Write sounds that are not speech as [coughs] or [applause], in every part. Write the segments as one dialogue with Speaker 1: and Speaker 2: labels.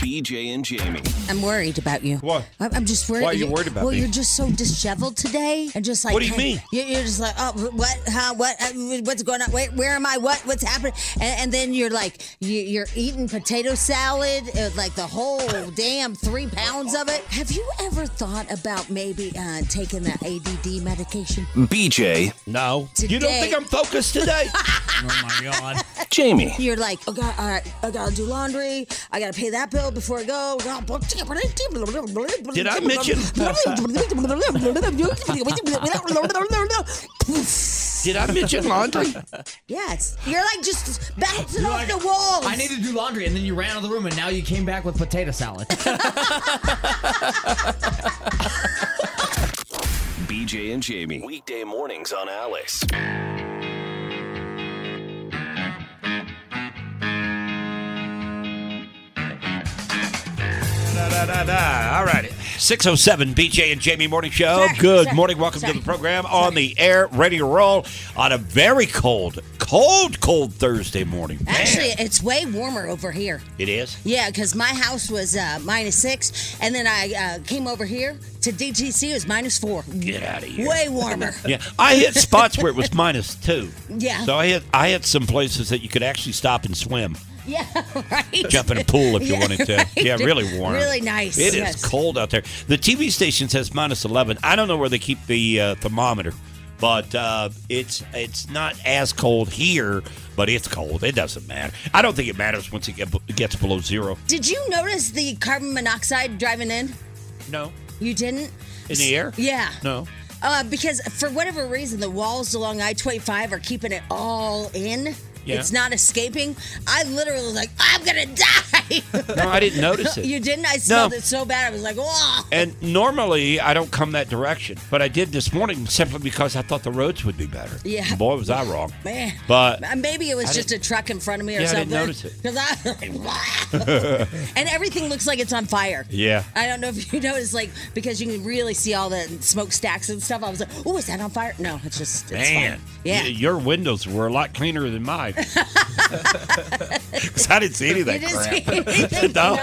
Speaker 1: BJ and Jamie.
Speaker 2: I'm worried about you.
Speaker 3: What?
Speaker 2: I'm I'm just worried.
Speaker 3: Why are you worried about
Speaker 2: Well,
Speaker 3: me?
Speaker 2: you're just so disheveled today, and just like
Speaker 3: What do you
Speaker 2: kinda-
Speaker 3: mean?
Speaker 2: You're, you're just like, oh, what? Huh? What? Uh, what's going on? Where, where am I? What? What's happening? And, and then you're like, you, you're eating potato salad, uh, like the whole damn three pounds of it. Have you ever thought about maybe uh, taking the ADD medication?
Speaker 1: BJ,
Speaker 3: No. You don't
Speaker 2: Today.
Speaker 3: think I'm focused today?
Speaker 1: Jamie,
Speaker 2: You're like, oh god, all right, I gotta do laundry. I gotta pay that bill before I go. Did
Speaker 3: I
Speaker 2: [laughs]
Speaker 3: mention- Did I mention laundry?
Speaker 2: yes, you're like just bouncing off the walls.
Speaker 4: I need to do laundry, and then you ran out of the room, and now you came back with
Speaker 5: [laughs]
Speaker 4: potato salad.
Speaker 1: BJ and Jamie. Weekday mornings on Alice.
Speaker 3: Da-da-da-da. All right. 607 BJ and Jamie Morning Show. Good morning. Welcome to the program on the air, ready to roll on a very cold, cold, cold Thursday morning. Man,
Speaker 2: Actually, it's way warmer over here.
Speaker 3: it is.
Speaker 2: Yeah, because my house was uh, minus six, and then I uh, came over here to DTC. It was minus four.
Speaker 3: Get out of here.
Speaker 2: Way warmer.
Speaker 3: [laughs] Yeah, I hit spots where it was minus two.
Speaker 2: Yeah.
Speaker 3: So I hit I hit some places that you could actually stop and swim,
Speaker 2: [laughs] yeah, right.
Speaker 3: jump in a pool if you
Speaker 2: Yeah,
Speaker 3: wanted
Speaker 2: [laughs]
Speaker 3: to.
Speaker 2: right.
Speaker 3: Yeah, really warm.
Speaker 2: Really nice,
Speaker 3: It is
Speaker 2: yes.
Speaker 3: cold out there. The TV station says minus eleven. I don't know where they keep the uh, thermometer, but uh, it's it's not as cold here, but it's cold. It doesn't matter. I don't think it matters once it get- gets below zero.
Speaker 2: Did you notice the carbon monoxide driving in?
Speaker 3: No,
Speaker 2: You didn't?
Speaker 3: in the air.
Speaker 2: Yeah. [laughs]
Speaker 3: No.
Speaker 2: Uh, because for whatever reason, the walls along I 25 are keeping it all in.
Speaker 3: Yeah.
Speaker 2: It's not escaping. I literally was like, I'm going to die.
Speaker 3: [laughs] No, I didn't notice it.
Speaker 2: you didn't? I smelled it so bad. I was like, oh.
Speaker 3: And normally I don't come that direction, but I did this morning simply because I thought the roads would be better.
Speaker 2: Yeah.
Speaker 3: Boy, was I wrong.
Speaker 2: [laughs] Man.
Speaker 3: But
Speaker 2: Uh, Maybe it was
Speaker 3: I
Speaker 2: just a
Speaker 3: didn't-
Speaker 2: truck in front of me or
Speaker 3: Yeah, I
Speaker 2: something.
Speaker 3: didn't notice it.
Speaker 2: [laughs] 'Cause I- and everything looks like it's on fire.
Speaker 3: Yeah.
Speaker 2: I don't know if you [laughs] noticed, like, because you can really see all the smokestacks and stuff. I was like, oh, is that on fire? No, it's just, it's
Speaker 3: man,
Speaker 2: fine. Yeah.
Speaker 3: y- your windows were a lot cleaner
Speaker 2: [laughs]
Speaker 3: than mine. [laughs] 'Cause I didn't see any of that
Speaker 2: You didn't
Speaker 3: crap.
Speaker 2: see anything,
Speaker 3: [laughs] no,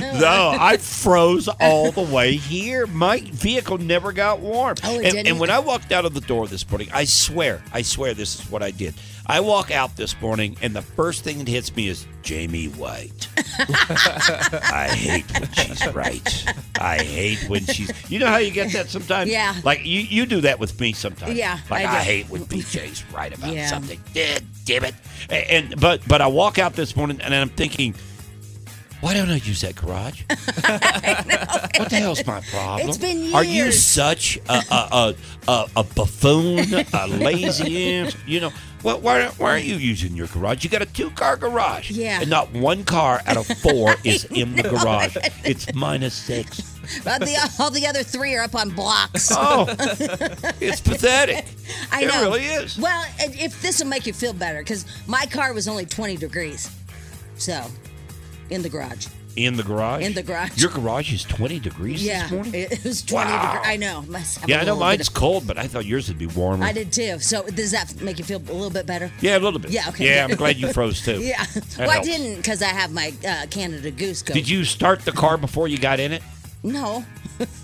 Speaker 2: no.
Speaker 3: no, I froze all the way here. My vehicle never got warm.
Speaker 2: Oh, it
Speaker 3: and,
Speaker 2: didn't?
Speaker 3: and when I walked out of the door this morning, I swear, I swear this is what I did. I walk out this morning, and the first thing that hits me is Jamie White.
Speaker 2: [laughs]
Speaker 3: I hate when she's right. I hate when she's. You know how you get that sometimes?
Speaker 2: Yeah.
Speaker 3: Like you, you do that with me sometimes.
Speaker 2: Yeah,
Speaker 3: Like
Speaker 2: I do.
Speaker 3: I, hate when BJ's right about
Speaker 2: Yeah.
Speaker 3: something.
Speaker 2: [laughs]
Speaker 3: Eh, damn it. A- And but but I walk out this morning and I'm thinking, why don't I use that garage? what the
Speaker 2: [laughs]
Speaker 3: hell's my problem?
Speaker 2: It's been
Speaker 3: Are you
Speaker 2: years.
Speaker 3: such a a, a, a, a buffoon, a
Speaker 2: [laughs]
Speaker 3: lazy imp? You know. Well, why, aren't- why aren't you using your garage? You got a two car garage.
Speaker 2: Yeah.
Speaker 3: And not one car out of
Speaker 2: [laughs]
Speaker 3: four is in the garage. It's minus six.
Speaker 2: But Uh, the, all the other three are up on blocks. [laughs]
Speaker 3: [laughs] Oh, it's pathetic.
Speaker 2: I
Speaker 3: it
Speaker 2: know.
Speaker 3: really is.
Speaker 2: Well, and if this will make you feel better, because my car was only 20 degrees. So, in the garage.
Speaker 3: In the garage?
Speaker 2: In the garage.
Speaker 3: Your garage is 20 degrees
Speaker 2: Yeah,
Speaker 3: this morning?
Speaker 2: it it was 20
Speaker 3: Wow.
Speaker 2: degrees. I know. Must have a
Speaker 3: yeah, I know
Speaker 2: little bit
Speaker 3: mine's
Speaker 2: of-
Speaker 3: cold, but I thought yours would be warmer.
Speaker 2: I did too. So, does that make you feel a little bit better?
Speaker 3: Yeah, a little bit.
Speaker 2: Yeah, okay.
Speaker 3: Yeah, I'm glad you froze
Speaker 2: [laughs]
Speaker 3: too.
Speaker 2: Yeah.
Speaker 3: That
Speaker 2: well, I
Speaker 3: helps.
Speaker 2: didn't because I have my uh, Canada Goose coat.
Speaker 3: Did you start the car before you got in it?
Speaker 2: No.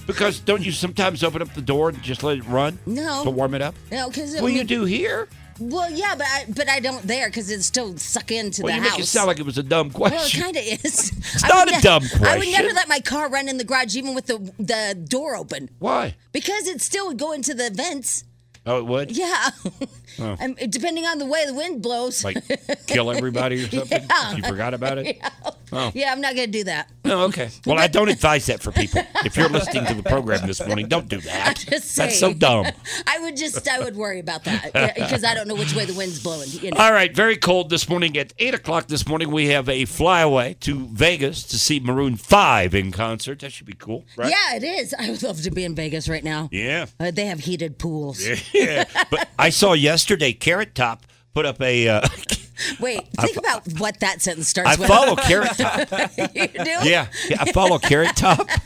Speaker 3: Because don't you sometimes open up the door and just let it run
Speaker 2: No.
Speaker 3: to warm it up?
Speaker 2: No, because
Speaker 3: Well, you do here.
Speaker 2: Well, yeah, but I, but I don't there because it's still suck into
Speaker 3: Well,
Speaker 2: the
Speaker 3: you
Speaker 2: house.
Speaker 3: make it sound like it was a dumb
Speaker 2: well, it
Speaker 3: question.
Speaker 2: kind of is. It's
Speaker 3: not a dumb
Speaker 2: I would never
Speaker 3: question.
Speaker 2: let my car run in the garage, even with the the door open,
Speaker 3: Why?
Speaker 2: because it still would go into the vents.
Speaker 3: [laughs] Oh, it would?
Speaker 2: Yeah, and depending on the way the wind blows.
Speaker 3: Like kill everybody or something?
Speaker 2: [laughs] Yeah.
Speaker 3: You forgot about it?
Speaker 2: [laughs] Yeah, I'm not gonna do that. [laughs]
Speaker 3: Oh, okay. Well, I don't advise that for people. If you're listening to the program this morning, don't do that.
Speaker 2: Just
Speaker 3: That's so
Speaker 2: saying.
Speaker 3: dumb.
Speaker 2: [laughs] I would just I would worry about that because I don't know which way the wind's blowing. You know.
Speaker 3: All right, very cold this morning. At 8 o'clock this morning, we have a flyaway to Vegas to see Maroon 5 in concert. That should be cool, right?
Speaker 2: Yeah, it is. I would love to be in Vegas right now.
Speaker 3: Yeah.
Speaker 2: Uh, they have heated pools.
Speaker 3: [laughs] Yeah. but I saw yesterday Carrot Top put up a. Uh,
Speaker 2: Wait, think about what that sentence starts
Speaker 3: I
Speaker 2: with. [laughs]
Speaker 3: follow Carrot Top.
Speaker 2: you do?
Speaker 3: Yeah, yeah, I follow Carrot
Speaker 2: [laughs]
Speaker 3: Top. [laughs]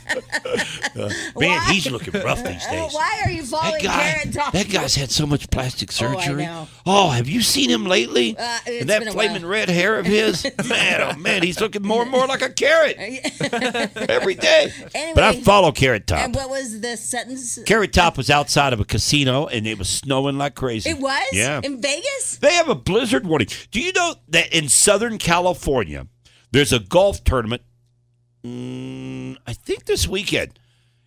Speaker 3: Uh, man,
Speaker 2: Why?
Speaker 3: he's looking rough these
Speaker 2: Oh,
Speaker 3: days.
Speaker 2: why are you following
Speaker 3: That guy,
Speaker 2: Carrot Top?
Speaker 3: that guy's had so much plastic
Speaker 2: I
Speaker 3: surgery.
Speaker 2: know.
Speaker 3: Oh, have you seen him lately?
Speaker 2: Uh, it's
Speaker 3: and that
Speaker 2: been a while.
Speaker 3: flaming red hair
Speaker 2: [laughs]
Speaker 3: of his, man, oh man, he's looking more and more like a carrot every day. but I
Speaker 2: Anyway.
Speaker 3: follow Carrot Top.
Speaker 2: And what was the sentence?
Speaker 3: Carrot Top was outside of a casino, and it was snowing like crazy.
Speaker 2: It was?
Speaker 3: Yeah.
Speaker 2: In Vegas?
Speaker 3: They have a blizzard warning. Do you know that in Southern California, there's a golf tournament? mm, I think this weekend,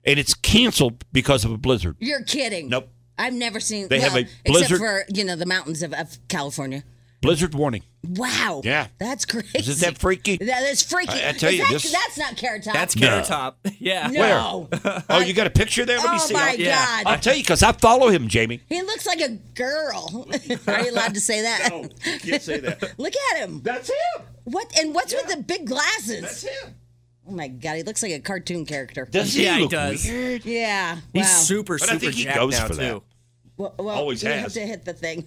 Speaker 3: and it's canceled because of a blizzard.
Speaker 2: You're kidding.
Speaker 3: Nope,
Speaker 2: I've never seen
Speaker 3: They
Speaker 2: well,
Speaker 3: have a blizzard-
Speaker 2: except for, you know, the mountains of, of California.
Speaker 3: blizzard warning.
Speaker 2: Wow.
Speaker 3: Yeah.
Speaker 2: That's [laughs] crazy.
Speaker 3: Isn't that freaky?
Speaker 2: That is freaky.
Speaker 3: I- I tell
Speaker 2: Is
Speaker 3: you,
Speaker 2: that-
Speaker 3: this-
Speaker 2: that's not Carrot Top.
Speaker 5: That's
Speaker 3: No.
Speaker 5: Carrot Top. [laughs] Yeah.
Speaker 2: no.
Speaker 3: Oh, you got a picture there? Let me
Speaker 2: Oh
Speaker 3: see.
Speaker 2: my
Speaker 3: I'll,
Speaker 5: Yeah.
Speaker 3: I'll
Speaker 2: God.
Speaker 3: tell you because I follow him, Jamie.
Speaker 2: He looks like a girl. [laughs] Are you
Speaker 3: [laughs]
Speaker 2: allowed to say that?
Speaker 3: can't say that.
Speaker 2: [laughs] Look at him.
Speaker 3: That's him.
Speaker 2: What and what's with the big glasses?
Speaker 3: him.
Speaker 2: Oh my god, he looks like a cartoon character.
Speaker 3: Does
Speaker 5: Yeah,
Speaker 3: he
Speaker 5: he
Speaker 3: look
Speaker 5: does.
Speaker 3: weird?
Speaker 2: yeah. wow.
Speaker 5: He's super,
Speaker 3: But I
Speaker 5: super
Speaker 3: think he
Speaker 5: jacked
Speaker 3: goes
Speaker 5: now,
Speaker 3: for that.
Speaker 5: too.
Speaker 2: Well, well,
Speaker 3: Always
Speaker 2: you
Speaker 3: has.
Speaker 2: have to hit the thing.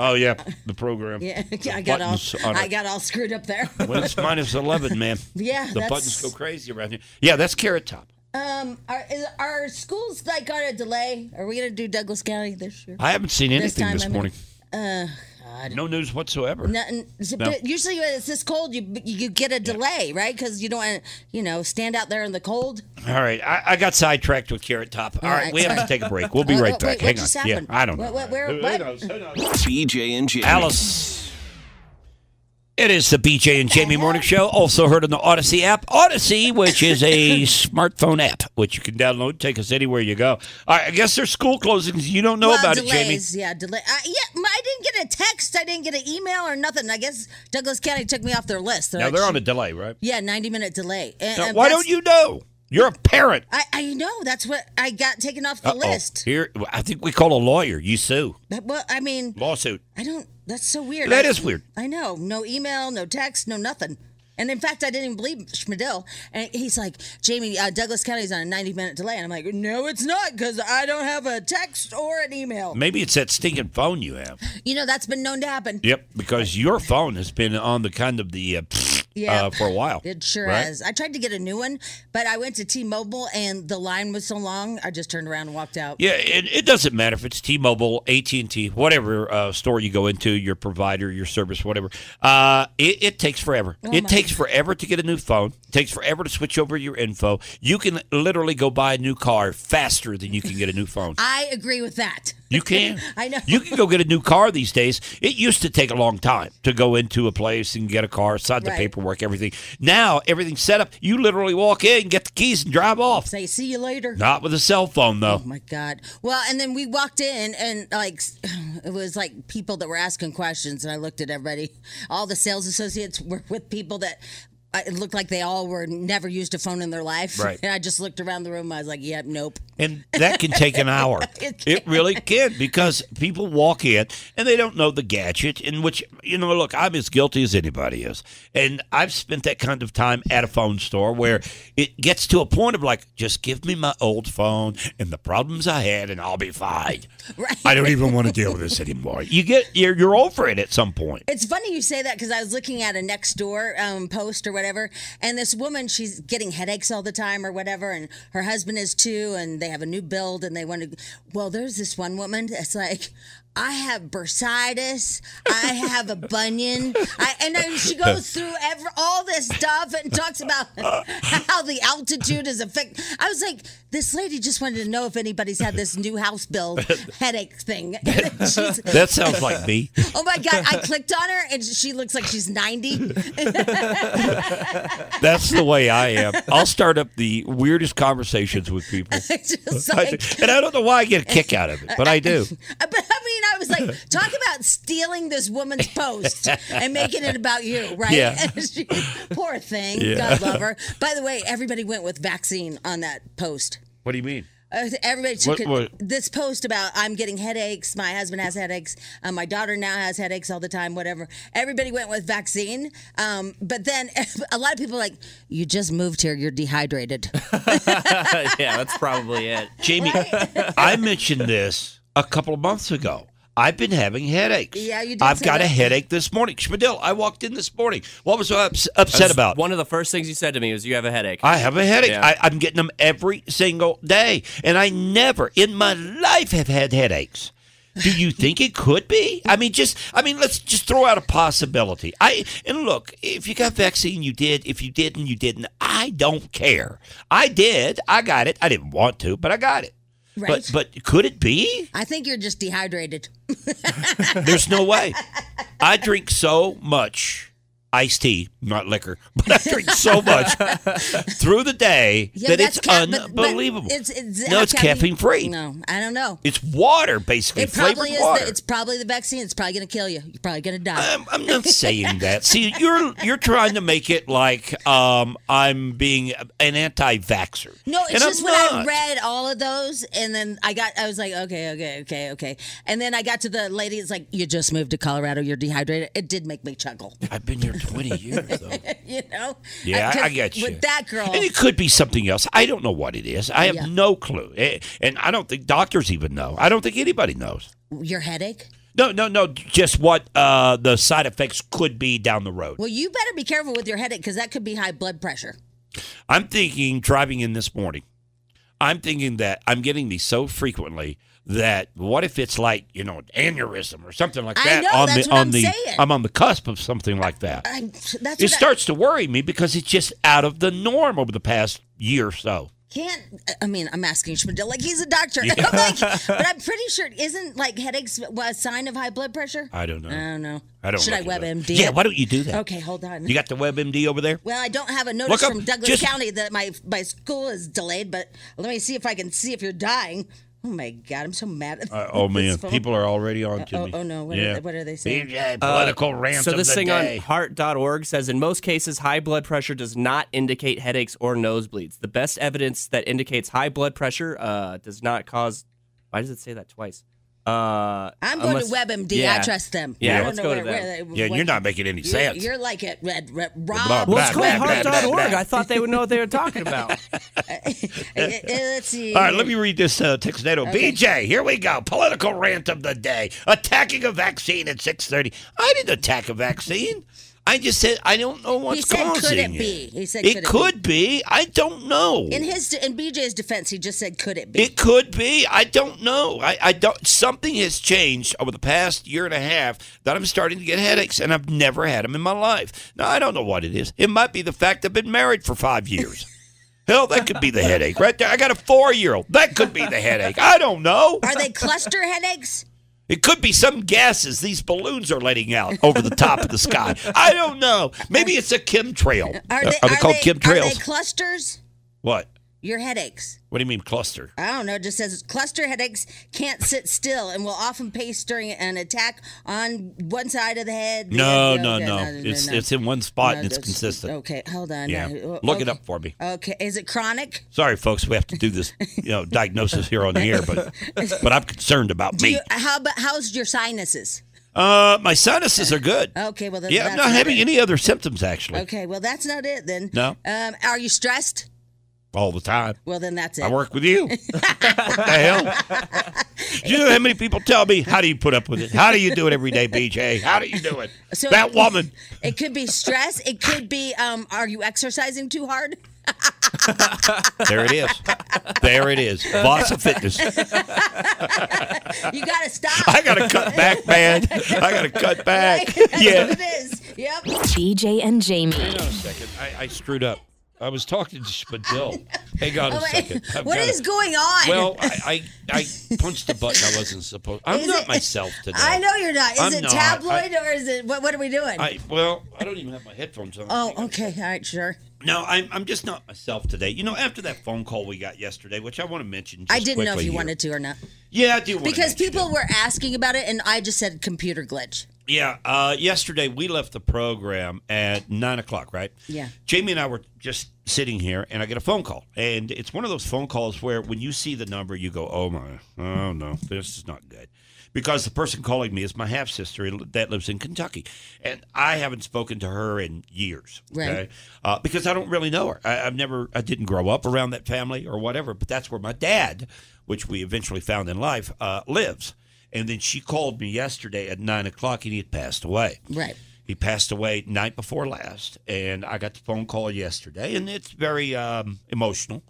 Speaker 3: Oh yeah,
Speaker 2: [laughs]
Speaker 3: the program.
Speaker 2: Yeah,
Speaker 3: The
Speaker 2: I got all
Speaker 3: buttons on
Speaker 2: I
Speaker 3: it.
Speaker 2: got all screwed up there. [laughs]
Speaker 3: When it's minus eleven, man.
Speaker 2: Yeah,
Speaker 3: the
Speaker 2: that's-
Speaker 3: buttons go crazy around here. Yeah, that's Carrot Top.
Speaker 2: um, are is, are schools like on a delay? Are we gonna do Douglas County this year?
Speaker 3: I haven't seen anything
Speaker 2: time,
Speaker 3: this
Speaker 2: I mean-
Speaker 3: morning.
Speaker 2: Uh, God.
Speaker 3: No news whatsoever.
Speaker 2: Nothing. But usually when it's this cold, you you get a delay, right? Because you don't, wanna, you know, stand out there in the cold.
Speaker 3: All right, I, I got sidetracked with Carrot Top. All
Speaker 2: All
Speaker 3: right,
Speaker 2: right,
Speaker 3: we have to
Speaker 2: sorry.
Speaker 3: take a break. We'll be
Speaker 2: Oh,
Speaker 3: right
Speaker 2: wait,
Speaker 3: back.
Speaker 2: what
Speaker 3: Hang
Speaker 2: just
Speaker 3: on.
Speaker 2: happened?
Speaker 3: Yeah, I don't know.
Speaker 2: What- what- where- what?
Speaker 1: BJ and Jamie.
Speaker 3: Alice. It is the BJ and Jamie Morning Show, also heard on the Odyssey app. Odyssey, which
Speaker 2: [laughs]
Speaker 3: is a smartphone app, which you can download, take us anywhere you go. All right, I guess there's school closings. You don't know
Speaker 2: well,
Speaker 3: about it, Jamie.
Speaker 2: delays, yeah, delay. I, yeah, I didn't get a text. I didn't get an email or nothing. I guess Douglas County took me off their list.
Speaker 3: Now
Speaker 2: like,
Speaker 3: they're on a delay, right?
Speaker 2: yeah, ninety minute delay. And,
Speaker 3: Now,
Speaker 2: and
Speaker 3: why
Speaker 2: that's-
Speaker 3: don't you know? You're a parent.
Speaker 2: I, I know that's what I got taken off the
Speaker 3: Uh-oh.
Speaker 2: list.
Speaker 3: Here, I think we call a lawyer. You sue.
Speaker 2: But, well, I mean, [laughs]
Speaker 3: Lawsuit.
Speaker 2: I don't. That's so weird.
Speaker 3: That
Speaker 2: I-
Speaker 3: is weird.
Speaker 2: I know. No email, no text, no nothing. And in fact, I didn't even believe Schmidl. And he's like, Jamie, uh, Douglas County's on a 90 minute delay. And I'm like, no, it's not because I don't have a text or an email.
Speaker 3: Maybe it's that stinking phone you have.
Speaker 2: You know, that's been known to happen.
Speaker 3: Yep, because your phone has been on the kind of the uh,
Speaker 2: Yeah.
Speaker 3: uh, for a while.
Speaker 2: It sure
Speaker 3: right?
Speaker 2: has. I tried to get a new one, but I went to T Mobile and the line was so long, I just turned around and walked out.
Speaker 3: Yeah, it, it doesn't matter if it's T-Mobile, AT&T, whatever uh, store you go into, your provider, your service, whatever. Uh, it, it takes forever.
Speaker 2: Oh,
Speaker 3: it takes forever to get a new phone. It takes forever to switch over your info. You can literally go buy a new car faster than you can get a new phone.
Speaker 2: I agree with that.
Speaker 3: You can.
Speaker 2: I know.
Speaker 3: You can go get a new car these days. It used to take a long time to go into a place and get a car, sign the
Speaker 2: Right.
Speaker 3: paperwork, everything. Now everything's set up. You literally walk in, get the keys, and drive off.
Speaker 2: Say, see you later.
Speaker 3: Not with a cell phone though.
Speaker 2: Oh my god! Well, and then we walked in, and like [sighs] s- it was like people that were asking questions, and I looked at everybody. All the sales associates were with people that uh, it looked like they all were never used a phone in their life.
Speaker 3: Right.
Speaker 2: [laughs] And I just looked around the room. I was like, "Yep, nope."
Speaker 3: And that can take an hour.
Speaker 2: [laughs] It
Speaker 3: It really can because people walk in and they don't know the gadget, in which, you know, look, I'm as guilty as anybody is. And I've spent that kind of time at a phone store where it gets to a point of like, just give me my old phone and the problems I had and I'll be fine.
Speaker 2: [laughs] Right.
Speaker 3: I don't even want to deal with this anymore. You get, you're, you're over it at some point.
Speaker 2: It's funny you say that because I was looking at a next door um, post or whatever, and this woman she's getting headaches all the time or whatever, and her husband is too, and they have a new build, and they want to. Well, there's this one woman that's like, I have bursitis. I have a bunion. I, and then she
Speaker 3: [laughs]
Speaker 2: goes through ever, all this stuff and talks about [laughs] how the altitude is affect. I was like, this lady just wanted to know if anybody's had this new house
Speaker 3: [laughs]
Speaker 2: bill headache thing. [laughs] And she's-
Speaker 3: That sounds
Speaker 2: [laughs]
Speaker 3: like me.
Speaker 2: oh my God,
Speaker 3: [laughs]
Speaker 2: I clicked on her and she looks like she's 90.
Speaker 3: That's the way I am. I'll start up the weirdest conversations with
Speaker 2: [laughs]
Speaker 3: people.
Speaker 2: [laughs] just
Speaker 3: I
Speaker 2: like,
Speaker 3: do. and I don't know why I get a kick out of it, but I do.
Speaker 2: [laughs] But I mean, I was like, talk about stealing this woman's post and making it about
Speaker 3: [laughs]
Speaker 2: you, right?
Speaker 3: Yeah.
Speaker 2: [laughs] She- poor thing.
Speaker 3: Yeah.
Speaker 2: God love her. By the way, everybody went with vaccine on that post.
Speaker 3: What do you mean?
Speaker 2: Uh, everybody took
Speaker 3: What-
Speaker 2: it-
Speaker 3: what-
Speaker 2: this post about I'm getting headaches. My husband has headaches. Uh, my daughter now has headaches all the time. Whatever. Everybody went with vaccine, um, but then [laughs] a lot of people were like you just moved here. You're dehydrated.
Speaker 5: yeah, that's probably it.
Speaker 3: Jamie, I mentioned this a couple of months ago. I've been having [laughs] headaches.
Speaker 2: Yeah, you did
Speaker 3: I've
Speaker 2: say
Speaker 3: got a
Speaker 2: that.
Speaker 3: headache this morning. Schmidl, I walked in this morning. What was I ups- upset
Speaker 5: That's
Speaker 3: about?
Speaker 5: One of the first things you said to me was, "You have a headache."
Speaker 3: I have a headache.
Speaker 5: Yeah.
Speaker 3: I, I'm getting them every single day. And I never in my life have had headaches. Do you think it could be? I mean, just I mean, let's just throw out a possibility. I and look, if you got vaccine, you did. If you didn't, you didn't. I don't care. I did. I got it. I didn't want to, but I got it.
Speaker 2: Right.
Speaker 3: But but could it be?
Speaker 2: I think you're just dehydrated.
Speaker 3: There's no way. I drink so much iced tea, not liquor, [laughs] but
Speaker 2: [laughs]
Speaker 3: I [laughs] drink so much through the day
Speaker 2: Yeah,
Speaker 3: that
Speaker 2: that's
Speaker 3: it's
Speaker 2: ca- but- but
Speaker 3: unbelievable.
Speaker 2: it's- it's-
Speaker 3: no, it's
Speaker 2: caffeine-
Speaker 3: caffeine free.
Speaker 2: No, I don't know.
Speaker 3: It's water, basically
Speaker 2: It probably
Speaker 3: flavored
Speaker 2: is.
Speaker 3: water.
Speaker 2: The, it's probably the vaccine. It's probably going to kill you. You're probably going to die.
Speaker 3: I'm, [laughs]
Speaker 2: [laughs]
Speaker 3: I'm not saying that. See, you're you're trying to make it like um, I'm being an anti-vaxxer.
Speaker 2: no, it's
Speaker 3: And I'm
Speaker 2: just when I
Speaker 3: not.
Speaker 2: read all of those, and then I got, I was like, okay, okay, okay, okay, and then I got to the lady. It's like you just moved to Colorado. You're dehydrated. It did make me chuckle. [laughs]
Speaker 3: I've been here 20 years, though.
Speaker 2: You know?
Speaker 3: Yeah, I, I
Speaker 2: just-
Speaker 3: get you.
Speaker 2: With that girl,
Speaker 3: And it could be something else. I don't know what it is. I have
Speaker 2: Yeah.
Speaker 3: no clue. Eh, And I don't think doctors even know. I don't think anybody knows.
Speaker 2: your headache.
Speaker 3: No, no, no. Just what uh, the side effects could be down the road.
Speaker 2: Well, you better be careful with your headache because that could be high blood pressure.
Speaker 3: I'm thinking driving in this morning. I'm thinking that I'm getting these so frequently that what if it's like you know an aneurysm or something like
Speaker 2: I
Speaker 3: that
Speaker 2: know,
Speaker 3: on
Speaker 2: that's
Speaker 3: the
Speaker 2: what
Speaker 3: on
Speaker 2: I'm
Speaker 3: the
Speaker 2: saying.
Speaker 3: I'm on the cusp of something like that.
Speaker 2: I, that's
Speaker 3: it
Speaker 2: what I
Speaker 3: starts to worry me because it's just out of the norm over the past year or so.
Speaker 2: can't. I mean, I'm asking Schmidl like he's a doctor. [laughs] I'm
Speaker 3: [laughs]
Speaker 2: like, but I'm pretty sure isn't like headaches a sign of high blood pressure?
Speaker 3: I don't know.
Speaker 2: I don't know.
Speaker 3: I don't.
Speaker 2: Should I
Speaker 3: look it up.
Speaker 2: WebMD?
Speaker 3: Yeah,
Speaker 2: it?
Speaker 3: why don't you do that?
Speaker 2: Okay, hold on.
Speaker 3: You got the WebMD over there?
Speaker 2: well, I don't have a
Speaker 3: Look
Speaker 2: notice
Speaker 3: up-
Speaker 2: from Douglas
Speaker 3: just-
Speaker 2: County that my my school is delayed, but let me see if I can see if you're dying. Oh my God, I'm so mad. At
Speaker 3: Uh, oh
Speaker 2: this
Speaker 3: man,
Speaker 2: phone.
Speaker 3: people are already on to
Speaker 2: oh,
Speaker 3: me.
Speaker 2: oh, no, what are they- what are they saying?
Speaker 3: BJ, political rants
Speaker 5: Uh, So
Speaker 3: of
Speaker 5: this
Speaker 3: the
Speaker 5: thing
Speaker 3: day.
Speaker 5: on heart.org says in most cases high blood pressure does not indicate headaches or nosebleeds. The best evidence that indicates high blood pressure uh, does not cause Why does it say that twice? Uh,
Speaker 2: I'm going
Speaker 5: unless-
Speaker 2: to WebMD. I
Speaker 5: Yeah.
Speaker 2: trust them. I
Speaker 5: Yeah,
Speaker 2: don't
Speaker 5: let's
Speaker 2: know
Speaker 5: go
Speaker 2: where,
Speaker 5: to them.
Speaker 2: where they-
Speaker 3: yeah,
Speaker 2: what-
Speaker 3: you're not making any
Speaker 2: You're,
Speaker 3: sense.
Speaker 2: you're like it, Red, Red Rob.
Speaker 3: blah,
Speaker 5: Well, it's
Speaker 3: blah,
Speaker 5: called
Speaker 3: blah, blah, blah,
Speaker 5: heart.org.
Speaker 3: blah.
Speaker 5: I thought they would know what they were talking
Speaker 3: [laughs]
Speaker 5: about.
Speaker 2: Uh, uh, Let's see.
Speaker 3: All right, let me read this uh, text. NATO. BJ, here we go. Political rant of the day. Attacking a vaccine at 6:30. I didn't attack a vaccine. I just said I don't know what's
Speaker 2: He said, could
Speaker 3: causing
Speaker 2: it be? He said, could it
Speaker 3: it could be. I don't know.
Speaker 2: In his in BJ's defense, he just said, "Could it be?"
Speaker 3: It could be. I don't know. I, I don't. Something has changed over the past year and a half that I'm starting to get headaches, and I've never had them in my life. Now I don't know what it is. It might be the fact I've been married for
Speaker 2: [laughs]
Speaker 3: five years. Hell, that could be the headache right there. I got a four-year-old. That could be the headache. I don't know.
Speaker 2: Are they cluster headaches?
Speaker 3: It could be some gases these balloons are letting out over the top of the sky. I don't know. Maybe it's a chemtrail. Uh,
Speaker 2: Are they, Are
Speaker 3: called
Speaker 2: they
Speaker 3: chemtrails?
Speaker 2: clusters?
Speaker 3: what?
Speaker 2: Your headaches.
Speaker 3: What do you mean cluster?
Speaker 2: I don't know. It just says cluster headaches can't sit still and will often pace during an attack on one side of the head. the
Speaker 3: No,
Speaker 2: other-
Speaker 3: no,
Speaker 2: okay,
Speaker 3: no. It's it's in one spot
Speaker 2: No,
Speaker 3: and it's
Speaker 2: that's-
Speaker 3: consistent.
Speaker 2: Okay, hold on.
Speaker 3: Yeah.
Speaker 2: Uh,
Speaker 3: Look
Speaker 2: okay.
Speaker 3: it up for me.
Speaker 2: Okay, is it chronic?
Speaker 3: Sorry, folks, we have to do this, you
Speaker 2: [laughs]
Speaker 3: know, diagnosis here on the air, [laughs] but but I'm concerned about
Speaker 2: Do
Speaker 3: me.
Speaker 2: you, how about how's your sinuses?
Speaker 3: Uh,
Speaker 2: [laughs]
Speaker 3: my sinuses are good.
Speaker 2: Okay, well Oh, then
Speaker 3: yeah,
Speaker 2: that's
Speaker 3: I'm not having
Speaker 2: it.
Speaker 3: any other symptoms actually
Speaker 2: Okay, well that's not it then.
Speaker 3: No.
Speaker 2: Um, are you stressed?
Speaker 3: all the time.
Speaker 2: Well then that's it.
Speaker 3: I work with
Speaker 2: [laughs]
Speaker 3: you. what the hell? Do you know how many people tell me, how do you put up with it? How do you do it every day, BJ? How
Speaker 2: [laughs]
Speaker 3: do you do it?
Speaker 2: So-
Speaker 3: that
Speaker 2: [laughs]
Speaker 3: woman.
Speaker 2: It could be stress. It could be um, are you exercising too hard?
Speaker 3: There it is. There it is. Vasa
Speaker 2: [laughs]
Speaker 3: Fitness.
Speaker 2: [laughs] You gotta stop.
Speaker 3: I gotta cut back, man. I gotta cut back.
Speaker 2: [laughs] That's
Speaker 3: Yeah.
Speaker 2: what it is. Yep.
Speaker 6: BJ and Jamie.
Speaker 3: Hang on a second. I, I screwed up. I was talking to Spadil. Hang on a second. I've
Speaker 2: Oh, What
Speaker 3: gotta-
Speaker 2: is going on?
Speaker 3: Well, I, I I punched a button I wasn't supposed. I'm
Speaker 2: Is
Speaker 3: not
Speaker 2: it-
Speaker 3: myself today.
Speaker 2: I know you're not. Is
Speaker 3: I'm
Speaker 2: it
Speaker 3: not.
Speaker 2: tabloid or is it what? What are we doing?
Speaker 3: I well, I don't even have my headphones on.
Speaker 2: oh, okay. All right, sure.
Speaker 3: No, I'm I'm just not myself today. You know, after that phone call we got yesterday, which I want to mention. Just
Speaker 2: I didn't know if
Speaker 3: quickly
Speaker 2: you
Speaker 3: here.
Speaker 2: wanted to or not
Speaker 3: Yeah, I do. wanna
Speaker 2: because
Speaker 3: mention it.
Speaker 2: people were asking about it, and I just said computer glitch.
Speaker 3: Yeah. Uh, yesterday we left the program at nine o'clock, right?
Speaker 2: Yeah.
Speaker 3: Jamie and I were just sitting here, and I get a phone call, and it's one of those phone calls where when you see the number, you go, "Oh my, oh no, this is not good," because the person calling me is my half sister that lives in Kentucky, and I haven't spoken to her in years,
Speaker 2: Right.
Speaker 3: Uh, because I don't really know her. I, I've never, I didn't grow up around that family or whatever, but that's where my dad, which we eventually found in life, uh, lives. And then she called me yesterday at nine o'clock, and he had passed away.
Speaker 2: Right.
Speaker 3: He passed away night before last, and I got the phone call yesterday, and it's very um, emotional.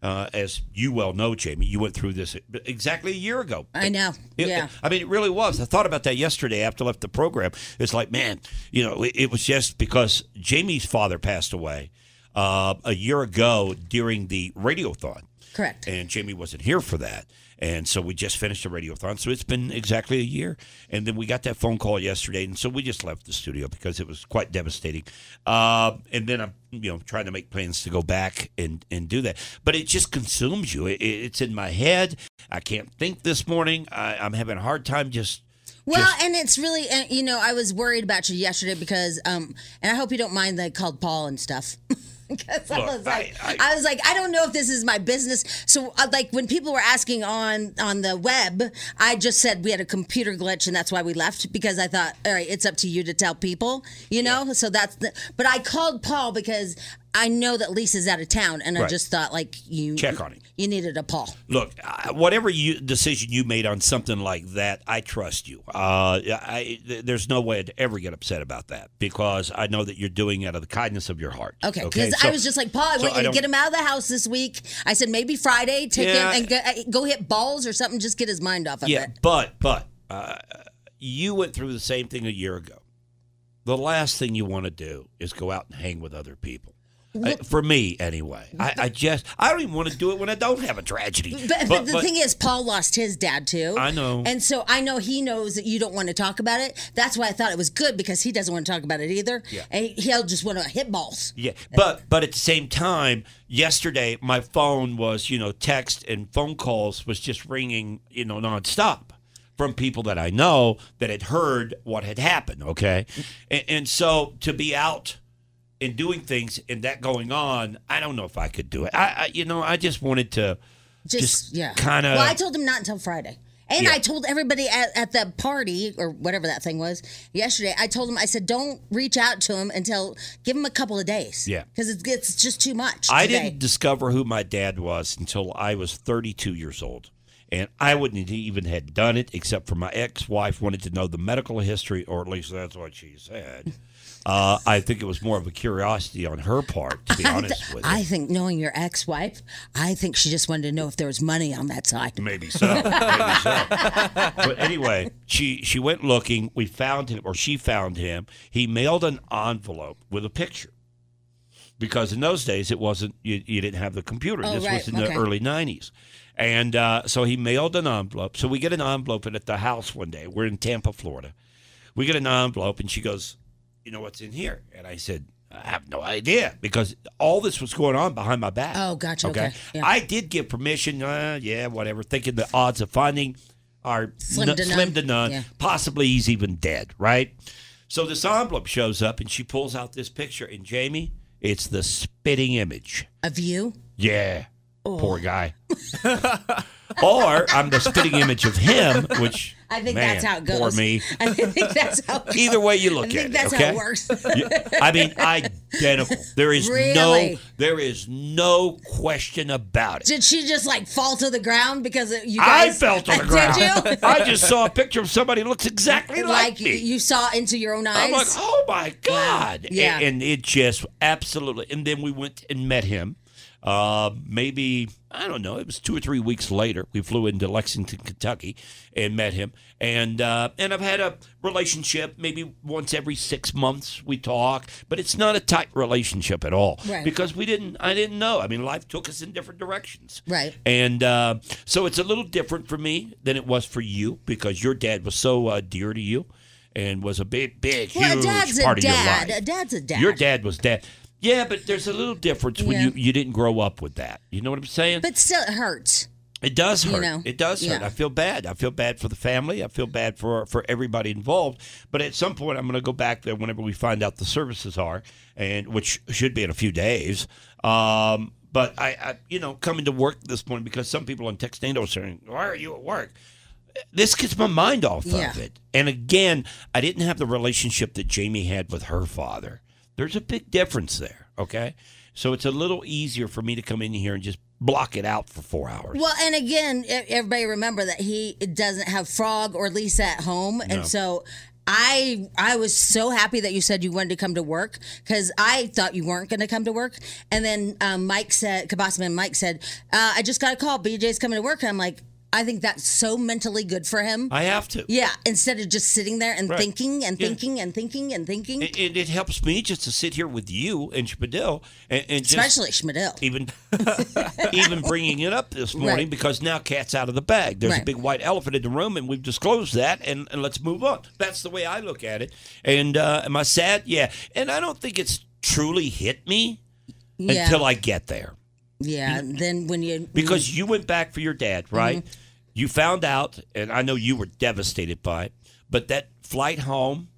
Speaker 3: Uh, as you well know, Jamie, you went through this exactly a year ago.
Speaker 2: I know.
Speaker 3: It-
Speaker 2: yeah.
Speaker 3: I mean, it really was. I thought about that yesterday after I left the program. It's like, man, you know, it, it was just because Jamie's father passed away uh, a year ago during the radiothon.
Speaker 2: Correct.
Speaker 3: And Jamie wasn't here for that. And so we just finished the radiothon. So it's been exactly a year. And then we got that phone call yesterday. And so we just left the studio because it was quite devastating. Uh, and then I'm, you know, trying to make plans to go back and, and do that. But it just consumes you. It, it- it's in my head. I can't think this morning. I, I'm having a hard time just.
Speaker 2: Well,
Speaker 3: just-
Speaker 2: and it's really, and, you know, I was worried about you yesterday because, um, and I hope you don't mind that I called Paul and stuff. Because I
Speaker 3: Look,
Speaker 2: was like,
Speaker 3: I-
Speaker 2: I,
Speaker 3: I-
Speaker 2: was like, I don't know if this is my business. So, uh, like, when people were asking on on the web, I just said we had a computer glitch, and that's why we left. Because I thought, all right, it's up to you to tell people, you know. So that's the. But I called Paul because I know that Lisa's out of town, and I
Speaker 3: Right.
Speaker 2: just thought like you
Speaker 3: Check on him.
Speaker 2: You needed a Paul.
Speaker 3: Look, I- whatever you, decision you made on something like that, I trust you. Uh, I, th- there's no way I'd ever get upset about that because I know that you're doing it out of the kindness of your heart.
Speaker 2: Okay, because I
Speaker 3: so-
Speaker 2: was just like, Paul, I
Speaker 3: so
Speaker 2: want
Speaker 3: I
Speaker 2: you to
Speaker 3: don't-
Speaker 2: get him out of the house this week. I said maybe Friday, take
Speaker 3: Yeah.
Speaker 2: him and go, uh, go hit balls or something, just get his mind off of
Speaker 3: Yeah,
Speaker 2: it.
Speaker 3: but but uh, you went through the same thing a year ago. The last thing you want to do is go out and hang with other people. I, for me, anyway, I, I just I don't even want to do it when I don't have a tragedy.
Speaker 2: But, but, the thing is, Paul lost his dad too.
Speaker 3: I know.
Speaker 2: and so I know he knows that you don't want to talk about it. That's why I thought it was good because he doesn't want to talk about it either.
Speaker 3: Yeah.
Speaker 2: and he'll just want to hit balls.
Speaker 3: Yeah, but but at the same time, yesterday my phone was you know text and phone calls was just ringing you know nonstop from people that I know that had heard what had happened. Okay, and, and so to be out and doing things and that going on, I don't know if I could do it. I, I you know I just wanted to
Speaker 2: Just,
Speaker 3: Just
Speaker 2: yeah,
Speaker 3: kinda-
Speaker 2: Well, I told him not until Friday. And
Speaker 3: Yeah.
Speaker 2: I told everybody at, at the party or whatever that thing was yesterday. I told him I said don't reach out to him until give him a couple of days.
Speaker 3: Yeah.
Speaker 2: because it's, it's just too much.
Speaker 3: I
Speaker 2: today.
Speaker 3: didn't discover who my dad was until I was 32 years old. And I wouldn't even had done it except for my ex-wife wanted to know the medical history, or at least that's what she said. Uh, I think it was more of a curiosity on her part, to be honest with you.
Speaker 2: [laughs] I think knowing your ex-wife, I think she just wanted to know if there was money on that side.
Speaker 3: Maybe so. Maybe so. but anyway, she she went looking. We found him, or she found him. He mailed an envelope with a picture. Because in those days, it wasn't you, you didn't have the computer.
Speaker 2: Oh,
Speaker 3: this was
Speaker 2: right.
Speaker 3: in the
Speaker 2: Okay.
Speaker 3: early '90s, and uh, so he mailed an envelope. So we get an envelope at the house one day. We're in Tampa, Florida. We get an envelope, and she goes, "You know what's in here?" And I said, "I have no idea," because all this was going on behind my back.
Speaker 2: Oh, gotcha. Okay. Yeah.
Speaker 3: I did give permission. Uh, yeah, whatever. Thinking the odds of finding are
Speaker 2: Slim
Speaker 3: n-
Speaker 2: to none.
Speaker 3: slim to none.
Speaker 2: Yeah.
Speaker 3: Possibly he's even dead, right? So this envelope shows up, and she pulls out this picture, and Jamie, it's the spitting image.
Speaker 2: Of you?
Speaker 3: Yeah,
Speaker 2: Oh.
Speaker 3: poor guy. [laughs] or I'm the spitting image of him, which
Speaker 2: I think
Speaker 3: man,
Speaker 2: that's how it goes.
Speaker 3: Poor me.
Speaker 2: [laughs] I think that's how.
Speaker 3: Either way you
Speaker 2: I
Speaker 3: look
Speaker 2: think
Speaker 3: at
Speaker 2: that's
Speaker 3: it, okay?
Speaker 2: how it works.
Speaker 3: Yeah,
Speaker 2: [laughs]
Speaker 3: I mean, identical. There is no,
Speaker 2: Really?
Speaker 3: there is no question about it.
Speaker 2: Did she just like fall to the ground because it- you
Speaker 3: I
Speaker 2: guys?
Speaker 3: fell to
Speaker 2: [laughs]
Speaker 3: the ground.
Speaker 2: Did you?
Speaker 3: I just saw a picture of somebody who looks exactly like,
Speaker 2: like
Speaker 3: me.
Speaker 2: you saw into your own eyes.
Speaker 3: I'm like, oh my god!
Speaker 2: Yeah.
Speaker 3: And, and it just absolutely. And then we went and met him Uh, maybe I don't know. It was two or three weeks later. We flew into Lexington, Kentucky, and met him. And uh, and I've had a relationship. Maybe once every six months we talk, but it's not a tight relationship at all
Speaker 2: Right.
Speaker 3: because we didn't. I didn't know. I mean, life took us in different directions.
Speaker 2: Right.
Speaker 3: And uh, so it's a little different for me than it was for you because your dad was so uh, dear to you and was a big, big,
Speaker 2: Well, a
Speaker 3: huge
Speaker 2: dad's
Speaker 3: part
Speaker 2: a
Speaker 3: of your
Speaker 2: dad.
Speaker 3: life.
Speaker 2: A dad's a dad.
Speaker 3: Your dad was dad. Yeah, but there's a little difference when
Speaker 2: Yeah.
Speaker 3: you, you didn't grow up with that. You know what I'm saying?
Speaker 2: But still, it hurts.
Speaker 3: it does hurt.
Speaker 2: know,
Speaker 3: it does hurt.
Speaker 2: yeah.
Speaker 3: I feel bad. I feel bad for the family. I feel bad for for everybody involved. But at some point, I'm going to go back there whenever we find out the services are, and which should be in a few days. Um, but I, I, you know, coming to work this morning because some people on Textando are saying, "Why are you at work?" this gets my mind off
Speaker 2: Yeah.
Speaker 3: of it. And again, I didn't have the relationship that Jamie had with her father. There's a big difference there, okay? So it's a little easier for me to come in here and just block it out for four hours.
Speaker 2: Well, and again, e- everybody remember that he doesn't have Frog or Lisa at home, and so. I I was so happy that you said you wanted to come to work because I thought you weren't going to come to work, and then um, Mike said, Kabasman Mike said, uh, I just got a call. BJ's coming to work, and I'm like, I think that's so mentally good for him.
Speaker 3: I have to.
Speaker 2: yeah, instead of just sitting there and
Speaker 3: Right.
Speaker 2: thinking and
Speaker 3: Yeah.
Speaker 2: thinking and thinking and thinking,
Speaker 3: It, it, it helps me just to sit here with you and Spadil and, and just
Speaker 2: especially Schmidl.
Speaker 3: even [laughs] even bringing it up this morning
Speaker 2: Right.
Speaker 3: because now cat's out of the bag. There's a
Speaker 2: Right.
Speaker 3: big white elephant in the room, and we've disclosed that, and, and let's move on. That's the way I look at it. And uh, am I sad? Yeah. And I don't think it's truly hit me
Speaker 2: Yeah,
Speaker 3: until I get there
Speaker 2: yeah. and Then when you
Speaker 3: because you went back for your dad, right?
Speaker 2: Mm-hmm.
Speaker 3: You found out, and I know you were devastated by it, but that flight home,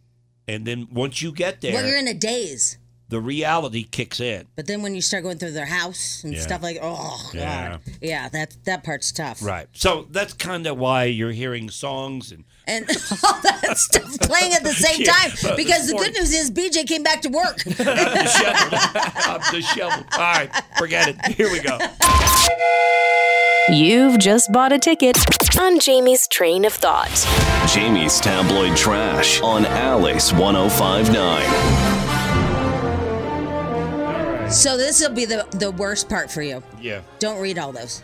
Speaker 3: and then once you get there,
Speaker 2: well, you're in a daze.
Speaker 3: the reality kicks in.
Speaker 2: But then when you start going through their house and
Speaker 3: Yeah.
Speaker 2: stuff like, oh
Speaker 3: Yeah.
Speaker 2: god, yeah, that that part's tough.
Speaker 3: Right. So that's kind of why you're hearing songs and
Speaker 2: And [laughs] all that stuff playing at the same
Speaker 3: Yeah,
Speaker 2: time.
Speaker 3: but
Speaker 2: Because the
Speaker 3: morning-
Speaker 2: good news is BJ came back to
Speaker 3: [laughs]
Speaker 2: work.
Speaker 3: disheveled. I'm
Speaker 2: [laughs]
Speaker 3: disheveled. All right, forget it. Here we go.
Speaker 6: You've just bought a ticket on Jamie's train of thought.
Speaker 1: Jamie's tabloid trash on Alice 1059.
Speaker 2: so this will be the the worst part for you.
Speaker 3: Yeah.
Speaker 2: Don't read all those.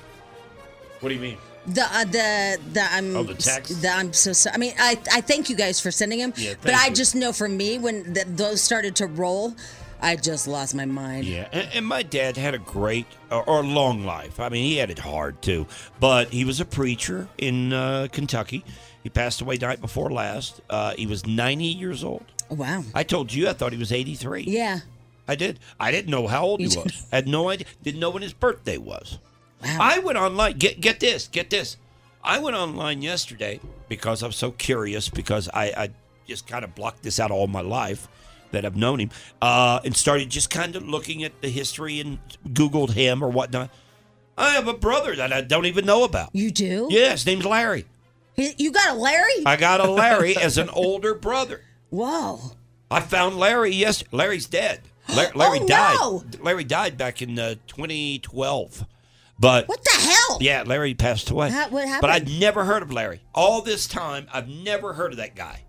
Speaker 3: What do you mean?
Speaker 2: The uh, the the I'm
Speaker 3: Oh, the text?
Speaker 2: the- I'm so sorry. I mean, I I thank you guys for sending them.
Speaker 3: Yeah,
Speaker 2: but
Speaker 3: thank
Speaker 2: I
Speaker 3: you.
Speaker 2: just know for me when th- those started to roll, I just lost my mind.
Speaker 3: Yeah, and, and my dad had a great or, or long life. I mean, he had it hard too, but he was a preacher in uh, Kentucky. He passed away night before last. Uh, he was 90 years old.
Speaker 2: Oh, Wow.
Speaker 3: I told you I thought he was 83.
Speaker 2: Yeah.
Speaker 3: I did. I didn't know how old he was. I had no idea. Didn't know when his birthday was.
Speaker 2: Wow.
Speaker 3: I went online. Get get this. Get this. I went online yesterday because I'm so curious because I, I just kind of blocked this out all my life that I've known him uh, and started just kind of looking at the history and Googled him or whatnot. I have a brother that I don't even know about.
Speaker 2: you do?
Speaker 3: Yeah, his name's Larry.
Speaker 2: He- You got a Larry?
Speaker 3: I got a Larry
Speaker 2: [laughs]
Speaker 3: as an older brother.
Speaker 2: Whoa.
Speaker 3: I found Larry. Yes, Larry's dead. Larry,
Speaker 2: [gasps]
Speaker 3: Larry
Speaker 2: Oh,
Speaker 3: died.
Speaker 2: no.
Speaker 3: Larry died back in uh, 2012. But
Speaker 2: What the hell?
Speaker 3: yeah, Larry passed away.
Speaker 2: How- what
Speaker 3: But
Speaker 2: happened?
Speaker 3: I'd never heard of Larry. All this time, I've never heard of that
Speaker 2: [sighs]
Speaker 3: guy.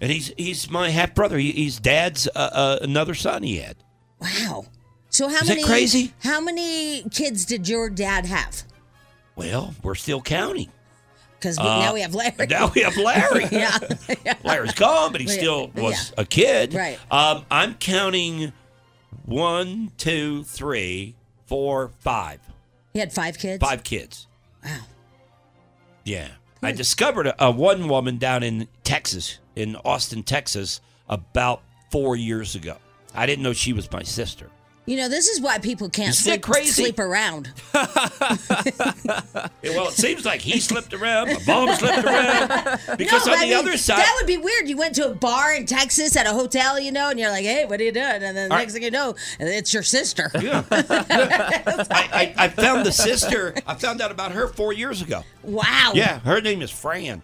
Speaker 3: And he's he's my half brother. He, he's dad's uh, uh, another son he had.
Speaker 2: Wow. So how
Speaker 3: Is that
Speaker 2: many
Speaker 3: crazy?
Speaker 2: How many kids did your dad have?
Speaker 3: Well, we're still counting.
Speaker 2: Because
Speaker 3: Uh,
Speaker 2: now we have Larry.
Speaker 3: Now we have Larry.
Speaker 2: [laughs] yeah.
Speaker 3: [laughs] Larry's gone, but he
Speaker 2: Yeah,
Speaker 3: still
Speaker 2: yeah.
Speaker 3: was a kid.
Speaker 2: Right.
Speaker 3: Um, I'm counting one, two, three, four, five.
Speaker 2: He had five kids.
Speaker 3: Five kids.
Speaker 2: Wow.
Speaker 3: Yeah. I discovered a, a one woman down in Texas, in Austin, Texas, about four years ago. I didn't know she was
Speaker 2: [laughs]
Speaker 3: my sister.
Speaker 2: You know, this is why people can't
Speaker 3: Isn't that
Speaker 2: sleep,
Speaker 3: crazy?
Speaker 2: sleep around.
Speaker 3: Yeah, well, it seems like he slipped around, my mom slipped around.
Speaker 2: [laughs]
Speaker 3: Because
Speaker 2: No,
Speaker 3: on
Speaker 2: I
Speaker 3: the
Speaker 2: mean,
Speaker 3: other side,
Speaker 2: that would be weird. You went to a bar in Texas at a hotel, you know, and you're like, "Hey, what are you doing?" And then the
Speaker 3: All
Speaker 2: next thing
Speaker 3: right.
Speaker 2: you know, it's your sister. [laughs]
Speaker 3: I, I, I found the sister. I found out about her four years ago.
Speaker 2: Wow.
Speaker 3: Yeah, her name is Fran.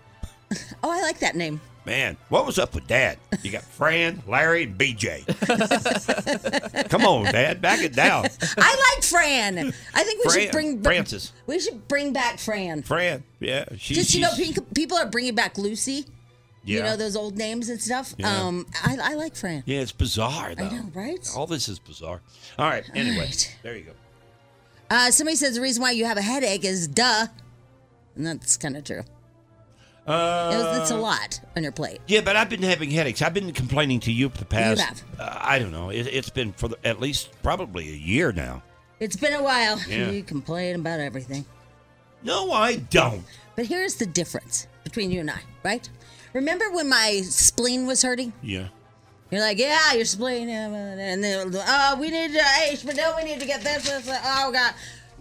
Speaker 2: Oh, I like that name.
Speaker 3: Man, what was up with Dad? You got Fran, Larry, and
Speaker 2: [laughs]
Speaker 3: BJ. Come on, Dad, back it down.
Speaker 2: [laughs] I like Fran. I think we
Speaker 3: Fran.
Speaker 2: should bring
Speaker 3: Francis.
Speaker 2: We should bring back Fran.
Speaker 3: Fran, yeah, she,
Speaker 2: Just you know,
Speaker 3: she's-
Speaker 2: pe- people are bringing back Lucy.
Speaker 3: yeah.
Speaker 2: you know those old names and stuff.
Speaker 3: Yeah.
Speaker 2: Um, I, I like Fran.
Speaker 3: Yeah, it's bizarre though.
Speaker 2: know, right?
Speaker 3: All this is bizarre. All right. Anyway,
Speaker 2: right.
Speaker 3: there you go.
Speaker 2: Uh, somebody says the reason why you have a headache is duh. And that's kind of true.
Speaker 3: Uh,
Speaker 2: It was- it's a lot on your plate.
Speaker 3: Yeah, but I've been having headaches. I've been complaining to you for the past.
Speaker 2: have.
Speaker 3: Uh, I don't know. It, it's been for the, at least probably a year now.
Speaker 2: It's been a while.
Speaker 3: Yeah.
Speaker 2: You complain about everything.
Speaker 3: No, I don't.
Speaker 2: But here's the difference between you and I, right? Remember when my spleen was hurting?
Speaker 3: Yeah.
Speaker 2: You're like, yeah, your spleen, uh, and then, oh, we need to, hey, but no, we need to get this, this, this, oh, God.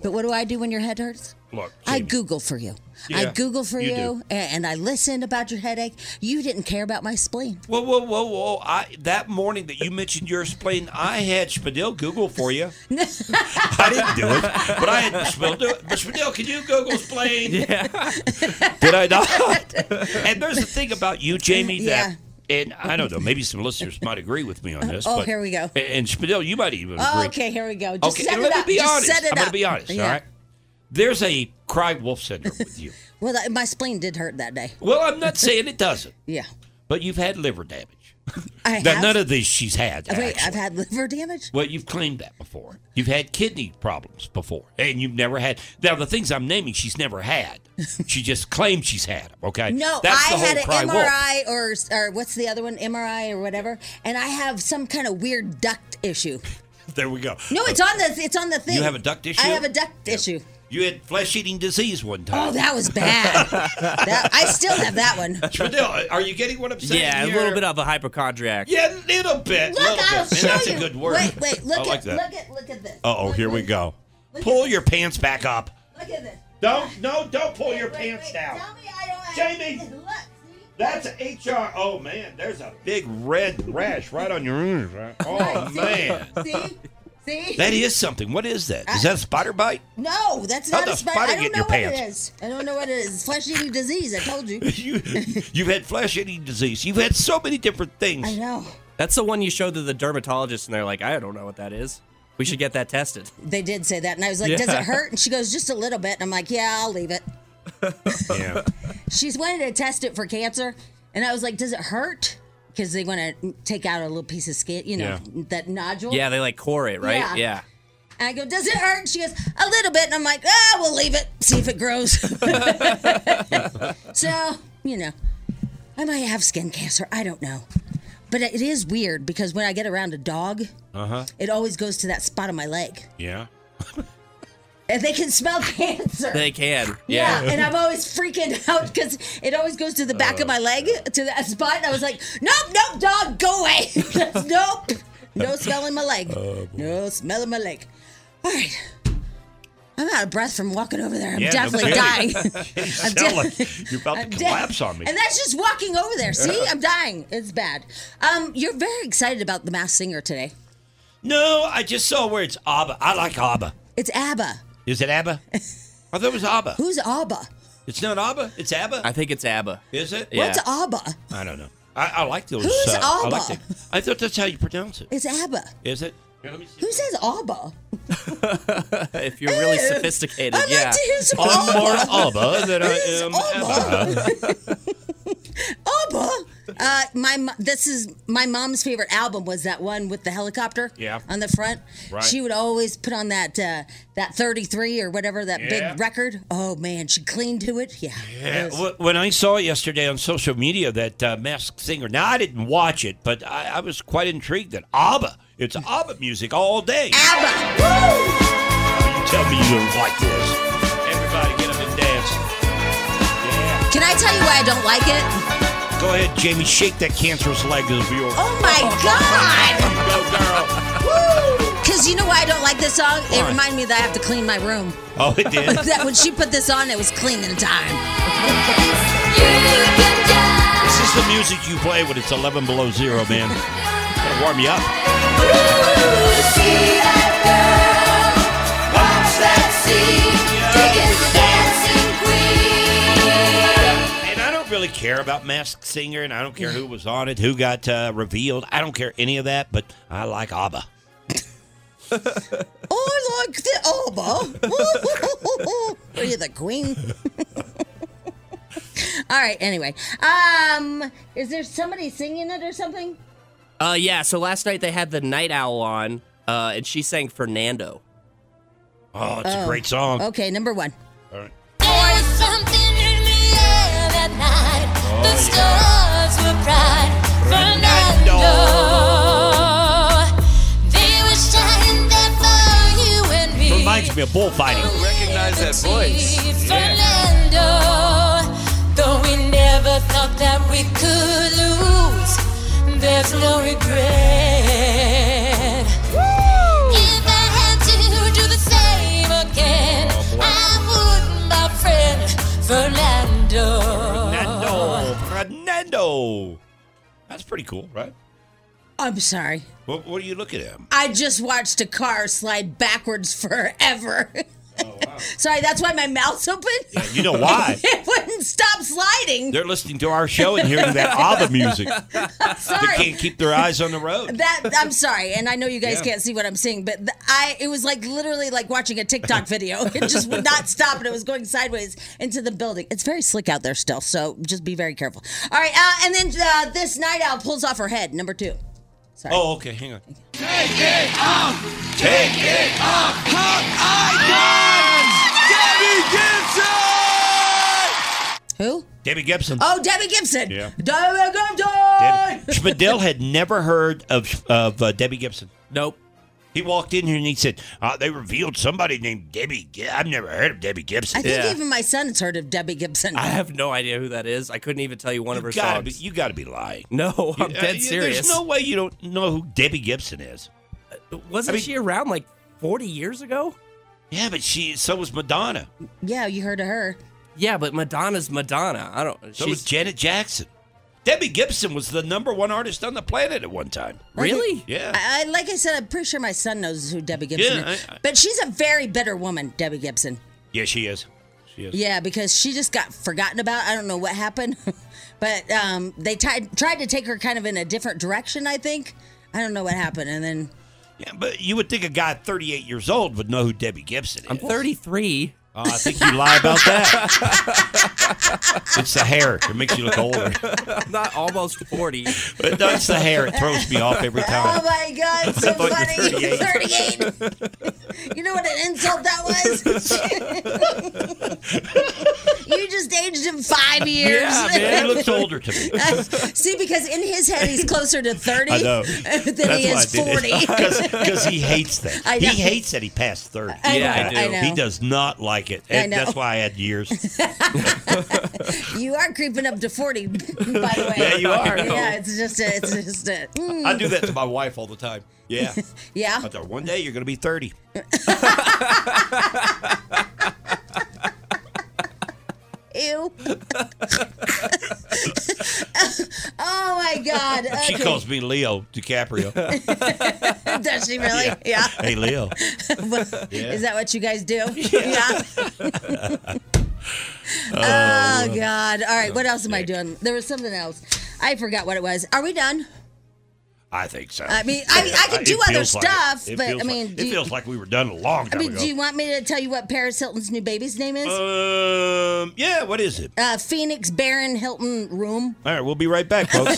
Speaker 2: But what do I do when your head hurts?
Speaker 3: Look,
Speaker 2: I
Speaker 3: Jamie.
Speaker 2: Google for you. I
Speaker 3: Yeah,
Speaker 2: Google for
Speaker 3: you
Speaker 2: you,
Speaker 3: do.
Speaker 2: a- and I listened about your headache. You didn't care about my spleen.
Speaker 3: Whoa, whoa, whoa, whoa! I that morning that you mentioned your spleen, I had Spadil Google for you. I didn't do it, but I had Spadil. But Spadil, can you Google spleen? [laughs] [laughs] Yeah. Did I not? [laughs] and there's the thing about you, Jamie. That and I don't know. Maybe some listeners might agree with me on this.
Speaker 2: Oh,
Speaker 3: but,
Speaker 2: here we go.
Speaker 3: And Spadil, you might even.
Speaker 2: Oh,
Speaker 3: agree.
Speaker 2: okay, here we go. Just
Speaker 3: Okay,
Speaker 2: set
Speaker 3: and
Speaker 2: it
Speaker 3: let
Speaker 2: up.
Speaker 3: me be
Speaker 2: Just
Speaker 3: honest.
Speaker 2: set it
Speaker 3: I'm
Speaker 2: up.
Speaker 3: gonna be honest.
Speaker 2: Yeah.
Speaker 3: All right. There's a cry wolf syndrome
Speaker 2: [laughs]
Speaker 3: with you.
Speaker 2: Well, that- my spleen did hurt that day.
Speaker 3: Well, I'm not saying it doesn't,
Speaker 2: Yeah.
Speaker 3: but you've had liver damage.
Speaker 2: I
Speaker 3: Now,
Speaker 2: have-
Speaker 3: none of these she's had.
Speaker 2: Wait,
Speaker 3: actually.
Speaker 2: I've had liver damage?
Speaker 3: Well, you've claimed that before. You've had kidney problems before, and you've never had. Now, the things I'm naming, she's
Speaker 2: [laughs]
Speaker 3: never had. She just claims she's had them. Okay,
Speaker 2: No,
Speaker 3: That's
Speaker 2: I
Speaker 3: the whole
Speaker 2: had an
Speaker 3: cry wolf.
Speaker 2: MRI or or what's the other one? MRI or whatever. And I have some kind of weird duct issue.
Speaker 3: There we go. Uh,
Speaker 2: No, it's on the it's on the thing.
Speaker 3: You have a duct issue?
Speaker 2: I have a duct issue.
Speaker 3: You had flesh-eating disease one time.
Speaker 2: Oh, that
Speaker 3: [laughs]
Speaker 2: was bad. that, I still have that one. [laughs]
Speaker 3: Trudell, are you getting what I'm saying?
Speaker 5: Yeah, a
Speaker 3: here?
Speaker 5: little bit of a hypochondriac.
Speaker 3: Yeah, little bit.
Speaker 2: Look,
Speaker 3: little bit.
Speaker 2: I'll
Speaker 3: Man,
Speaker 2: show
Speaker 3: that's
Speaker 2: you.
Speaker 3: a good
Speaker 2: [laughs]
Speaker 3: word.
Speaker 2: Wait, wait, look
Speaker 3: I
Speaker 2: at
Speaker 3: like that.
Speaker 2: look at look at this.
Speaker 3: Uh oh,
Speaker 2: Look,
Speaker 3: here we
Speaker 2: look,
Speaker 3: go.
Speaker 2: Look at
Speaker 3: Pull
Speaker 2: this.
Speaker 3: your pants back up.
Speaker 2: Look at this.
Speaker 3: Don't no, don't pull your
Speaker 2: Wait,
Speaker 3: pants
Speaker 2: wait,
Speaker 3: down.
Speaker 2: Tell me I don't have
Speaker 3: Jamie.
Speaker 2: [laughs] Look, see?
Speaker 3: That's HR. Oh man, there's a big red rash right on your ears.
Speaker 2: [laughs]
Speaker 3: Right? Oh man,
Speaker 2: See? See?
Speaker 3: that is something. What is that? Is that a spider bite?
Speaker 2: no, that's
Speaker 3: How
Speaker 2: not
Speaker 3: the
Speaker 2: a spider.
Speaker 3: spider
Speaker 2: I
Speaker 3: get in
Speaker 2: don't know
Speaker 3: your
Speaker 2: what it
Speaker 3: pants?
Speaker 2: is. I don't know what it is. Flesh eating disease. I told
Speaker 3: [laughs]
Speaker 2: you.
Speaker 3: You, you've had flesh eating disease. You've had so many different
Speaker 2: I
Speaker 3: things.
Speaker 2: know.
Speaker 5: That's the one you showed to the dermatologist, and they're like, I don't know what that is. We should get that tested.
Speaker 2: They did say that, and I was like,
Speaker 5: Yeah.
Speaker 2: "Does it hurt?" And she goes, "Just a little bit." And I'm like, "Yeah, I'll leave it."
Speaker 3: Yeah.
Speaker 2: She's wanted to test it for cancer, and I was like, "Does it hurt?" Because they want to take out a little piece of skin, you know, that nodule.
Speaker 5: [laughs] Yeah, they like core it, right?
Speaker 2: Yeah.
Speaker 5: Yeah.
Speaker 2: And I go, "Does it hurt?" And she goes, "A little bit." And I'm like, "Ah, we'll leave it. See if it grows." [laughs] so you know, I might have skin cancer. I don't know, but it is weird because when I get around a dog,
Speaker 3: Uh-huh.
Speaker 2: it always goes to that spot on my leg,
Speaker 3: Yeah.
Speaker 2: and they can smell [laughs] cancer.
Speaker 5: They can.
Speaker 2: Yeah.
Speaker 5: Yeah.
Speaker 2: and I'm always freaking [laughs] out because it always goes to the back of my leg to that spot. And I was like, nope, nope, dog, go away. [laughs] nope, no smell in my leg. no smell in my leg. All right. I'm out of breath from walking over there. I'm
Speaker 3: Yeah, no
Speaker 2: definitely
Speaker 3: [laughs]
Speaker 2: dying.
Speaker 3: kidding.
Speaker 2: [laughs] I'm
Speaker 3: Sound
Speaker 2: de-
Speaker 3: like you're about to
Speaker 2: I'm de-
Speaker 3: collapse on me.
Speaker 2: And that's just walking over there. See, I'm dying. It's bad. Um, you're very excited about the Masked Singer today.
Speaker 3: No, I just saw where it's ABBA. I like ABBA.
Speaker 2: It's ABBA.
Speaker 3: Is it ABBA? I thought it was ABBA.
Speaker 2: Who's ABBA?
Speaker 3: It's not ABBA. It's ABBA.
Speaker 5: I think it's ABBA.
Speaker 3: Is it?
Speaker 5: Yeah.
Speaker 2: What's ABBA?
Speaker 3: I don't know. I, I like those.
Speaker 2: Who's
Speaker 3: uh, I, like
Speaker 2: ABBA?
Speaker 3: the- I thought that's how you pronounce it.
Speaker 2: It's ABBA.
Speaker 3: Is it? Here, let me see.
Speaker 2: Who says ABBA?
Speaker 5: [laughs] If you're really
Speaker 2: Ew.
Speaker 5: sophisticated,
Speaker 2: I'd
Speaker 5: yeah.
Speaker 2: like to hear some
Speaker 3: I'm more
Speaker 2: ABBA.
Speaker 3: ABBA than I
Speaker 2: Who's
Speaker 3: am
Speaker 2: [laughs] ABBA?
Speaker 3: ABBA.
Speaker 2: ABBA. Uh, my mo- this is my mom's favorite album was that one with the helicopter.
Speaker 3: Yeah.
Speaker 2: On the front,
Speaker 3: Right.
Speaker 2: she would always put on that uh, that thirty three or whatever that
Speaker 3: Yeah.
Speaker 2: big record. Oh man, she cleaned to it. Yeah.
Speaker 3: Yeah,
Speaker 2: It was-
Speaker 3: wh- when I saw yesterday on social media that uh, Masked Singer, now I didn't watch it, but I, I was quite intrigued that ABBA, it's ABBA music all day.
Speaker 2: ABBA.
Speaker 3: You tell me you don't like this. Everybody get up and dance. Yeah.
Speaker 2: Can I tell you why I don't like it?
Speaker 3: Go ahead, Jamie, shake that cancerous leg of yours.
Speaker 2: Oh my god.
Speaker 3: Go, girl.
Speaker 2: Cause you know why I don't like this song? It reminded me that I have to clean my room.
Speaker 3: Oh, it
Speaker 2: [laughs]
Speaker 3: did.
Speaker 2: That when she put this on, it was cleaning time.
Speaker 3: This is the music you play when it's 11 below zero, man. Gotta warm you up. And I don't really care about Masked Singer, and I don't care who was on it, who got uh, revealed. I don't care any of that, but I like ABBA.
Speaker 2: I like the ABBA. [laughs] Are you the queen? All right. Anyway, um, is there somebody singing it or something?
Speaker 5: Uh, yeah. So last night they had the night owl on, uh, and she sang Fernando.
Speaker 3: Oh, it's a great song.
Speaker 2: Okay, number one.
Speaker 3: All right. Oh, Reminds me of bullfighting.
Speaker 7: Recognize that voice.
Speaker 8: Fernando, though we never thought that we could lose, there's no regret. If I had to do the same again,
Speaker 7: Oh,
Speaker 8: I would, my friend, Fernando.
Speaker 3: Fernando. Fernando. That's pretty cool, right?
Speaker 2: I'm sorry.
Speaker 3: What, what are you looking at?
Speaker 2: I just watched a car slide backwards forever. [laughs] sorry, that's why my mouth's open.
Speaker 3: Yeah, Oh, you know why?
Speaker 2: [laughs] It wouldn't stop sliding.
Speaker 3: They're listening to our show and hearing that
Speaker 2: [laughs]
Speaker 3: ABBA music. They
Speaker 2: Sorry.
Speaker 3: can't keep their eyes on the [laughs] road.
Speaker 2: That I'm sorry, and I know you guys
Speaker 3: Yeah.
Speaker 2: can't see what I'm seeing, but th- I it was like literally like watching a
Speaker 3: [laughs]
Speaker 2: TikTok video. It just would not stop, and it was going sideways into the building. It's very slick out there still, so just be very careful. All right, uh, and then uh, this night owl pulls off her head. Number two.
Speaker 3: Oh, okay. Hang on.
Speaker 2: Who?
Speaker 3: Debbie Gibson.
Speaker 2: Oh, Debbie Gibson.
Speaker 3: Yeah.
Speaker 2: Debbie Gibson.
Speaker 3: Debbie- Spadell had never heard of of uh, Debbie Gibson.
Speaker 5: Nope.
Speaker 3: He walked in here and he said, uh, "They revealed somebody named Debbie. Gi- I've never heard of Debbie Gibson."
Speaker 2: I think
Speaker 5: Yeah.
Speaker 2: even my son's heard of Debbie Gibson.
Speaker 5: I have no idea who that is. I couldn't even tell you one of her
Speaker 3: you, gotta be,
Speaker 5: songs.
Speaker 3: you gotta be lying.
Speaker 5: no, I'm
Speaker 3: You- uh,
Speaker 5: dead
Speaker 3: you-
Speaker 5: serious. Uh,
Speaker 3: There's no way you don't know who Debbie Gibson is.
Speaker 5: Wasn't
Speaker 3: I mean-
Speaker 5: she around like 40 years ago?
Speaker 3: Yeah, but she. So was Madonna.
Speaker 2: yeah, you heard of her.
Speaker 5: Yeah, but Madonna's Madonna. I don't.
Speaker 3: So
Speaker 5: she's
Speaker 3: was Janet Jackson. Debbie Gibson was the number one artist on the planet at one time.
Speaker 5: really.
Speaker 3: Yeah.
Speaker 2: I, I, like I said, I'm pretty sure my son knows who Debbie Gibson
Speaker 3: Yeah,
Speaker 2: is.
Speaker 3: I- I-
Speaker 2: but she's a very bitter woman, Debbie Gibson.
Speaker 3: yeah, she is. She is.
Speaker 2: Yeah, because she just got forgotten about. I don't know what happened, [laughs] but um, they tied, tried to take her kind of in a different direction. I think. I don't know what happened, and then
Speaker 3: Yeah, but you would think a guy 38 years old would know who Debbie Gibson is.
Speaker 5: I'm 33.
Speaker 3: Oh, I think you lie about that. [laughs] it's the hair. It makes you look older.
Speaker 5: [laughs] I'm not almost 40.
Speaker 3: But no, it's the hair. It throws me off every
Speaker 2: oh
Speaker 3: time.
Speaker 2: my
Speaker 3: [laughs]
Speaker 2: god, so
Speaker 3: thought
Speaker 2: funny!
Speaker 3: you were
Speaker 2: You're 38.
Speaker 3: [laughs]
Speaker 2: you know what an insult that was. [laughs] you just aged him five years.
Speaker 3: Yeah, man, he looks older to me.
Speaker 2: [laughs] See, because in his head he's closer to 30
Speaker 3: I
Speaker 2: [laughs]
Speaker 3: know.
Speaker 2: than he
Speaker 3: why
Speaker 2: is 40.
Speaker 3: [laughs] Because he hates that.
Speaker 2: I
Speaker 3: He
Speaker 2: know.
Speaker 3: hates that he passed 30.
Speaker 2: I
Speaker 5: Yeah,
Speaker 2: know,
Speaker 5: I do.
Speaker 2: I know.
Speaker 3: He does not like it.
Speaker 2: I
Speaker 3: And
Speaker 2: know.
Speaker 3: that's why I had
Speaker 2: [laughs]
Speaker 3: years.
Speaker 2: You are creeping up to 40, [laughs] by the way.
Speaker 3: Yeah, you are.
Speaker 2: Yeah, it's just a, it's just a, mm,
Speaker 3: I do that to my wife all the time. Yeah.
Speaker 2: [laughs] yeah.
Speaker 3: I thought one day you're going to be 30.
Speaker 2: Ew. oh my God.
Speaker 3: [laughs] She
Speaker 2: Okay.
Speaker 3: calls me Leo
Speaker 2: [laughs]
Speaker 3: DiCaprio.
Speaker 2: Does she really? Oh, Yeah. [laughs]
Speaker 3: hey, Leo.
Speaker 2: Is that what you guys do? [laughs] Yeah. oh, God. All right. What else am I doing? There was something else. I forgot what it was. Are we done?
Speaker 3: I think so.
Speaker 2: I mean, I, I
Speaker 3: Uh,
Speaker 2: could
Speaker 3: it
Speaker 2: do other
Speaker 3: feels like it.
Speaker 2: stuff,
Speaker 3: It
Speaker 2: but
Speaker 3: feels
Speaker 2: I mean,
Speaker 3: like,
Speaker 2: do
Speaker 3: it
Speaker 2: you-
Speaker 3: feels like we Uh, were done a long
Speaker 2: I
Speaker 3: time
Speaker 2: mean,
Speaker 3: ago.
Speaker 2: do you want me to tell you what Paris Hilton's new baby's name is?
Speaker 3: um, yeah, what is it?
Speaker 2: uh, Phoenix Baron Hilton Room.
Speaker 3: All right, we'll be right back, folks.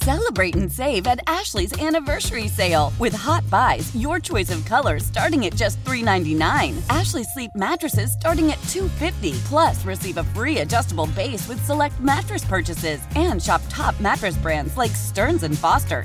Speaker 9: Celebrate and save at Ashley's anniversary sale with Hot Buys, your choice of colors starting at just $3.99. Ashley Sleep mattresses starting at $2.50. Plus, receive a free adjustable base with select mattress purchases and shop top mattress brands like Stearns and Foster,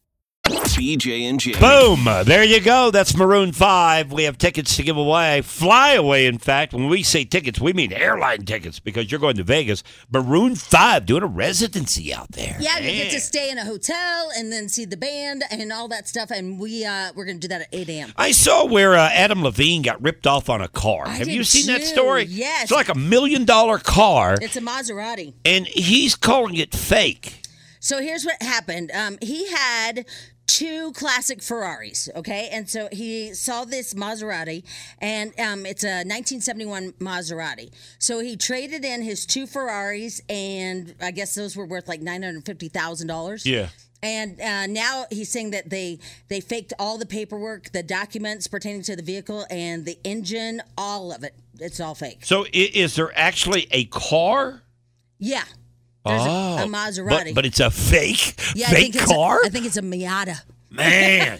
Speaker 1: BJ and Jamie.
Speaker 3: Boom! There you go. That's Maroon 5. We have tickets to give away. Fly away, in fact. When we say tickets, we mean airline tickets because you're going to Vegas. Maroon 5 doing a residency out there.
Speaker 2: Yeah, you get to stay in a hotel and then see the band and all that stuff. And we uh, we're gonna do that at eight a.m.
Speaker 3: I saw where uh, Adam Levine got ripped off on a car. have you
Speaker 2: did
Speaker 3: seen that
Speaker 2: too,
Speaker 3: story?
Speaker 2: yes.
Speaker 3: It's like a million dollar car,
Speaker 2: It's a Maserati.
Speaker 3: and he's calling it fake.
Speaker 2: So here's what happened. Um, he had two classic Ferraris, okay, and so he saw this Maserati, and um, it's a 1971 Maserati. So he traded in his two Ferraris, and I guess those were worth like nine hundred fifty thousand dollars. And uh, now he's saying that they they faked all the paperwork, the documents pertaining to the vehicle, and the engine, all of it. It's all fake.
Speaker 3: So i- is there actually a car?
Speaker 2: Yeah. There's a-
Speaker 3: oh,
Speaker 2: a
Speaker 3: but-
Speaker 2: Maserati.
Speaker 3: But, it's a fake,
Speaker 2: Yeah, I
Speaker 3: fake
Speaker 2: think it's a-
Speaker 3: car?
Speaker 2: I think it's a Miata.
Speaker 3: Man,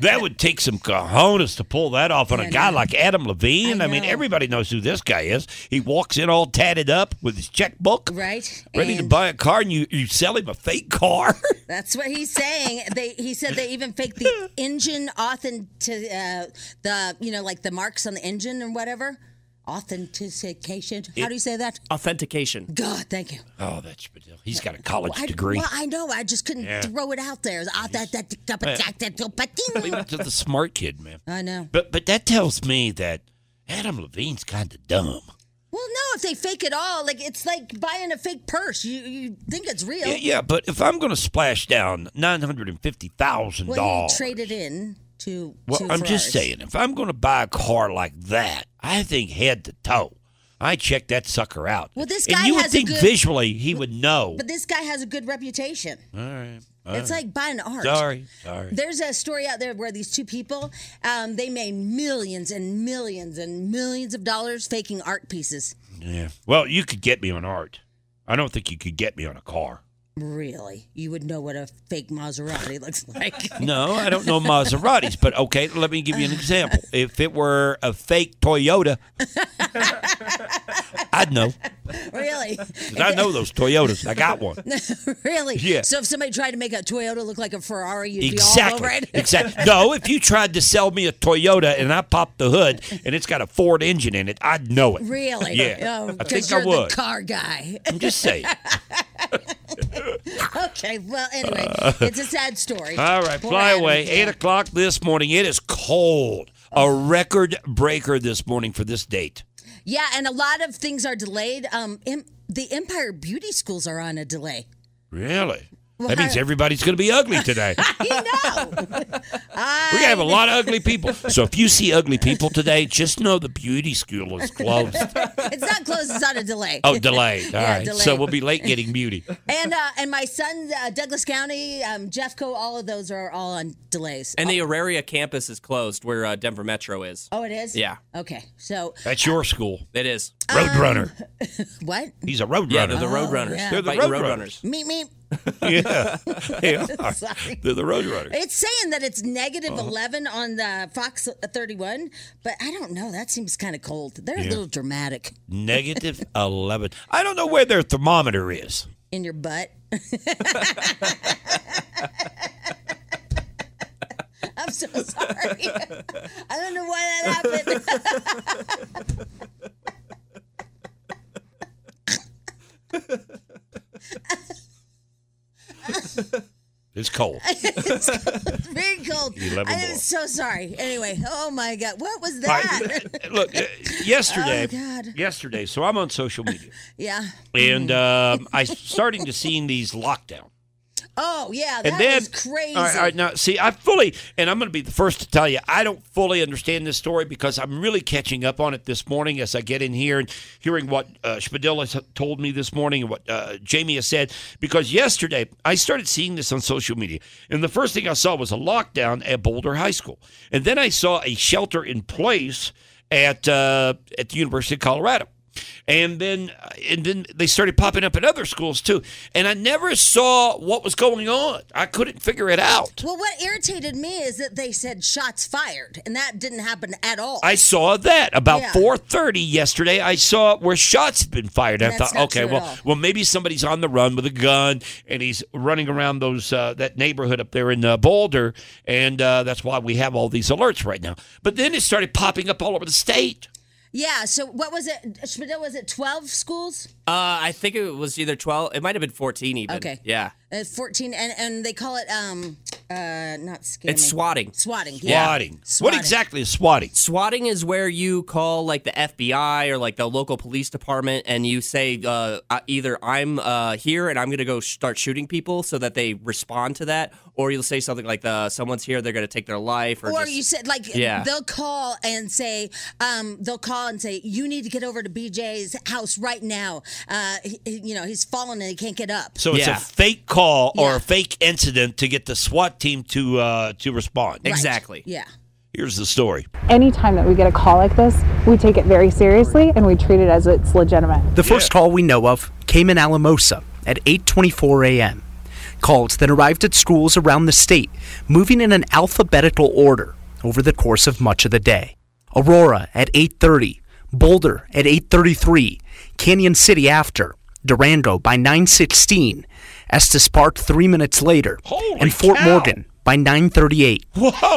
Speaker 3: that would take some cojones to pull that off on a guy like Adam Levine. I, mean, everybody knows who this guy is. He walks in all tatted up with his checkbook,
Speaker 2: Right.
Speaker 3: ready to
Speaker 2: And-
Speaker 3: buy a car, and you, you sell him a
Speaker 2: [laughs]
Speaker 3: fake car.
Speaker 2: [laughs] That's what he's saying. They he said they even faked the engine authentic, uh, the you know like the marks on the engine or whatever. Authentication. How do you say that?
Speaker 5: Authentication.
Speaker 2: God, thank you.
Speaker 3: Oh, that's he's got a college
Speaker 2: I,
Speaker 3: degree.
Speaker 2: Well, I know. I just couldn't
Speaker 3: Yeah.
Speaker 2: throw it out there. It was
Speaker 3: [laughs] Leave it to the smart kid, man.
Speaker 2: I know.
Speaker 3: But but that tells me that Adam Levine's kind of dumb.
Speaker 2: Oh. Well, no. If they fake it all, like it's like buying a fake purse. You you think it's real?
Speaker 3: Yeah, yeah, but if I'm going to splash down nine hundred and fifty thousand
Speaker 2: Well,
Speaker 3: dollars,
Speaker 2: you traded in to.
Speaker 3: Well,
Speaker 2: to
Speaker 3: I'm
Speaker 2: Ferraris.
Speaker 3: just saying, if I'm going to buy a car like that, I think head to toe, I check that sucker out.
Speaker 2: Well, this
Speaker 3: and
Speaker 2: guy
Speaker 3: you would
Speaker 2: has a
Speaker 3: think
Speaker 2: good-
Speaker 3: visually he would know.
Speaker 2: But this guy has a good reputation.
Speaker 3: all right, all
Speaker 2: It's
Speaker 3: right.
Speaker 2: like buying art.
Speaker 3: sorry, sorry.
Speaker 2: There's a story out there where these two people, um, they made millions and millions and millions of dollars faking art pieces.
Speaker 3: yeah. Well, you could get me on art. I don't think you could get me on a car.
Speaker 2: Really, you would know what a fake Maserati looks [laughs] like.
Speaker 3: No, I don't know Maseratis, but okay, let
Speaker 2: [laughs]
Speaker 3: me give you an example. If it were a fake Toyota, I'd know.
Speaker 2: really,
Speaker 3: 'Cause I know those Toyotas. I got one.
Speaker 2: really.
Speaker 3: Yeah.
Speaker 2: So if somebody tried to make a Toyota look like a Ferrari, [laughs] you'd be all
Speaker 3: Exactly.
Speaker 2: over it. [laughs]
Speaker 3: Exactly. No, if you tried to sell me a Toyota and I popped the hood and it's got a Ford engine in it, I'd know it.
Speaker 2: Really?
Speaker 3: Yeah.
Speaker 2: Oh,
Speaker 3: I think
Speaker 2: 'cause
Speaker 3: I
Speaker 2: you're
Speaker 3: would.
Speaker 2: the car guy.
Speaker 3: I'm just saying.
Speaker 2: [laughs] okay. Well, anyway, it's a sad story.
Speaker 3: Uh. [laughs] All right,
Speaker 2: Poor
Speaker 3: fly
Speaker 2: Adam.
Speaker 3: away. Eight o'clock this morning. It is cold. A record breaker this morning for this date.
Speaker 2: Yeah, and a lot of things are delayed. Um, em- the Empire Beauty Schools are on a delay.
Speaker 3: Really?
Speaker 2: Well,
Speaker 3: That means
Speaker 2: I-
Speaker 3: everybody's going to
Speaker 2: [laughs]
Speaker 3: be ugly today. We're going to have a lot of ugly people. So if you see ugly people today, just know the beauty school is closed.
Speaker 2: [laughs] It's not closed. It's on a delay.
Speaker 3: [laughs] Oh, delayed. All right.
Speaker 2: [laughs] Yeah,
Speaker 3: So
Speaker 2: delayed.
Speaker 3: we'll be late getting beauty.
Speaker 2: And uh, and my son, uh, Douglas County, um, Jeffco, all of those are all on delays.
Speaker 5: And the Auraria campus is closed where uh, Denver Metro is.
Speaker 2: Oh, it is.
Speaker 5: Yeah.
Speaker 2: Okay. So [laughs]
Speaker 3: That's your school.
Speaker 5: It is.
Speaker 3: Roadrunner.
Speaker 2: Um, what? Oh,
Speaker 3: He's a roadrunner.
Speaker 5: Yeah, they're the Roadrunners.
Speaker 2: yeah.
Speaker 3: They're the
Speaker 5: Fighting
Speaker 3: Roadrunners.
Speaker 2: Meet me.
Speaker 3: [laughs]
Speaker 2: [laughs]
Speaker 3: yeah. They are.
Speaker 2: Sorry.
Speaker 3: They're the Uh-huh. Roadrunners.
Speaker 2: It's saying that it's negative eleven on the Fox thirty one, but I don't know. That seems kind of cold. They're
Speaker 3: Yeah.
Speaker 2: a little dramatic
Speaker 3: Negative 11. I don't know where their thermometer is.
Speaker 2: in your
Speaker 3: [laughs]
Speaker 2: butt. [laughs] [laughs] I'm so sorry. I don't know why that happened. [laughs]
Speaker 3: It's cold.
Speaker 2: it's very cold.
Speaker 3: You love 'em
Speaker 2: I am
Speaker 3: all.
Speaker 2: so sorry. Anyway, oh my God, what was
Speaker 3: All
Speaker 2: that? [laughs]
Speaker 3: right, Look, uh, yesterday,
Speaker 2: Oh, God.
Speaker 3: yesterday, so I'm on social media
Speaker 2: yeah.
Speaker 3: and um, I starting to seeing these lockdown.
Speaker 2: Oh yeah, that
Speaker 3: and then
Speaker 2: was crazy.
Speaker 3: All right, all right, now see, I fully, and I'm going to be the first to tell you, I don't fully understand this story because I'm really catching up on it this morning as I get in here and hearing what uh, Spadilla t- told me this morning and what uh, Jamie has said. Because yesterday I started seeing this on social media, and the first thing I saw was a lockdown at Boulder High School, and then I saw a shelter in place at uh, at the University of Colorado. and then uh, and then they started popping up at other schools too. And I never saw what was going on. I couldn't figure it out.
Speaker 2: Well, what irritated me is that they said shots fired, and that didn't happen at all.
Speaker 3: I saw that about
Speaker 2: Yeah.
Speaker 3: 4:30 yesterday. I saw where shots had been fired. I
Speaker 2: That's
Speaker 3: thought,
Speaker 2: not
Speaker 3: okay,
Speaker 2: true at
Speaker 3: well,
Speaker 2: all.
Speaker 3: well, maybe somebody's on the run with a gun and he's running around those uh, that neighborhood up there in uh, Boulder, and uh, that's why we have all these alerts right now. But then it started popping up all over the state.
Speaker 2: Yeah. So what was it? Spadil, was it twelve schools?
Speaker 5: Uh, I think it was either 12. It might have been 14 even.
Speaker 2: Okay.
Speaker 5: Yeah.
Speaker 2: Uh, Fourteen, and and they call it um uh not scamming.
Speaker 5: It's swatting.
Speaker 2: Swatting. yeah.
Speaker 5: Swatting.
Speaker 3: What exactly is swatting?
Speaker 5: Swatting is where you call like the FBI or like the local police department and you say uh, uh, either I'm uh, here and I'm going to go start shooting people so that they respond to that, or you'll say something like the someone's here, they're going to take their life, or,
Speaker 2: Or
Speaker 5: just-
Speaker 2: you said like
Speaker 5: Yeah.
Speaker 2: they'll call and say um, they'll call and say you need to get over to BJ's house right now. Uh, he- he- you know he's fallen and he can't get up.
Speaker 3: So it's
Speaker 5: Yeah.
Speaker 3: a fake call or a fake incident to get the SWAT team to uh, to respond.
Speaker 5: Exactly.
Speaker 2: Yeah.
Speaker 3: Here's the story.
Speaker 10: Anytime that we get a call like this, we take it very seriously and we treat it as it's legitimate.
Speaker 11: The first call we know of came in Alamosa at 8:24 a.m. Calls then arrived at schools around the state, moving in an alphabetical order over the course of much of the day. Aurora at 8:30, Boulder at 8:33, Canyon City after, Durango by 9:16, Estes Park 3 minutes later, and Fort Morgan by 9:38.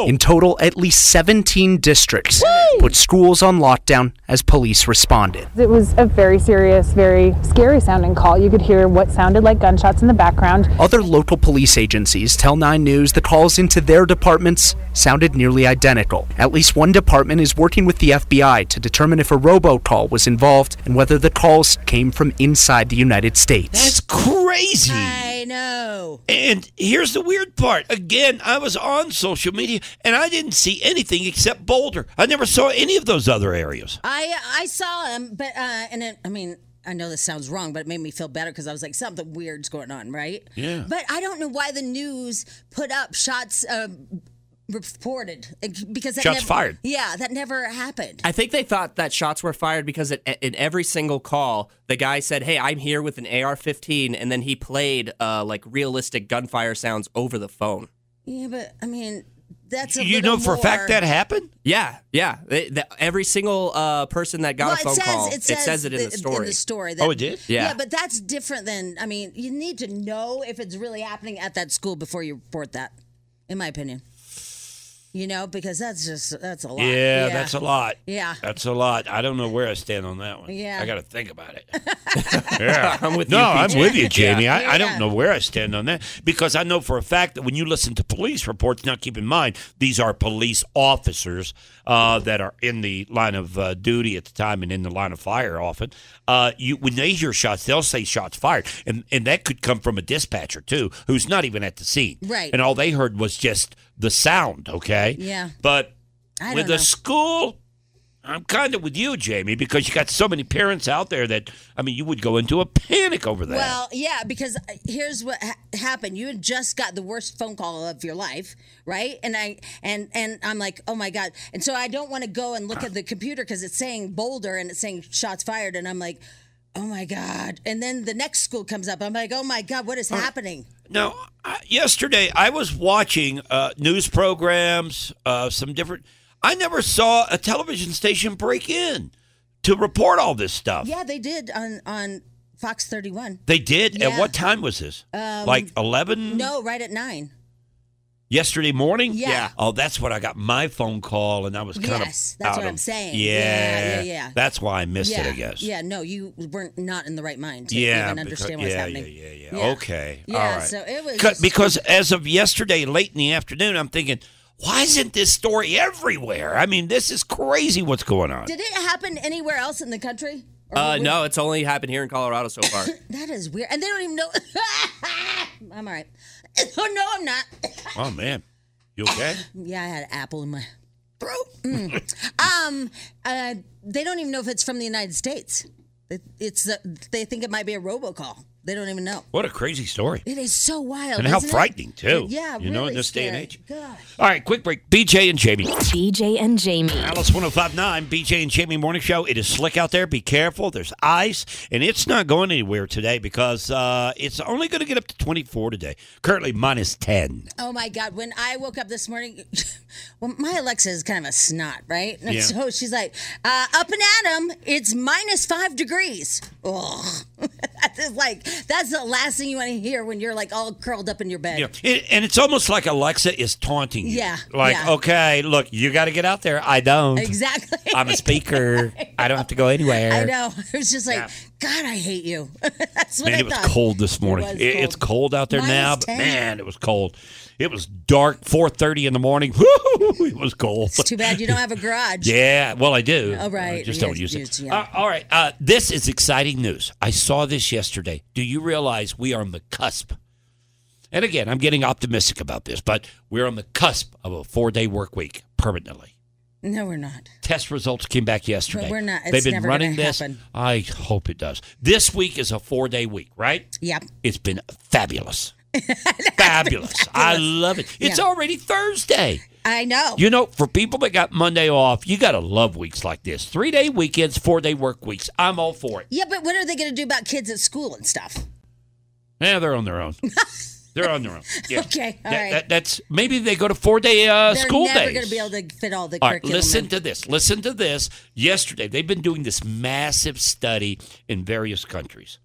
Speaker 11: In total, at least 17 districts put schools on lockdown as police responded.
Speaker 10: It was a very serious, very scary sounding call. You could hear what sounded like gunshots in the background.
Speaker 11: Other local police agencies tell 9 News the calls into their departments sounded nearly identical. At least one department is working with the FBI to determine if a robocall was involved and whether the calls came from inside the United States.
Speaker 3: That's crazy.
Speaker 2: I know.
Speaker 3: And here's the weird part. Again, I was on social media and I didn't see anything except Boulder. I never saw any of those other areas.
Speaker 2: I I saw him, but uh, and it, I mean I know this sounds wrong, but it made me feel better because I was like something weird's going on, right?
Speaker 3: Yeah.
Speaker 2: But I don't know why the news put up shots uh, reported It- because that
Speaker 5: Shots
Speaker 2: never,
Speaker 5: fired.
Speaker 2: Yeah, that never happened.
Speaker 5: I think they thought that shots were fired because it, in every single call, the guy said, "Hey, I'm here with an AR-15," and then he played uh, like realistic gunfire sounds over the phone.
Speaker 2: Yeah, but I mean that's a
Speaker 5: You
Speaker 2: little
Speaker 5: know for a fact
Speaker 2: more-
Speaker 5: that happened? Yeah, yeah. They- the- every single uh, person that got
Speaker 2: Well,
Speaker 5: a phone call, it says, it in the, story.
Speaker 2: In the story.
Speaker 5: oh, it did.
Speaker 2: Yeah.
Speaker 5: Yeah.
Speaker 2: but that's different than. I mean, you need to know if it's really happening at that school before you report that. In my opinion, you know, because that's just that's a lot.
Speaker 3: Yeah, that's a lot.
Speaker 2: Yeah.
Speaker 3: That's a lot. I don't know where I stand on that one.
Speaker 2: Yeah.
Speaker 3: I got to think about it. yeah.
Speaker 5: [laughs] I'm with
Speaker 3: no,
Speaker 5: you,
Speaker 3: I'm
Speaker 5: PJ.
Speaker 3: with you, Jamie.
Speaker 5: Yeah.
Speaker 3: I, I don't know where I stand on that because I know for a fact that when you listen to police reports, now keep in mind, these are police officers uh, that are in the line of uh, duty at the time and in the line of fire often. Uh, you When they hear shots, they'll say shots fired. And, and that could come from a dispatcher, too, who's not even at the scene.
Speaker 2: Right.
Speaker 3: And all they heard was just the sound, okay?
Speaker 2: Yeah.
Speaker 3: But
Speaker 2: I
Speaker 3: with
Speaker 2: don't
Speaker 3: a
Speaker 2: know.
Speaker 3: school, I'm kind of with you, Jamie, because you got so many parents out there that I mean, you would go into a panic over that.
Speaker 2: Well, yeah, because uh, here's what ha- happened. You had just got the worst phone call of your life, right? And I and and I'm like, oh my god. And so I don't want to go and look at the computer because it's saying Boulder and it's saying shots fired, and I'm like, oh my god. And then the next school comes up. I'm like, oh my god, what is happening?
Speaker 3: now, I- yesterday I was watching uh, news programs, uh, some different. I never saw a television station break in to report all this stuff.
Speaker 2: Yeah, they did on on Fox 31.
Speaker 3: They did. At
Speaker 2: Yeah.
Speaker 3: what time was this?
Speaker 2: Um,
Speaker 3: like eleven
Speaker 2: No, right at nine.
Speaker 3: yesterday morning.
Speaker 2: Yeah. Yeah.
Speaker 3: Oh, that's when I got my phone call, and I was kind of
Speaker 2: Yes, that's
Speaker 3: out
Speaker 2: what
Speaker 3: of-
Speaker 2: I'm saying.
Speaker 3: Yeah,
Speaker 2: Yeah, yeah, yeah.
Speaker 3: That's why I missed
Speaker 2: yeah,
Speaker 3: it. I guess.
Speaker 2: Yeah, no, you weren't not in the right mind to
Speaker 3: yeah,
Speaker 2: even
Speaker 3: because-
Speaker 2: understand what's
Speaker 3: yeah,
Speaker 2: happening.
Speaker 3: Yeah, yeah, yeah,
Speaker 2: Yeah.
Speaker 3: Okay.
Speaker 2: Yeah,
Speaker 3: All right.
Speaker 2: so it was
Speaker 3: Because,
Speaker 2: just-
Speaker 3: because as of yesterday, late in the afternoon, I'm thinking, why isn't this story everywhere? I mean, this is crazy what's going on.
Speaker 2: Did it happen anywhere else in the country? Or
Speaker 5: uh,
Speaker 2: were we-
Speaker 5: no, it's only happened here in Colorado so
Speaker 2: [laughs]
Speaker 5: far. [laughs]
Speaker 2: That is weird. And they don't even know. [laughs] I'm all right. [laughs] oh, no, I'm not.
Speaker 3: oh, man. You
Speaker 2: [laughs]
Speaker 3: okay?
Speaker 2: Yeah, I had an apple in my throat.
Speaker 3: [laughs]
Speaker 2: Mm. um, uh, they don't even know if it's from the United States. It, it's uh, They think it might be a robocall. They don't even know.
Speaker 3: What a crazy story.
Speaker 2: It is so wild.
Speaker 3: And how
Speaker 2: isn't it?
Speaker 3: frightening, too.
Speaker 2: Yeah,
Speaker 3: You know, in
Speaker 2: really
Speaker 3: this day and
Speaker 2: scary.
Speaker 3: age.
Speaker 2: God.
Speaker 3: All right, quick break. BJ and Jamie. oh
Speaker 6: BJ and Jamie.
Speaker 3: Alice 1059, BJ and Jamie Morning Show. It is slick out there. Be careful. There's ice, and it's not going anywhere today because uh, it's only going to get up to 24 today. Currently minus 10.
Speaker 2: Oh my God! When I woke up this morning, [laughs] well, my Alexa is kind of a snot, right? [laughs] And
Speaker 3: Yeah.
Speaker 2: So she's like, uh, "Up and at 'em, it's minus five degrees." Ugh. [laughs] that's like that's the last thing you want to hear when you're like all curled up in your bed.
Speaker 3: Yeah. It, and it's almost like Alexa is taunting you.
Speaker 2: Yeah,
Speaker 3: Like,
Speaker 2: yeah.
Speaker 3: okay, look, you got to get out there. I don't.
Speaker 2: Exactly.
Speaker 3: I'm a speaker. I don't have to go
Speaker 2: [laughs]
Speaker 3: anywhere.
Speaker 2: I know. [laughs] It was just like, God, I hate you. [laughs] that's what
Speaker 3: man,
Speaker 2: I
Speaker 3: it was
Speaker 2: thought.
Speaker 3: cold this morning.
Speaker 2: was
Speaker 3: It- It's cold out there
Speaker 2: Minus
Speaker 3: now, but
Speaker 2: 10.
Speaker 3: man, it was cold. It was dark, 4:30 in the morning. [laughs] Woo-hoo, it was cold.
Speaker 2: It's too bad you don't have a garage.
Speaker 3: [laughs] Yeah, well, I do.
Speaker 2: Oh, right.
Speaker 3: I just
Speaker 2: You
Speaker 3: don't
Speaker 2: guys
Speaker 3: use
Speaker 2: do,
Speaker 3: it.
Speaker 2: yeah.
Speaker 3: Uh, all right. Uh, this is exciting news. I saw this yesterday. Do you realize we are on the cusp? And again, I'm getting optimistic about this, but we're on the cusp of a four day work week permanently.
Speaker 2: No, we're not.
Speaker 3: Test results came back yesterday.
Speaker 2: we're not. It's
Speaker 3: They've been
Speaker 2: never gonna
Speaker 3: running this.
Speaker 2: happen.
Speaker 3: I hope it does. This week is a four day week, right?
Speaker 2: Yep.
Speaker 3: It's been
Speaker 2: [laughs]
Speaker 3: fabulous. fabulous. I love it. It's
Speaker 2: Yeah.
Speaker 3: already Thursday.
Speaker 2: I know.
Speaker 3: You know, for people that got Monday off, you got to love weeks like this. Three day weekends, four day work weeks. I'm all for it.
Speaker 2: yeah, but what are they going to do about kids at school and stuff?
Speaker 3: Yeah, they're on [laughs] their own. they're on their own. Yeah.
Speaker 2: Okay, all
Speaker 3: That-
Speaker 2: right.
Speaker 3: that- that's maybe they go to four day uh,
Speaker 2: They're
Speaker 3: school
Speaker 2: never
Speaker 3: days.
Speaker 2: going to be able to fit all the
Speaker 3: All right,
Speaker 2: curriculum.
Speaker 3: listen
Speaker 2: in.
Speaker 3: to this. Listen to this. Yesterday, they've been doing this massive study in various countries.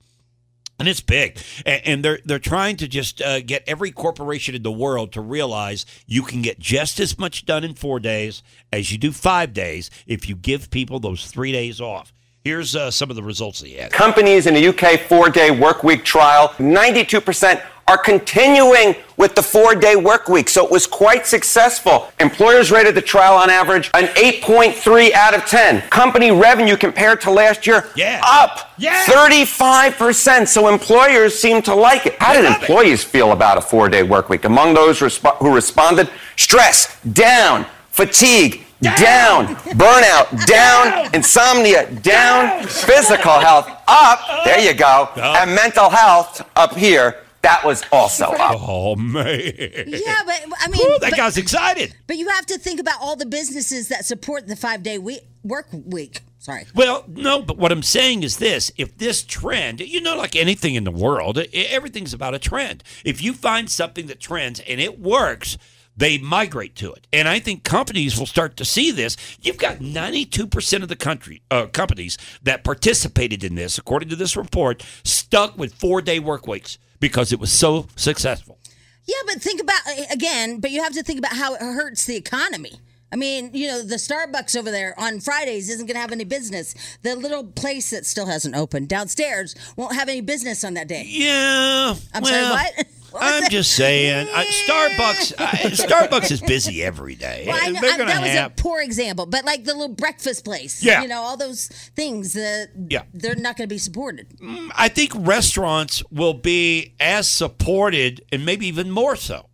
Speaker 3: And it's big, and, and they're they're trying to just uh, get every corporation in the world to realize you can get just as much done in four days as you do five days if you give people those three days off. Here's uh, some of the results they had.
Speaker 7: Companies in the UK four day work week trial, 92% are continuing with the four day work week. So it was quite successful. Employers rated the trial on average an 8.3 out of 10. Company revenue compared to last year up 35%. So employers seem to like it. How did employees feel about a four day work week? Among those resp- who responded, stress, down, fatigue, down, burnout, down, insomnia, down, physical health, up, there you go, and mental health up here, that was also up.
Speaker 3: Oh, man.
Speaker 2: Yeah, but I mean,
Speaker 3: Woo, that
Speaker 2: but-
Speaker 3: guy's excited.
Speaker 2: But you have to think about all the businesses that support the five day week work week. Sorry.
Speaker 3: Well, no, but what I'm saying is this if this trend, you know, like anything in the world, e- everything's about a trend. If you find something that trends and it works, they migrate to it. And I think companies will start to see this. You've got 92% of the country uh, companies that participated in this, according to this report, stuck with four day work weeks because it was so successful.
Speaker 2: Yeah, but think about again. But you have to think about how it hurts the economy. I mean, you know, the Starbucks over there on Fridays isn't going to have any business. The little place that still hasn't opened downstairs won't have any business on that day.
Speaker 3: Yeah.
Speaker 2: I'm
Speaker 3: well,
Speaker 2: sorry. What? What was
Speaker 3: I'm
Speaker 2: that?
Speaker 3: just saying, I, Starbucks. I, Starbucks is busy every day.
Speaker 2: Well, I know,
Speaker 3: eh, They're
Speaker 2: I-
Speaker 3: gonna
Speaker 2: that was
Speaker 3: have-
Speaker 2: a poor example, but like the little breakfast place,
Speaker 3: Yeah.
Speaker 2: you know, all those things that
Speaker 3: Yeah.
Speaker 2: they're not going to be supported.
Speaker 3: I think restaurants will be as supported and maybe even more so.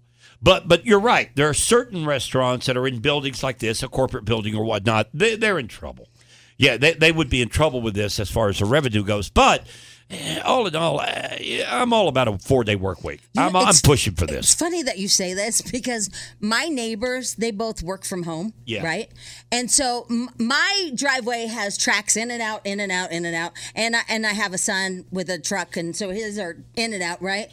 Speaker 3: But but you're right. There are certain restaurants that are in buildings like this, a corporate building or whatnot. They, they're in trouble. Yeah, they, they would be in trouble with this as far as the revenue goes. But eh, all in all, eh, yeah, I'm all about a four day work week. I'm, I'm pushing for
Speaker 2: It's
Speaker 3: this.
Speaker 2: funny that you say this [laughs] because my neighbors, they both work from home,
Speaker 3: Yeah.
Speaker 2: right? And so m- my driveway has tracks in and out, in and out, in and out. And I, and I have a son with a truck, and so his are in and out, right?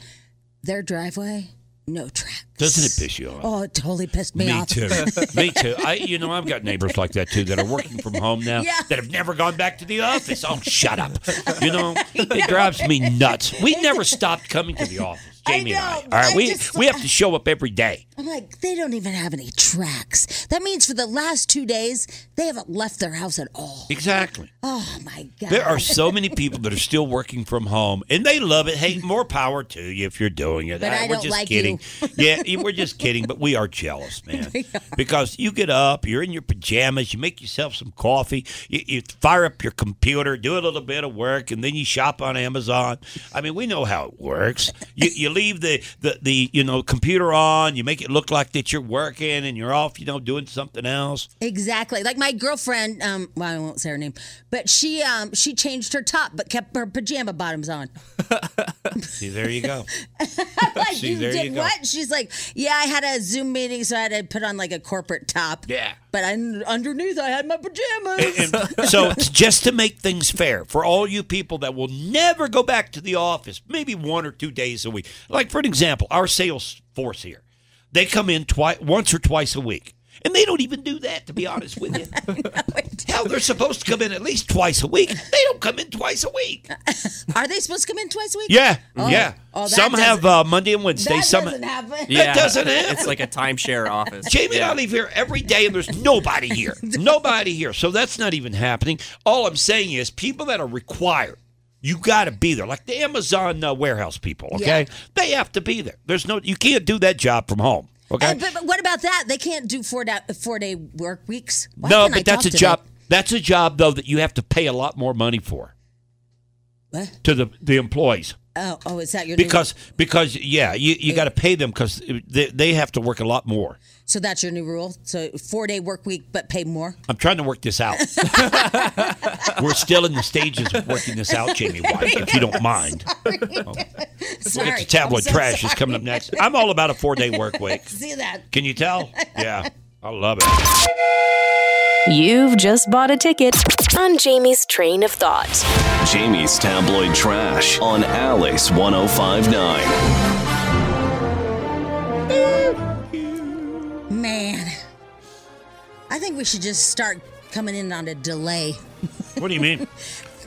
Speaker 2: Their driveway, no track.
Speaker 3: Doesn't it piss you off?
Speaker 2: Oh, it totally pissed me, off. [laughs]
Speaker 3: [laughs] too. Me too. I, you know, I've got neighbors like that too that are working from home now
Speaker 2: Yeah.
Speaker 3: that have never gone back to the office. Oh, shut up! You [laughs] know, it drives me nuts. We never stopped coming to the office, Jamie and I. All right, we we have to show up every day.
Speaker 2: I'm like, they don't even have any tracks. That means for the last two days, they haven't left their house at all.
Speaker 3: Exactly.
Speaker 2: Oh my god!
Speaker 3: There are so many people that are still working from home, and they love it. Hey, more power to you if you're doing it.
Speaker 2: But
Speaker 3: Ah,
Speaker 2: I
Speaker 3: we're
Speaker 2: don't
Speaker 3: just
Speaker 2: like you.
Speaker 3: kidding. [laughs] Yeah, you- we're just kidding, but we
Speaker 2: [laughs]
Speaker 3: are jealous, man. because you get up, you're in your pajamas, you make yourself some coffee, you, you fire up your computer, do a little bit of work, and then you shop on Amazon. I mean, we know how it works.
Speaker 2: [laughs]
Speaker 3: You, you leave the, the, the you know computer on, you make it look like that you're working, and you're off, you know, doing something else.
Speaker 2: Exactly. Like my girlfriend, um, well, I won't say her name, but she um she changed her top but kept her pajama bottoms on.
Speaker 3: See, there
Speaker 2: [laughs]
Speaker 3: you go.
Speaker 2: I'm like,
Speaker 3: [laughs] See,
Speaker 2: you
Speaker 3: there
Speaker 2: did
Speaker 3: you go.
Speaker 2: what? She's like, yeah, I had a Zoom meeting, so I had to put on like a corporate top.
Speaker 3: Yeah.
Speaker 2: But I, underneath, I had my
Speaker 3: [laughs]
Speaker 2: pajamas.
Speaker 3: so it's just to make things fair for all you people that will never go back to the office, maybe one or two days a week. Like for an example, our sales force here, they come in twice, once or twice a week, and they don't even do that. To be honest
Speaker 2: [laughs]
Speaker 3: with you, hell, they're supposed to come in at least twice a week. They don't come in twice a week.
Speaker 2: [laughs] Are they supposed to come in twice a week?
Speaker 3: Yeah,
Speaker 2: Oh.
Speaker 3: yeah.
Speaker 2: Oh, that
Speaker 3: some have
Speaker 2: doesn't-
Speaker 3: uh, Monday and Wednesday.
Speaker 2: that
Speaker 3: some
Speaker 2: doesn't happen. [laughs]
Speaker 3: That doesn't happen.
Speaker 5: It's like a timeshare office.
Speaker 3: [laughs] Jamie and I leave here every day, and there's nobody
Speaker 2: [laughs]
Speaker 3: here. nobody here. So that's not even happening. All I'm saying is, people that are required, you got to be there. Like the Amazon uh, warehouse people, okay?
Speaker 2: Yeah.
Speaker 3: They have to be there. There's no, you can't do that job from home, okay?
Speaker 2: And, but, but what about that? They can't do four da- four day work weeks. Why
Speaker 3: no,
Speaker 2: can't I
Speaker 3: but that's
Speaker 2: talk
Speaker 3: a
Speaker 2: to
Speaker 3: job. That's a job though that you have to pay a lot more money for.
Speaker 2: What?
Speaker 3: To the the employees.
Speaker 2: them? Oh, oh, is that your new-
Speaker 3: Because because yeah, you, you got to pay them because they, they have to work a lot more.
Speaker 2: So that's your new rule. So four day work week, but pay more.
Speaker 3: I'm trying to
Speaker 2: [laughs]
Speaker 3: work this out. We're still in the stages of working this out, Jamie White, if you
Speaker 2: [laughs]
Speaker 3: don't mind.
Speaker 2: Sorry,
Speaker 3: we get to tabloid
Speaker 2: I'm so
Speaker 3: trash
Speaker 2: sorry.
Speaker 3: is coming up next. I'm all about a four day work week.
Speaker 2: [laughs] See that?
Speaker 3: Can you tell? Yeah. I love it.
Speaker 6: You've just bought a ticket on Jamie's train of thought.
Speaker 1: Jamie's tabloid trash on Alice 1059.
Speaker 2: Man, I think we should just start coming in on a delay.
Speaker 3: What do you mean?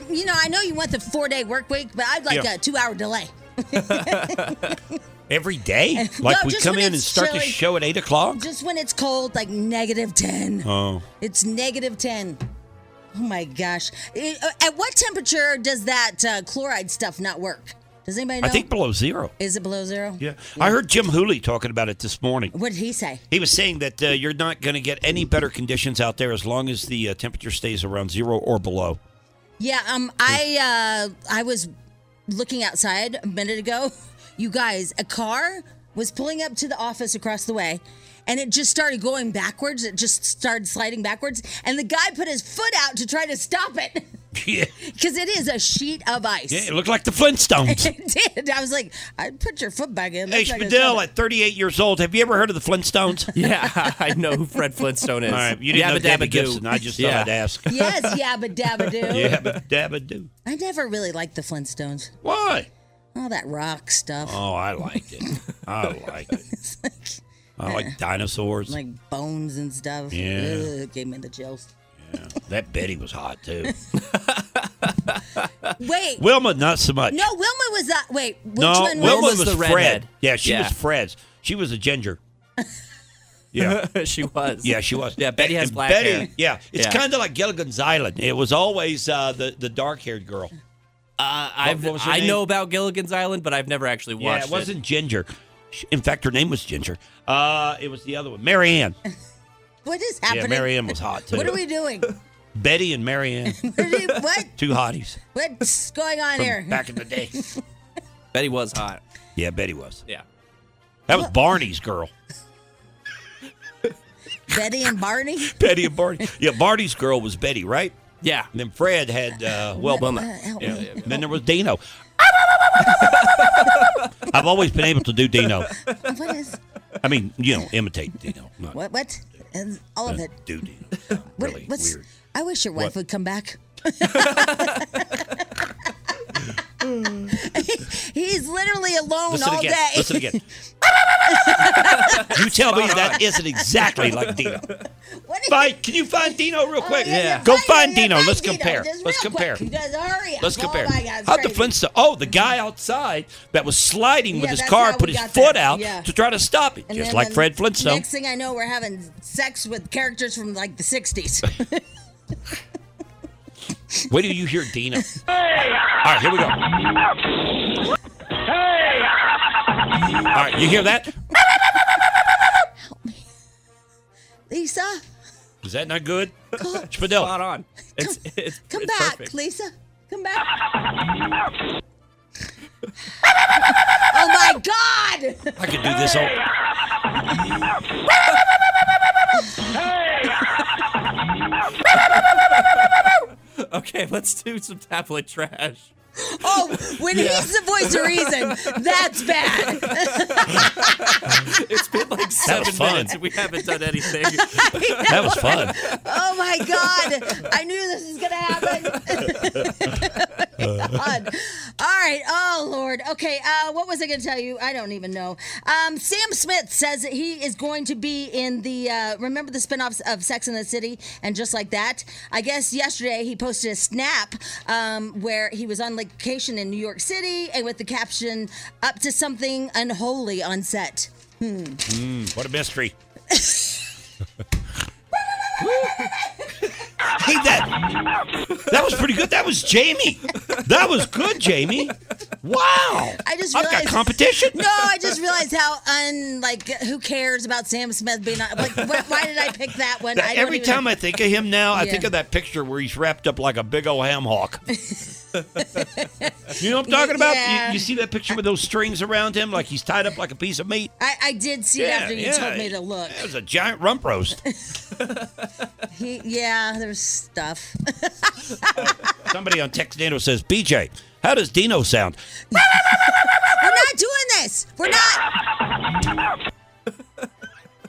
Speaker 2: You know, I know you want the four day work week, but I'd like
Speaker 3: Yeah.
Speaker 2: a two hour delay.
Speaker 3: Every day?
Speaker 2: [laughs]
Speaker 3: Like
Speaker 2: No,
Speaker 3: we
Speaker 2: just
Speaker 3: come
Speaker 2: when
Speaker 3: in and
Speaker 2: it's
Speaker 3: start the
Speaker 2: chilly.
Speaker 3: show at 8 o'clock?
Speaker 2: Just when it's cold, like negative 10.
Speaker 3: Oh.
Speaker 2: It's negative 10. Oh my gosh. It- uh, at what temperature does that uh, chloride stuff not work? Does anybody know?
Speaker 3: I think below zero.
Speaker 2: Is it below zero?
Speaker 3: Yeah. I heard Jim Hooley talking about it this morning.
Speaker 2: What did he say?
Speaker 3: He was saying that uh, you're not going to get any better conditions out there as long as the uh, temperature stays around zero or below. [laughs]
Speaker 2: Yeah, um, I uh, I was looking outside a minute ago. [laughs] You guys, a car was pulling up to the office across the way, and it just started going backwards. It just started sliding backwards, and the guy put his foot out to try to stop it [laughs]
Speaker 3: Yeah.
Speaker 2: because it is a sheet of ice.
Speaker 3: Yeah,
Speaker 2: [laughs]
Speaker 3: it looked like the Flintstones.
Speaker 2: it did. I was like, I put your foot back in.
Speaker 3: Hey,
Speaker 2: Looks like it's
Speaker 3: Spadil, [laughs]
Speaker 2: nothing.
Speaker 3: at 38 years old, have you ever heard of the Flintstones?
Speaker 5: [laughs] yeah, I know who Fred Flintstone is.
Speaker 3: All right, you didn't know David Gibson. I just thought
Speaker 2: [laughs]
Speaker 3: I'd ask.
Speaker 2: yes, yabba dabba do.
Speaker 3: Yeah, but dabba do.
Speaker 2: I never really liked the Flintstones.
Speaker 3: Why?
Speaker 2: All that rock stuff.
Speaker 3: Oh, I liked it. I liked it.
Speaker 2: [laughs]
Speaker 3: I like dinosaurs.
Speaker 2: like bones and stuff.
Speaker 3: Yeah.
Speaker 2: Ugh, gave me the chills.
Speaker 3: that Betty was hot too.
Speaker 2: [laughs] Wait,
Speaker 3: Wilma, not so much.
Speaker 2: no, Wilma was that. Wait, which
Speaker 3: Uh, No,
Speaker 2: one was?
Speaker 3: Wilma was, Fred.
Speaker 5: redhead.
Speaker 3: Yeah, she
Speaker 5: Yeah.
Speaker 3: was Fred's. She was
Speaker 2: [laughs]
Speaker 3: a ginger. Yeah.
Speaker 5: she [laughs] was.
Speaker 3: Yeah, she was.
Speaker 5: Yeah, Betty has
Speaker 3: And
Speaker 5: black
Speaker 3: Betty,
Speaker 5: hair.
Speaker 3: Yeah, it's
Speaker 5: Yeah.
Speaker 3: kind of like Gilligan's Island. It was always uh, the the dark haired girl.
Speaker 5: Uh, I've,
Speaker 3: what was her
Speaker 5: I
Speaker 3: name?
Speaker 5: know about Gilligan's Island, but I've never actually
Speaker 3: Yeah,
Speaker 5: watched
Speaker 3: it wasn't Ginger. She- In fact, her name was Ginger. Uh, it was
Speaker 5: [laughs]
Speaker 3: the other
Speaker 2: [laughs]
Speaker 3: one, Marianne.
Speaker 2: What is
Speaker 3: Yeah,
Speaker 2: happening?
Speaker 3: Marianne was hot too.
Speaker 2: what are we doing?
Speaker 3: Betty and Marianne,
Speaker 2: [laughs] what?
Speaker 3: two hotties
Speaker 2: What's going on
Speaker 3: from
Speaker 2: here?
Speaker 3: back in the day.
Speaker 5: Betty was hot.
Speaker 3: Yeah, Betty was.
Speaker 5: Yeah.
Speaker 3: That was
Speaker 5: [laughs]
Speaker 3: Barney's girl.
Speaker 2: [laughs] Betty and
Speaker 3: [laughs]
Speaker 2: Barney.
Speaker 3: Betty and Barney. Yeah, Barney's girl was Betty, right?
Speaker 5: Yeah.
Speaker 3: And then Fred had uh, well,
Speaker 2: Wilma.
Speaker 3: Yeah,
Speaker 2: Uh,
Speaker 3: yeah,
Speaker 2: Wilma.
Speaker 3: yeah. Then there was Dino. [laughs] I've always been able to do Dino.
Speaker 2: What is?
Speaker 3: I mean, you know, imitate Dino. Not
Speaker 2: What? What? And all of it.
Speaker 3: do Dino.
Speaker 2: What,
Speaker 3: Really
Speaker 2: what's?
Speaker 3: weird.
Speaker 2: I wish your wife would come
Speaker 3: [laughs]
Speaker 2: back. He's literally alone
Speaker 3: Listen
Speaker 2: all
Speaker 3: again.
Speaker 2: day.
Speaker 3: Listen again. you tell me that isn't exactly like Dino. Find, can you find Dino real quick?
Speaker 2: Oh, yeah, yeah.
Speaker 3: Go
Speaker 2: Find-
Speaker 3: find
Speaker 2: yeah, yeah,
Speaker 3: Dino.
Speaker 2: find
Speaker 3: Let's
Speaker 2: Dino.
Speaker 3: compare.
Speaker 2: Just
Speaker 3: Let's
Speaker 2: real quick.
Speaker 3: compare.
Speaker 2: You guys, [laughs] hurry up.
Speaker 3: Let's
Speaker 2: Oh
Speaker 3: compare.
Speaker 2: my God, it's
Speaker 3: How'd the
Speaker 2: crazy. Mm-hmm.
Speaker 3: Flintstone? Oh, the guy outside that was sliding
Speaker 2: Yeah,
Speaker 3: with his
Speaker 2: that's
Speaker 3: car
Speaker 2: how
Speaker 3: put
Speaker 2: we
Speaker 3: his
Speaker 2: got
Speaker 3: foot
Speaker 2: there.
Speaker 3: out
Speaker 2: Yeah.
Speaker 3: to try to stop it,
Speaker 2: And
Speaker 3: just
Speaker 2: then
Speaker 3: like
Speaker 2: the
Speaker 3: Fred Flintstone.
Speaker 2: Next thing I know, we're having sex with characters from like the 60s.
Speaker 3: Wait till you hear Dino. All right, here we go. All right, you hear that?
Speaker 2: Lisa,
Speaker 3: Is that not good?
Speaker 2: Cool.
Speaker 3: Spadil.
Speaker 5: Spot on. It's, it's,
Speaker 2: come
Speaker 5: it's
Speaker 2: back.
Speaker 5: perfect.
Speaker 2: Lisa, come back. oh my God.
Speaker 3: I could do this all.
Speaker 5: Okay, let's do some tablet trash.
Speaker 2: [laughs]
Speaker 5: [laughs]
Speaker 2: Oh, when
Speaker 12: Yeah.
Speaker 2: he's the voice of reason, that's bad.
Speaker 3: [laughs]
Speaker 2: [laughs]
Speaker 5: it's been like seven
Speaker 12: fun.
Speaker 5: minutes and we haven't done anything.
Speaker 12: That was fun.
Speaker 2: Oh my God. I knew this was going to [laughs] happen. God. All right. Oh, Lord. Okay. Uh, what was I going to tell you? I don't even know. Um, Sam Smith says that he is going to be in the, uh, remember the spinoffs of Sex in the City and just like that? I guess yesterday he posted a snap um, where he was on location in New York City and with the caption, up to something unholy on set. Hmm.
Speaker 3: Mm, what a [laughs] mystery.
Speaker 12: Hey,
Speaker 3: That was pretty good. That was Jamie. That was good, Jamie. Wow.
Speaker 2: I just
Speaker 3: I've
Speaker 2: realized
Speaker 3: got competition.
Speaker 2: [laughs] No, I just realized how un like who cares about Sam Smith being on, like wh- why did I pick that one? I
Speaker 3: [laughs] That- every time I think of him now, I
Speaker 2: Yeah.
Speaker 3: think of that picture where he's wrapped up like a big old
Speaker 2: [laughs]
Speaker 3: ham hock. you know what I'm talking about? You-
Speaker 2: Yeah.
Speaker 3: You, see that picture with those strings around him, like he's tied up like a piece of meat.
Speaker 2: I, I did see it after you told me to look.
Speaker 3: That was a giant rump roast.
Speaker 2: [laughs] He, yeah, there's stuff. [laughs]
Speaker 3: Somebody on Textano says, "BJ, how does Dino sound?"
Speaker 2: We're not doing this. We're not.